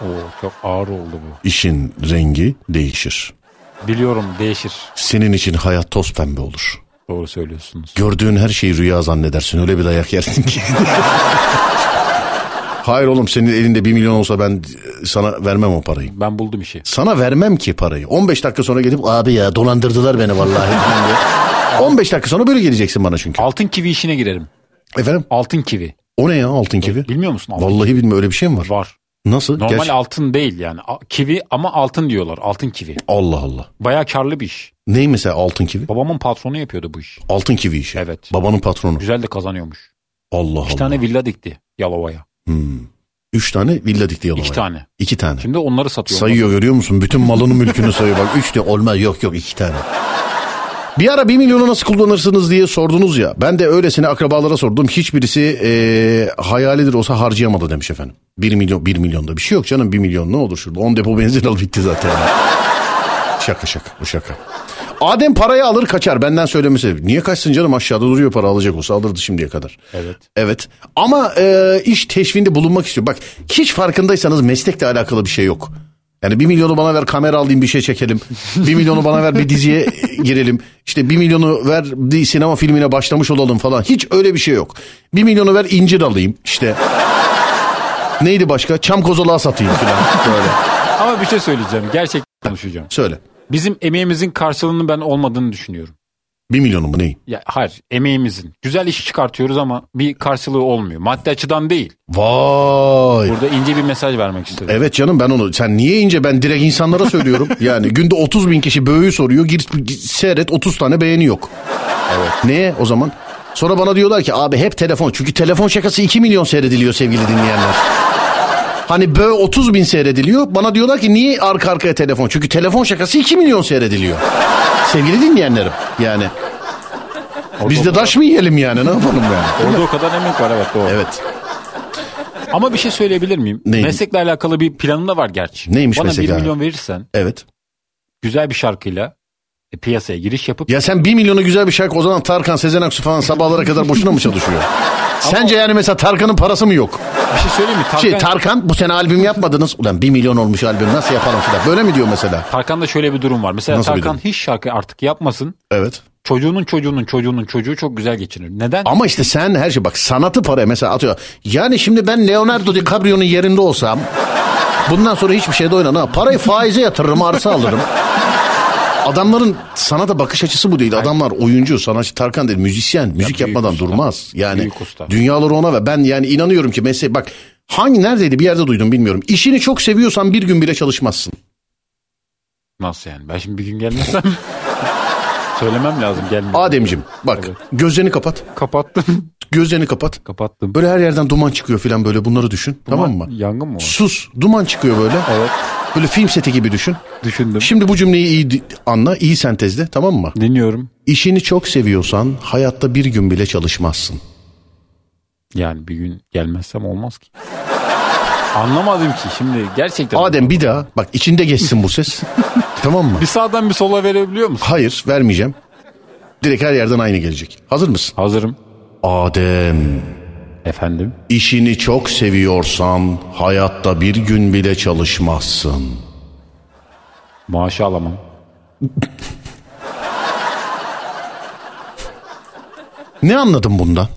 Oo, çok ağır oldu bu. İşin rengi değişir. Biliyorum değişir. Senin için hayat toz pembe olur. Doğru söylüyorsunuz. Gördüğün her şeyi rüya zannedersin. Öyle bir dayak yersin ki. <laughs> Hayır oğlum senin elinde 1 milyon olsa ben e, sana vermem o parayı. Ben buldum işi. Sana vermem ki parayı. 15 dakika sonra gelip abi ya dolandırdılar beni vallahi. <laughs> falan diye. 15 dakika sonra böyle geleceksin bana çünkü. Altın kivi işine girerim. Efendim? Altın kivi. O ne ya altın kivi? Bilmiyor musun? Altın Vallahi bilmiyorum öyle bir şey mi var? Var. Nasıl? Normal Gerçi- altın değil yani. A- Kivi ama altın diyorlar. Altın kivi. Allah Allah. Bayağı karlı bir iş. Ney mesela altın kivi? Babamın patronu yapıyordu bu iş. Altın kivi işi. Evet. Babanın patronu. Güzel de kazanıyormuş. Allah Allah. İki tane villa dikti Yalova'ya. Hmm. Üç tane villa dikti Yalova'ya. İki tane. İki tane. Şimdi onları satıyor. Sayıyor görüyor musun? Bütün malını mülkünü sayıyor. Bak üç de olmaz yok yok iki tane. Bir ara 1 milyonu nasıl kullanırsınız diye sordunuz ya. Ben de öylesine akrabalara sordum. Hiçbirisi eee hayalidir olsa harcayamadı demiş efendim. 1 milyon 1 milyonda bir şey yok canım 1 milyon ne olur şurada. 10 depo benzin al bitti zaten. şaka şaka bu şaka. Adem parayı alır kaçar benden söylemesi. Niye kaçsın canım aşağıda duruyor para alacak olsa alırdı şimdiye kadar. Evet. Evet ama e, iş teşvinde bulunmak istiyor. Bak hiç farkındaysanız meslekle alakalı bir şey yok. Yani bir milyonu bana ver kamera alayım bir şey çekelim. Bir milyonu bana ver bir diziye <laughs> girelim. İşte bir milyonu ver bir sinema filmine başlamış olalım falan. Hiç öyle bir şey yok. Bir milyonu ver incir alayım işte. Neydi başka? Çam kozalağı satayım falan böyle. <laughs> Ama bir şey söyleyeceğim. Gerçek konuşacağım. Söyle. Bizim emeğimizin karşılığının ben olmadığını düşünüyorum. Bir milyonu mu neyin? Ya hayır, emeğimizin. Güzel iş çıkartıyoruz ama bir karşılığı olmuyor. Maddi açıdan değil. Vay. Burada ince bir mesaj vermek istedim. Evet canım ben onu sen niye ince ben direkt insanlara söylüyorum. yani günde 30 bin kişi böğü soruyor gir, gir- seyret 30 tane beğeni yok. Evet. Neye o zaman? Sonra bana diyorlar ki abi hep telefon çünkü telefon şakası 2 milyon seyrediliyor sevgili dinleyenler. Hani bö 30 bin seyrediliyor. Bana diyorlar ki niye arka arkaya telefon? Çünkü telefon şakası 2 milyon seyrediliyor. Sevgili dinleyenlerim yani. Biz de daş mı yiyelim yani ne yapalım yani? Orada o kadar emek var evet doğru. Evet. Ama bir şey söyleyebilir miyim? Neyim? Meslekle alakalı bir planım da var gerçi. Neymiş Bana meslek 1 abi? milyon verirsen Evet. güzel bir şarkıyla e, piyasaya giriş yapıp Ya sen 1 milyonu güzel bir şarkı o zaman Tarkan, Sezen Aksu falan sabahlara kadar boşuna mı çalışıyor? Sence yani mesela Tarkan'ın parası mı yok? bir şey söyleyeyim mi? Tarkan, Şey Tarkan bu sene albüm yapmadınız. Ulan 1 milyon olmuş albüm nasıl yapalım filan. Böyle mi diyor mesela? Tarkan'da şöyle bir durum var. Mesela Nasıl bir Tarkan durum? hiç şarkı artık yapmasın. Evet. Çocuğunun çocuğunun çocuğunun çocuğu çok güzel geçinir. Neden? Ama işte sen her şey bak sanatı paraya mesela atıyor. Yani şimdi ben Leonardo DiCaprio'nun yerinde olsam bundan sonra hiçbir şeyde oynanamam. Parayı faize yatırırım arsa alırım. Adamların sanata bakış açısı bu değil. Adamlar oyuncu, sanatçı, Tarkan değil, müzisyen. Müzik büyük yapmadan usta. durmaz. Yani Büyük usta. dünyaları ona ve ben yani inanıyorum ki mesela bak hangi neredeydi bir yerde duydum bilmiyorum. İşini çok seviyorsan bir gün bile çalışmazsın. Nasıl yani? Ben şimdi bir gün gelmezsem <laughs> söylemem lazım gelmiyor. Ademcim bak Evet. gözlerini kapat. Kapattım. <laughs> Gözlerini kapat. Kapattım. Böyle her yerden duman çıkıyor falan böyle bunları düşün. tamam mı? Yangın mı var? Sus. Duman çıkıyor böyle. Evet. Böyle film seti gibi düşün. Düşündüm. Şimdi bu cümleyi iyi di- anla, iyi sentezle tamam mı? Dinliyorum. İşini çok seviyorsan hayatta bir gün bile çalışmazsın. Yani bir gün gelmezsem olmaz ki. Anlamadım ki şimdi gerçekten. Adem bir daha bak içinde geçsin bu ses. tamam mı? Bir sağdan bir sola verebiliyor musun? Hayır vermeyeceğim. Direkt her yerden aynı gelecek. Hazır mısın? Hazırım. Adem Efendim? işini çok seviyorsan hayatta bir gün bile çalışmazsın. Maaşı alamam. Ne anladın bundan?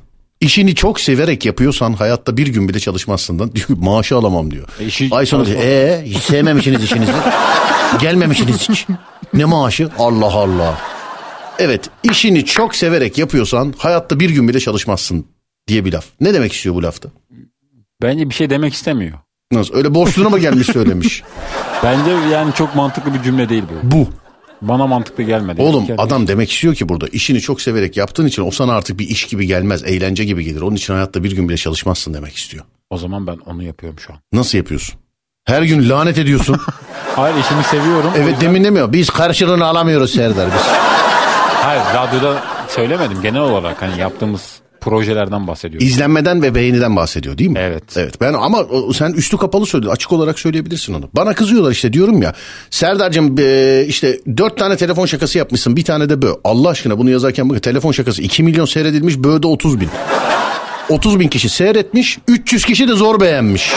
İşini çok severek yapıyorsan hayatta bir gün bile çalışmazsından diyor maaşı alamam diyor. E işi- Ay sonra diyor ee hiç <laughs> sevmemişsiniz işinizi. Gelmemişsiniz hiç. Ne maaşı? Allah Allah. Evet işini çok severek yapıyorsan hayatta bir gün bile çalışmazsın diye bir laf. Ne demek istiyor bu lafta? Bence bir şey demek istemiyor. Nasıl? Öyle boşluğuna mı gelmiş <laughs> söylemiş? Bence yani çok mantıklı bir cümle değil bu. Bu. Bana mantıklı gelmedi. Oğlum Bir kere- adam demek istiyor ki burada işini çok severek yaptığın için o sana artık bir iş gibi gelmez, eğlence gibi gelir. Onun için hayatta bir gün bile çalışmazsın demek istiyor. O zaman ben onu yapıyorum şu an. Nasıl yapıyorsun? Her gün lanet ediyorsun. Hayır işimi seviyorum. O evet yüzden- demin demiyor. Biz karşılığını alamıyoruz Serdar biz. Hayır radyoda söylemedim genel olarak hani yaptığımız projelerden bahsediyorum. İzlenmeden ve beğeniden bahsediyor değil mi? Evet. Evet. Ben ama o- sen üstü kapalı söyledin. Açık olarak söyleyebilirsin onu. Bana kızıyorlar işte diyorum ya. Serdar'cığım e, işte dört tane telefon şakası yapmışsın. Bir tane de bö. Allah aşkına bunu yazarken bakın telefon şakası 2 milyon seyredilmiş. Bö'de 30 bin. 30 bin kişi seyretmiş. 300 kişi de zor beğenmiş.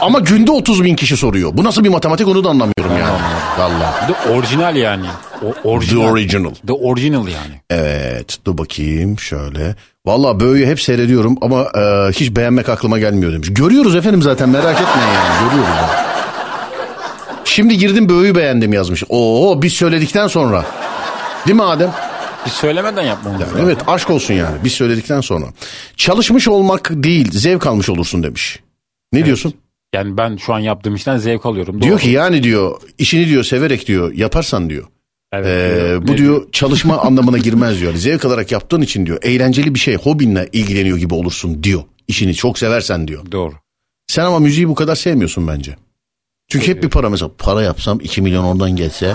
Ama günde 30 bin kişi soruyor. Bu nasıl bir matematik onu da anlamıyorum yani. Vallahi. The orijinal yani. O, orijinal. The original. The original yani. Evet dur bakayım şöyle. Valla böyle hep seyrediyorum ama e, hiç beğenmek aklıma gelmiyor demiş. Görüyoruz efendim zaten merak etmeyin yani görüyoruz. yani. Şimdi girdim böğü beğendim yazmış. Oo biz söyledikten sonra. Değil mi Adem? Biz söylemeden yapmamız lazım. Evet aşk olsun yani biz söyledikten sonra. Çalışmış olmak değil zevk almış olursun demiş. Ne diyorsun? Yani ben şu an yaptığım işten zevk alıyorum. Diyor Doğru. ki yani diyor işini diyor severek diyor yaparsan diyor. Ee, diyor. bu Ne diyor çalışma anlamına girmez diyor. Zevk alarak yaptığın için diyor eğlenceli bir şey hobinle ilgileniyor gibi olursun diyor. İşini çok seversen diyor. Doğru. Sen ama müziği bu kadar sevmiyorsun bence. Çünkü hep bir para mesela para yapsam 2 milyon oradan gelse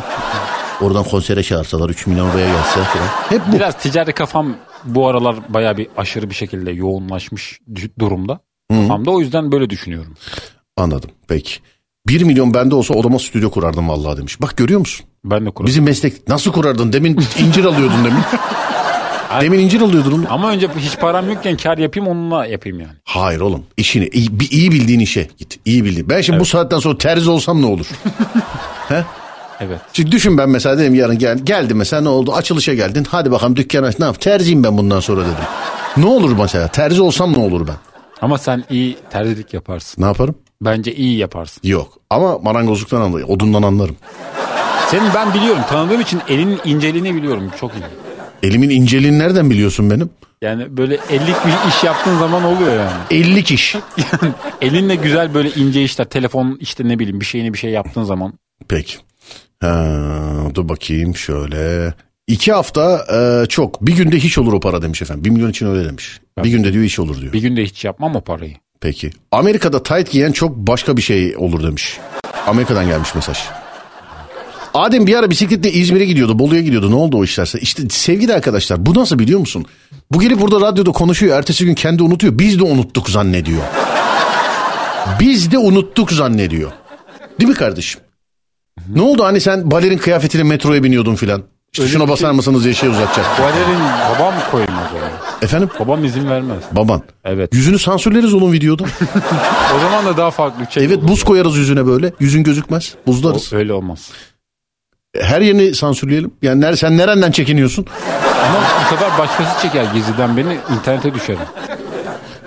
oradan konsere çağırsalar 3 milyon oraya gelse falan. Hep bu. Biraz ticari kafam bu aralar baya bir aşırı bir şekilde yoğunlaşmış dü- durumda. Kafamda o yüzden böyle düşünüyorum. Anladım peki. 1 milyon bende olsa odama stüdyo kurardım vallahi demiş. Bak görüyor musun? Ben de kurarım. Bizim meslek nasıl kurardın? Demin incir alıyordun demin. demin incir alıyordun oğlum. Ama önce hiç param yokken kar yapayım onunla yapayım yani. Hayır oğlum işini iyi, bir iyi bildiğin işe git. İyi bildiğin. Ben şimdi bu saatten sonra terzi olsam ne olur? He? Evet. Şimdi düşün ben mesela dedim yarın gel, geldim mesela ne oldu? Açılışa geldin. Hadi bakalım dükkana ne yap? Terziyim ben bundan sonra dedim. Ne olur mesela? Terzi olsam ne olur ben? Ama sen iyi terzilik yaparsın. Ne yaparım? Bence iyi yaparsın. Yok. Ama marangozluktan anlarım. Odundan anlarım. Senin ben biliyorum. Tanıdığım için elinin inceliğini biliyorum. Çok iyi. Elimin inceliğini nereden biliyorsun benim? Yani böyle ellik bir iş yaptığın zaman oluyor yani. 50 iş. Elinle güzel böyle ince işler. Telefon işte ne bileyim bir şeyini bir şey yaptığın zaman. Peki. Ha, dur bakayım şöyle. İki hafta e, çok. Bir günde hiç olur o para demiş efendim. Bir milyon için öyle demiş. Bir günde diyor hiç olur diyor. Bir günde hiç yapmam o parayı. Peki. Amerika'da tight giyen çok başka bir şey olur demiş. Amerika'dan gelmiş mesaj. Adem bir ara bisikletle İzmir'e gidiyordu, Bolu'ya gidiyordu. Ne oldu o işlerse? İşte sevgili arkadaşlar bu nasıl biliyor musun? Bu gelip burada radyoda konuşuyor. Ertesi gün kendi unutuyor. Biz de unuttuk zannediyor. Biz de unuttuk zannediyor. Değil mi kardeşim? Ne oldu hani sen balerin kıyafetiyle metroya biniyordun filan? İşte şuna basar mısınız diye şey uzatacak. Valerin babam koymaz oraya. Efendim? Babam izin vermez. Baban. Evet. Yüzünü sansürleriz onun videoda. O zaman da daha farklı bir şey. Evet buz koyarız yüzüne böyle. Yüzün gözükmez. O, Buzlarız. öyle olmaz. Her yerini sansürleyelim. Yani ner- sen nereden çekiniyorsun? Ama bu sefer başkası çeker geziden beni internete düşerim.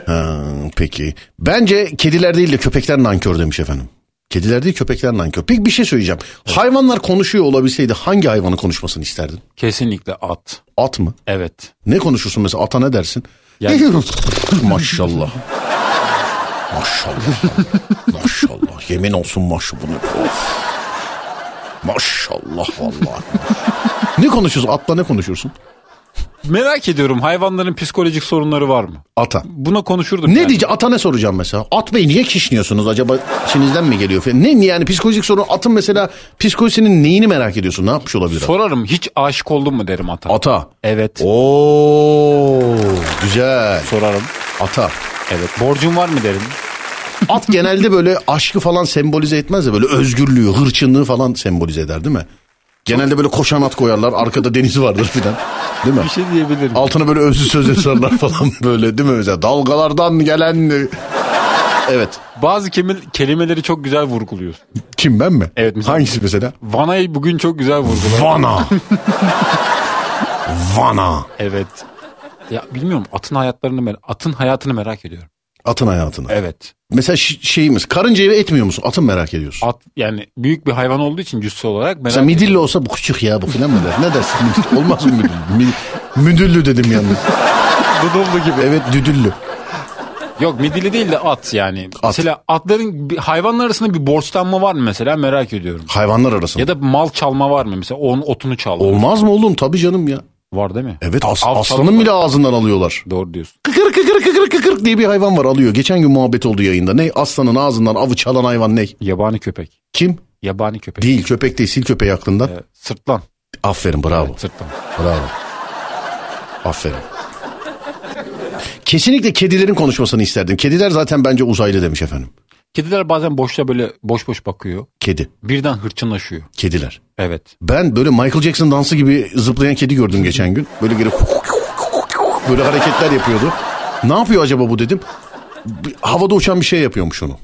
Ha, peki. Bence kediler değil de köpekler nankör demiş efendim. Kediler değil köpekler nankör. Peki bir şey söyleyeceğim. Hayvanlar konuşuyor olabilseydi hangi hayvanı konuşmasını isterdin? Kesinlikle at. At mı? Evet. Ne konuşursun mesela ata ne dersin? Yani- <laughs> maşallah. Maşallah. maşallah. Yemin olsun maşallah. bunu. Of. Maşallah vallahi. ne konuşuyorsun? Atla ne konuşursun? Merak ediyorum hayvanların psikolojik sorunları var mı? Ata. Buna konuşurdum. Ne yani. diyeceğim? Ata ne soracağım mesela? At Bey niye kişniyorsunuz acaba? İçinizden mi geliyor falan? Ne yani psikolojik sorun? Atın mesela psikolojisinin neyini merak ediyorsun? Ne yapmış olabilir? at? Sorarım hiç aşık oldun mu derim ata. Ata. Evet. Oo güzel. Sorarım. Ata. Evet. Borcun var mı derim. At genelde böyle aşkı falan sembolize etmez de böyle özgürlüğü, hırçınlığı falan sembolize eder değil mi? Genelde böyle koşan at koyarlar. Arkada deniz vardır filan. Değil mi? Bir şey diyebilirim. Altına böyle özlü söz yazarlar falan böyle değil mi? Mesela dalgalardan <laughs> gelen... Evet. Bazı kemil- kelimeleri çok güzel vurguluyorsun. Kim ben mi? Evet, mesela- Hangisi mesela? Vanayı bugün çok güzel <laughs> vurguladın. Vana. Vana. Evet. Ya bilmiyorum atın hayatlarını mer- atın hayatını merak ediyorum. Atın hayatına. Evet. Mesela ş- şeyimiz karıncayı etmiyor musun? Atın merak ediyorsun. At yani büyük bir hayvan olduğu için cüssü olarak merak Mesela midilli olsa bu küçük ya bu filan mı der? Ne dersin? <laughs> Olmaz mı müdüllü? Mi- müdüllü dedim yalnız. Dudullu gibi. Evet düdüllü. Yok midilli değil de at yani. Mesela atların bir- hayvanlar arasında bir borçlanma var mı mesela merak ediyorum. Hayvanlar arasında. Ya da mal çalma var mı mesela onun otunu çalma. Olmaz mı oğlum? Tabii canım ya. Var değil mi? Evet as- Av aslanın çalma. bile ağzından alıyorlar. Doğru diyorsun. Kıkır kıkır kıkır kıkır diye bir hayvan var alıyor. Geçen gün muhabbet oldu yayında. Ne aslanın ağzından avı çalan hayvan ne? Yabani köpek. Kim? Yabani köpek. Değil köpek değil sil köpeği aklında. Sırtlan. Aferin bravo. Sırtlan. Bravo. Aferin. Kesinlikle kedilerin konuşmasını isterdim. Kediler zaten bence uzaylı demiş efendim. Kediler bazen boşta böyle boş boş bakıyor. Kedi. Birden hırçınlaşıyor. Kediler. Evet. Ben böyle Michael Jackson dansı gibi zıplayan kedi gördüm geçen gün. Böyle geri böyle hareketler yapıyordu. Ne yapıyor acaba bu dedim. Bir- Havada uçan bir şey yapıyormuş onu.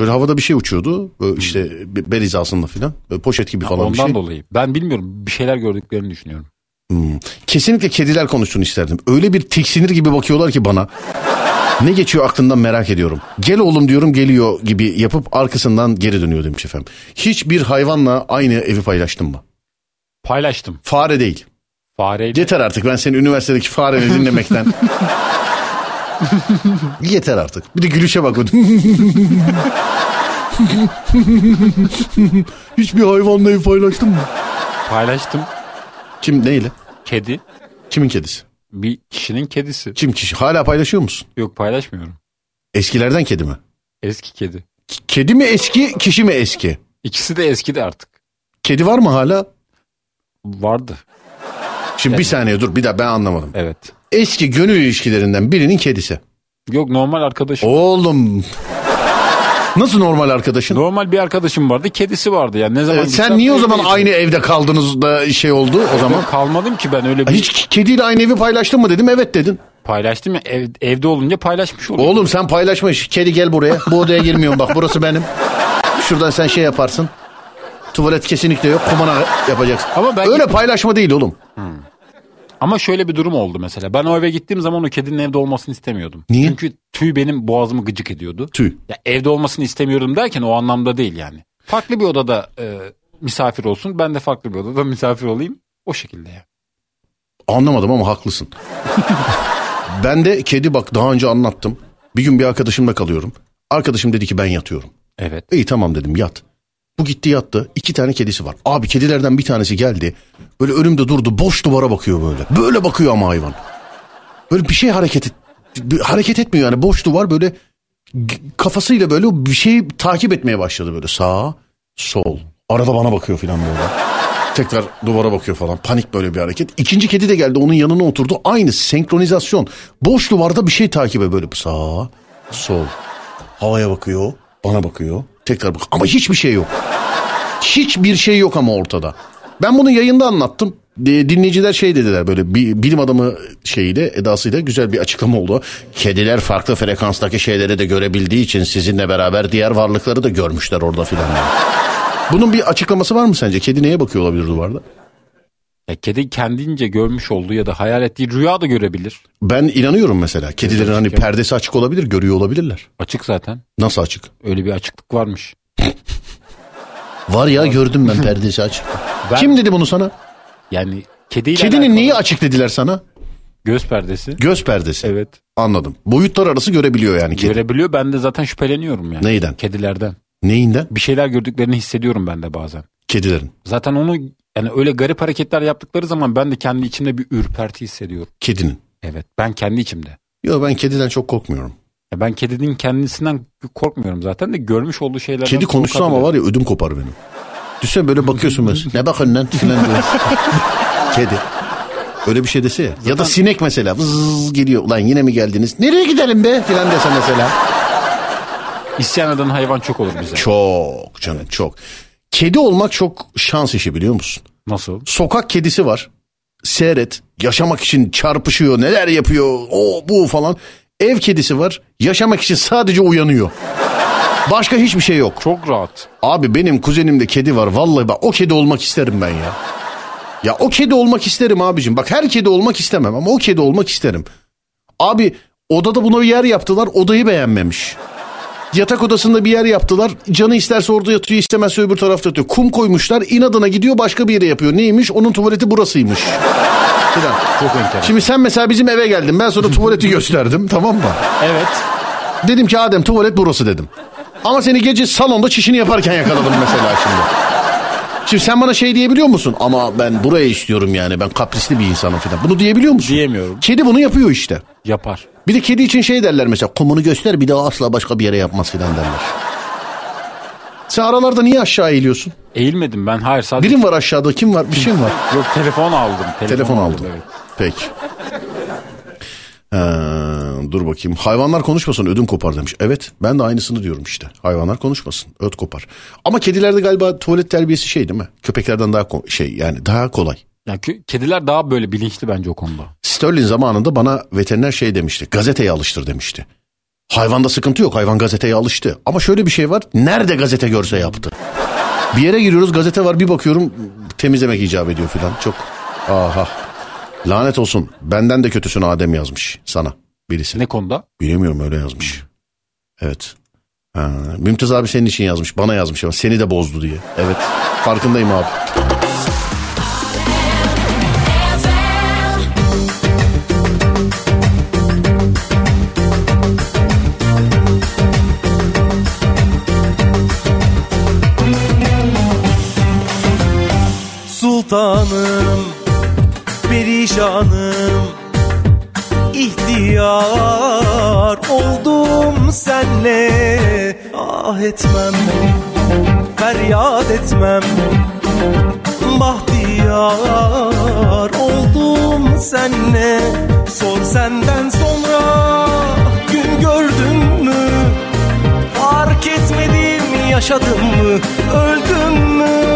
Böyle havada bir şey uçuyordu. Böyle işte be- bel hizasında filan. Böyle poşet gibi Ha, falan ondan bir şey. dolayı. Ben bilmiyorum bir şeyler gördüklerini düşünüyorum. Hmm. Kesinlikle kediler konuşsun isterdim. Öyle bir tiksinir gibi bakıyorlar ki bana. Ne geçiyor aklından merak ediyorum. Gel oğlum diyorum geliyor gibi yapıp arkasından geri dönüyor demiş efendim. Hiçbir hayvanla aynı evi paylaştın mı? Paylaştım. Fare değil. Fareyle. Yeter artık ben seni üniversitedeki fareni dinlemekten. <laughs> Yeter artık. Bir de gülüşe bak. <laughs> Hiçbir hayvanla ev paylaştın mı? Paylaştım. Kim neyle? Kedi. Kimin kedisi? Bir kişinin kedisi. Kim kişi? Hala paylaşıyor musun? Yok paylaşmıyorum. Eskilerden kedi mi? Eski kedi. K- Kedi mi eski, kişi mi eski? İkisi de eski de artık. Kedi var mı hala? Vardı. Şimdi bir saniye dur bir daha ben anlamadım. Evet. Eski gönül ilişkilerinden birinin kedisi. Yok normal arkadaşım. Oğlum. Nasıl normal arkadaşın? Normal bir arkadaşım vardı. Kedisi vardı. Yani ne zaman Ee, gitsem sen niye o zaman evdeydim. aynı evde kaldınız da şey oldu o zaman? Kalmadım ki ben öyle bir Hiç kediyle aynı evi paylaştın mı dedim evet dedin. paylaştım ya. Ev- evde olunca paylaşmış oldum. Oğlum sen paylaşmış. Kedi gel buraya. Bu odaya girmiyorum bak burası benim. Şuradan sen şey yaparsın. Tuvalet kesinlikle yok. Kumana yapacaksın. Ama ben Öyle paylaşma değil oğlum. Ama şöyle bir durum oldu mesela. Ben o eve gittiğim zaman o kedinin evde olmasını istemiyordum. Niye? Çünkü tüy benim boğazımı gıcık ediyordu. Tüy. Ya evde olmasını istemiyorum derken o anlamda değil yani. Farklı bir odada e, misafir olsun. Ben de farklı bir odada <laughs> misafir olayım. O şekilde ya. Anlamadım ama haklısın. ben de kedi bak daha önce anlattım. Bir gün bir arkadaşımla kalıyorum. Arkadaşım dedi ki ben yatıyorum. Evet. İyi tamam dedim yat. Bu gitti yattı. İki tane kedisi var. Abi kedilerden bir tanesi geldi. Böyle önümde durdu. Boş duvara bakıyor böyle. Böyle bakıyor ama hayvan. Böyle bir şey hareket et, bir hareket etmiyor yani. Boş duvar böyle g- kafasıyla böyle bir şeyi takip etmeye başladı böyle. Sağ, sol. Arada bana bakıyor falan böyle. Tekrar duvara bakıyor falan. Panik böyle bir hareket. İkinci kedi de geldi onun yanına oturdu. Aynı senkronizasyon. Boş duvarda bir şey takibe böyle. Sağ, sol. Havaya bakıyor. Bana bakıyor. Tekrar bak. Ama hiçbir şey yok. Hiçbir şey yok ama ortada. Ben bunu yayında anlattım. E, Dinleyiciler şey dediler böyle bi- bilim adamı şeyiyle edasıyla güzel bir açıklama oldu. Kediler farklı frekanstaki şeyleri de görebildiği için sizinle beraber diğer varlıkları da görmüşler orada filan. Bunun bir açıklaması var mı sence? Kedi neye bakıyor olabilir duvarda? Ya kedi kendince görmüş olduğu ya da hayal ettiği rüya da görebilir. Ben inanıyorum mesela. Kedilerin hani perdesi açık olabilir, görüyor olabilirler. Açık zaten. Nasıl açık? Öyle bir açıklık varmış. Var ya gördüm ben perdesi açık. Kim dedi bunu sana? Yani kediyle Kedinin alakalı neyi açık dediler sana? göz perdesi. Göz perdesi. Evet. Anladım. Boyutlar arası görebiliyor yani kedi. Görebiliyor. Ben de zaten şüpheleniyorum yani. Neyden? Kedilerden. Neyinden? Bir şeyler gördüklerini hissediyorum ben de bazen. Kedilerin. Zaten onu yani öyle garip hareketler yaptıkları zaman ben de kendi içimde bir ürperti hissediyorum. Kedinin. Evet ben kendi içimde. Yo ben kediden çok korkmuyorum. Ya ben kedinin kendisinden korkmuyorum zaten de görmüş olduğu şeylerden. Kedi konuşsa ama var ya ödüm kopar benim. Düşsene böyle bakıyorsun mesela. Ne bakın lan filan diyorsun. <laughs> Kedi. Öyle bir şey dese ya. Ya da sinek mesela. Vız geliyor. Ulan yine mi geldiniz? Nereye gidelim be filan dese mesela. İsyan eden hayvan çok olur bize. Çok canım çok. Kedi olmak çok şans işi biliyor musun? Nasıl? Sokak kedisi var. Seyret. Yaşamak için çarpışıyor. Neler yapıyor. O bu falan. Ev kedisi var. Yaşamak için sadece uyanıyor. Başka hiçbir şey yok. Çok rahat. Abi benim kuzenimde kedi var. Vallahi bak o kedi olmak isterim ben ya. Ya o kedi olmak isterim abicim. Bak her kedi olmak istemem ama o kedi olmak isterim. Abi Odada buna yer yaptılar odayı beğenmemiş. Yatak odasında bir yer yaptılar. Canı isterse orada yatıyor istemezse öbür tarafta yatıyor. Kum koymuşlar inadına gidiyor başka bir yere yapıyor. Neymiş onun tuvaleti <laughs> burasıymış. Filan. Çok enteresan. Şimdi sen mesela bizim eve geldin ben sana tuvaleti gösterdim tamam mı? Evet. Dedim ki Adem tuvalet burası dedim. Ama seni gece salonda çişini yaparken yakaladım mesela şimdi. Şimdi sen bana şey diyebiliyor musun? Ama ben buraya istiyorum yani ben kaprisli bir insanım filan. Bunu diyebiliyor musun? Diyemiyorum. Kedi bunu yapıyor işte. Yapar. Bir de kedi için şey derler mesela kumunu göster bir daha asla başka bir yere yapmaz filan derler. Sen aralarda niye aşağı eğiliyorsun? Eğilmedim ben. Hayır sadece. Birim var aşağıda kim var bir şey mi var? Yok telefon aldım. Telefon aldım. evet. Peki. Ee, dur bakayım. Hayvanlar konuşmasın ödüm kopar demiş. Evet ben de aynısını diyorum işte. Hayvanlar konuşmasın öt kopar. Ama kedilerde galiba tuvalet terbiyesi şey değil mi? Köpeklerden daha ko- şey yani daha kolay. Yani kö- kediler daha böyle bilinçli bence o konuda. Sterling zamanında bana veteriner şey demişti. Gazeteye alıştır demişti. Hayvanda sıkıntı yok. Hayvan gazeteye alıştı. Ama şöyle bir şey var. Nerede gazete görse yaptı. Bir yere giriyoruz gazete var bir bakıyorum temizlemek icap ediyor filan. Çok aha. Lanet olsun. Benden de kötüsün Adem yazmış sana birisi. Ne konuda? Bilemiyorum öyle yazmış. Evet. Ha, Mümtaz abi senin için yazmış. Bana yazmış ama seni de bozdu diye. Evet. Farkındayım abi. Sultanım, perişanım İhtiyar oldum senle Ah etmem, feryat etmem Bahtiyar oldum senle Sor senden sonra gün gördün mü? Fark etmedim yaşadım mı öldüm mü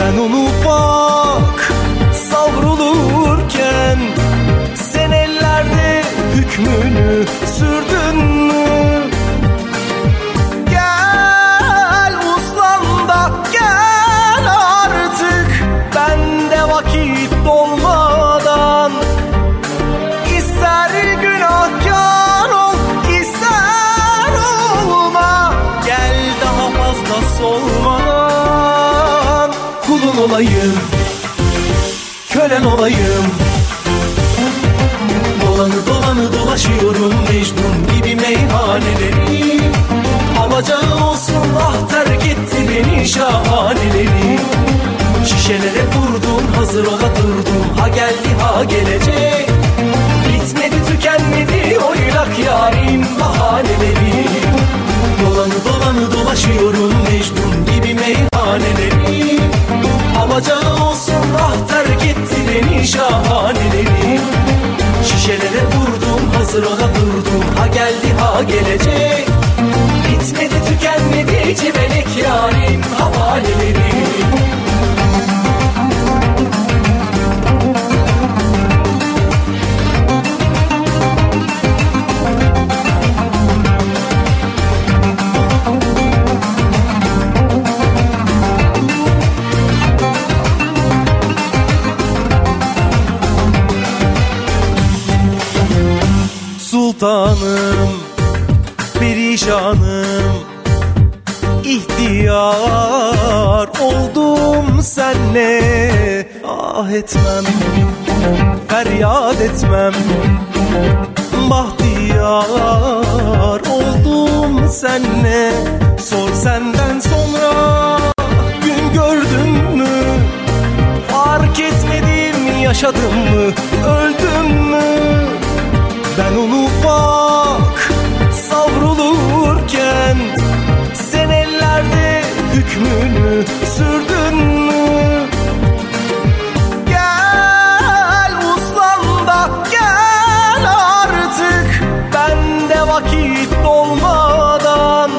Ben onu bak savrulurken Sen ellerde hükmünü sürdün mü Gel uslan da gel artık Bende vakit dolmadan İster günahkar ol, ister olma Gel daha fazla solmadan Kulun olayım, kölen olayım Dolanı dolanı dolaşıyorum mecnun gibi meyhaneleri Alacağı olsun ah terk etti beni şahaneleri Şişelere vurdum hazır ola durdum ha geldi ha gelecek Bitmedi tükenmedi oylak yarim bahaneleri Dolanı dolanı dolaşıyorum mecnun gibi meyhaneleri Alacağı olsun ah terk etti beni şahaneleri Şişelere vurdum hazır ola durdum ha geldi ha gelecek Bitmedi tükenmedi cebelek yarim havaleleri Sultanım, perişanım ihtiyar oldum senle Ah etmem, feryat etmem Bahtiyar oldum senle Sor senden sonra gün gördün mü Fark etmedim yaşadım mı öldüm mü ben onu bak savrulurken Sen ellerde hükmünü sürdün mü? Gel uslan da gel artık Bende vakit dolmadan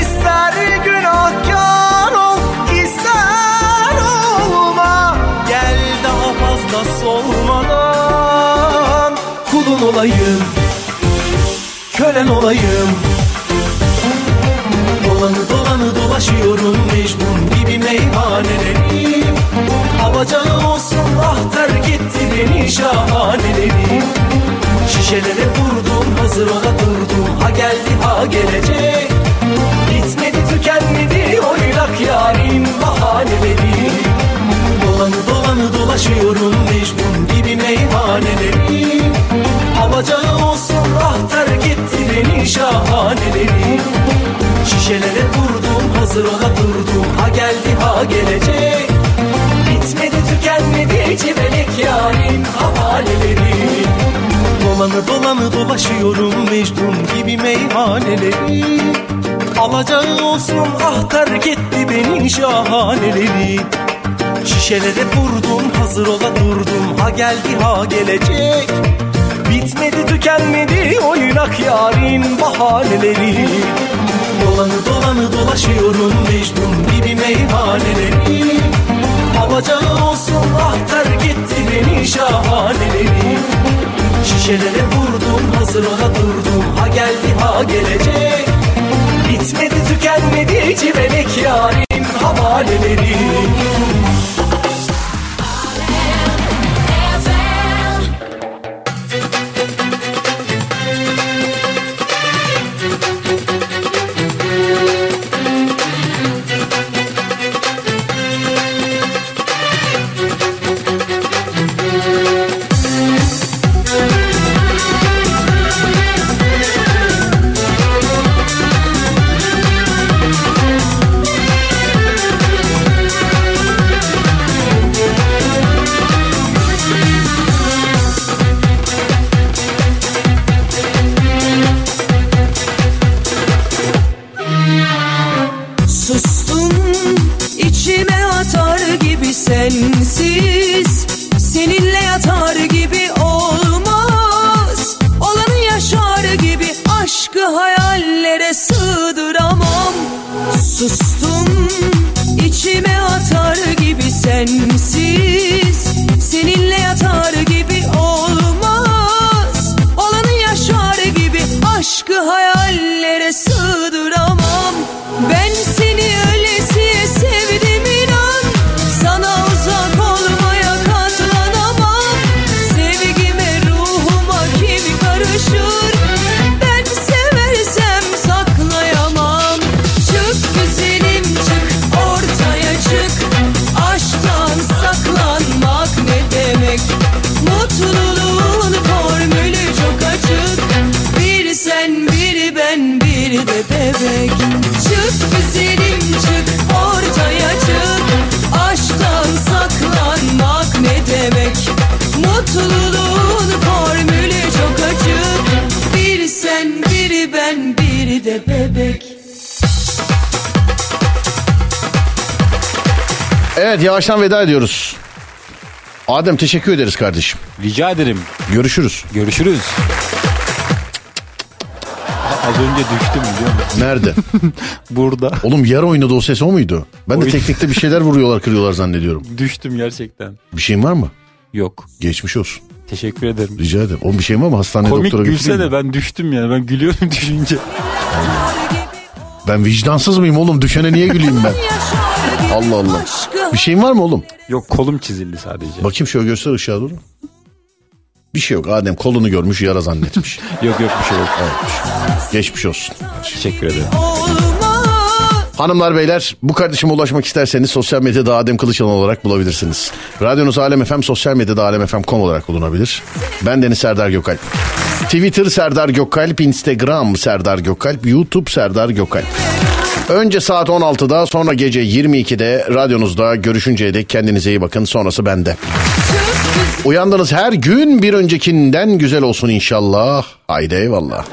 İster günahkar ol, ister olma Gel daha fazla solmadan Kulun olayım, kölen olayım Dolanı dolanı dolaşıyorum mecnun gibi meyhaneleri Alacağı olsun ah terk etti beni şahaneleri Şişelere ah Ha geldi ha gelecek Bitmedi tükenmedi civelek yarim havaleleri Dolanı dolanı dolaşıyorum mecnun gibi meyhaneleri Alacağı olsun ah terk etti beni şahaneleri Şişelere vurdum hazır ola durdum ha geldi ha gelecek Bitmedi tükenmedi oynak yarin bahaneleri Dolanı dolanı dolaşıyorum mecnun gibi meyhaneleri Alacağı olsun ah terk etti beni şahaneleri Şişelere vurdum hazır ola durdum ha geldi ha gelecek Bitmedi tükenmedi civelek yarin havaleleri Sustun içime atar gibi sensiz Seninle yatar gibi olmaz Olanı yaşar gibi aşkı hayallere sığdıramam Sustum içime atar gibi sensiz Seninle yatar gibi olmaz Olanı yaşar gibi aşkı hayallere sığdıramam Ben seni ölesiye sevdim inan Sana uzak olmaya katlanamam Sevgime ruhuma kim karışır Ben seversem saklayamam Çık güzelim çık ortaya çık Aşktan saklanmak ne demek Mutluluğun formülü çok açık Bir sen biri ben biri de bebek Çık güzelim çık ortaya çık Aşktan saklanmak ne demek Mutluluğun formülü çok açık Bir sen biri ben biri de bebek Evet yavaştan veda ediyoruz. Adem teşekkür ederiz kardeşim. Rica ederim. Görüşürüz. Görüşürüz. Az önce düştüm biliyor musun? Nerede? Burada. <laughs> Oğlum yer oynadı o ses o muydu? Ben de Oydu. teknikte bir şeyler vuruyorlar kırıyorlar zannediyorum. Düştüm gerçekten. Bir şeyin var mı? Yok. Geçmiş olsun. Teşekkür ederim. Rica ederim. Oğlum bir şeyin var mı? Hastaneye Komik doktora gülse götüreyim mi? de ben düştüm yani. Ben gülüyorum <laughs> düşünce. Ben vicdansız mıyım oğlum? Düşene niye güleyim ben? Allah Allah. Bir şeyin var mı oğlum? Yok kolum çizildi sadece. Bakayım şöyle göster ışığa doğru. Bir şey yok. Adem kolunu görmüş yara zannetmiş. yok yok bir şey yok. Geçmiş olsun. Teşekkür ederim. Hanımlar beyler bu kardeşime ulaşmak isterseniz sosyal medyada Adem Kılıçalan olarak bulabilirsiniz. Radyonuz Alem FM sosyal medyada alemfm.com olarak bulunabilir. Ben Deniz Serdar Gökalp. Twitter Serdar Gökalp, Instagram Serdar Gökalp, YouTube Serdar Gökalp. Önce saat 16'da sonra gece 22'de radyonuzda görüşünceye dek kendinize iyi bakın sonrası bende. Uyandığınız her gün bir öncekinden güzel olsun inşallah. Haydi eyvallah.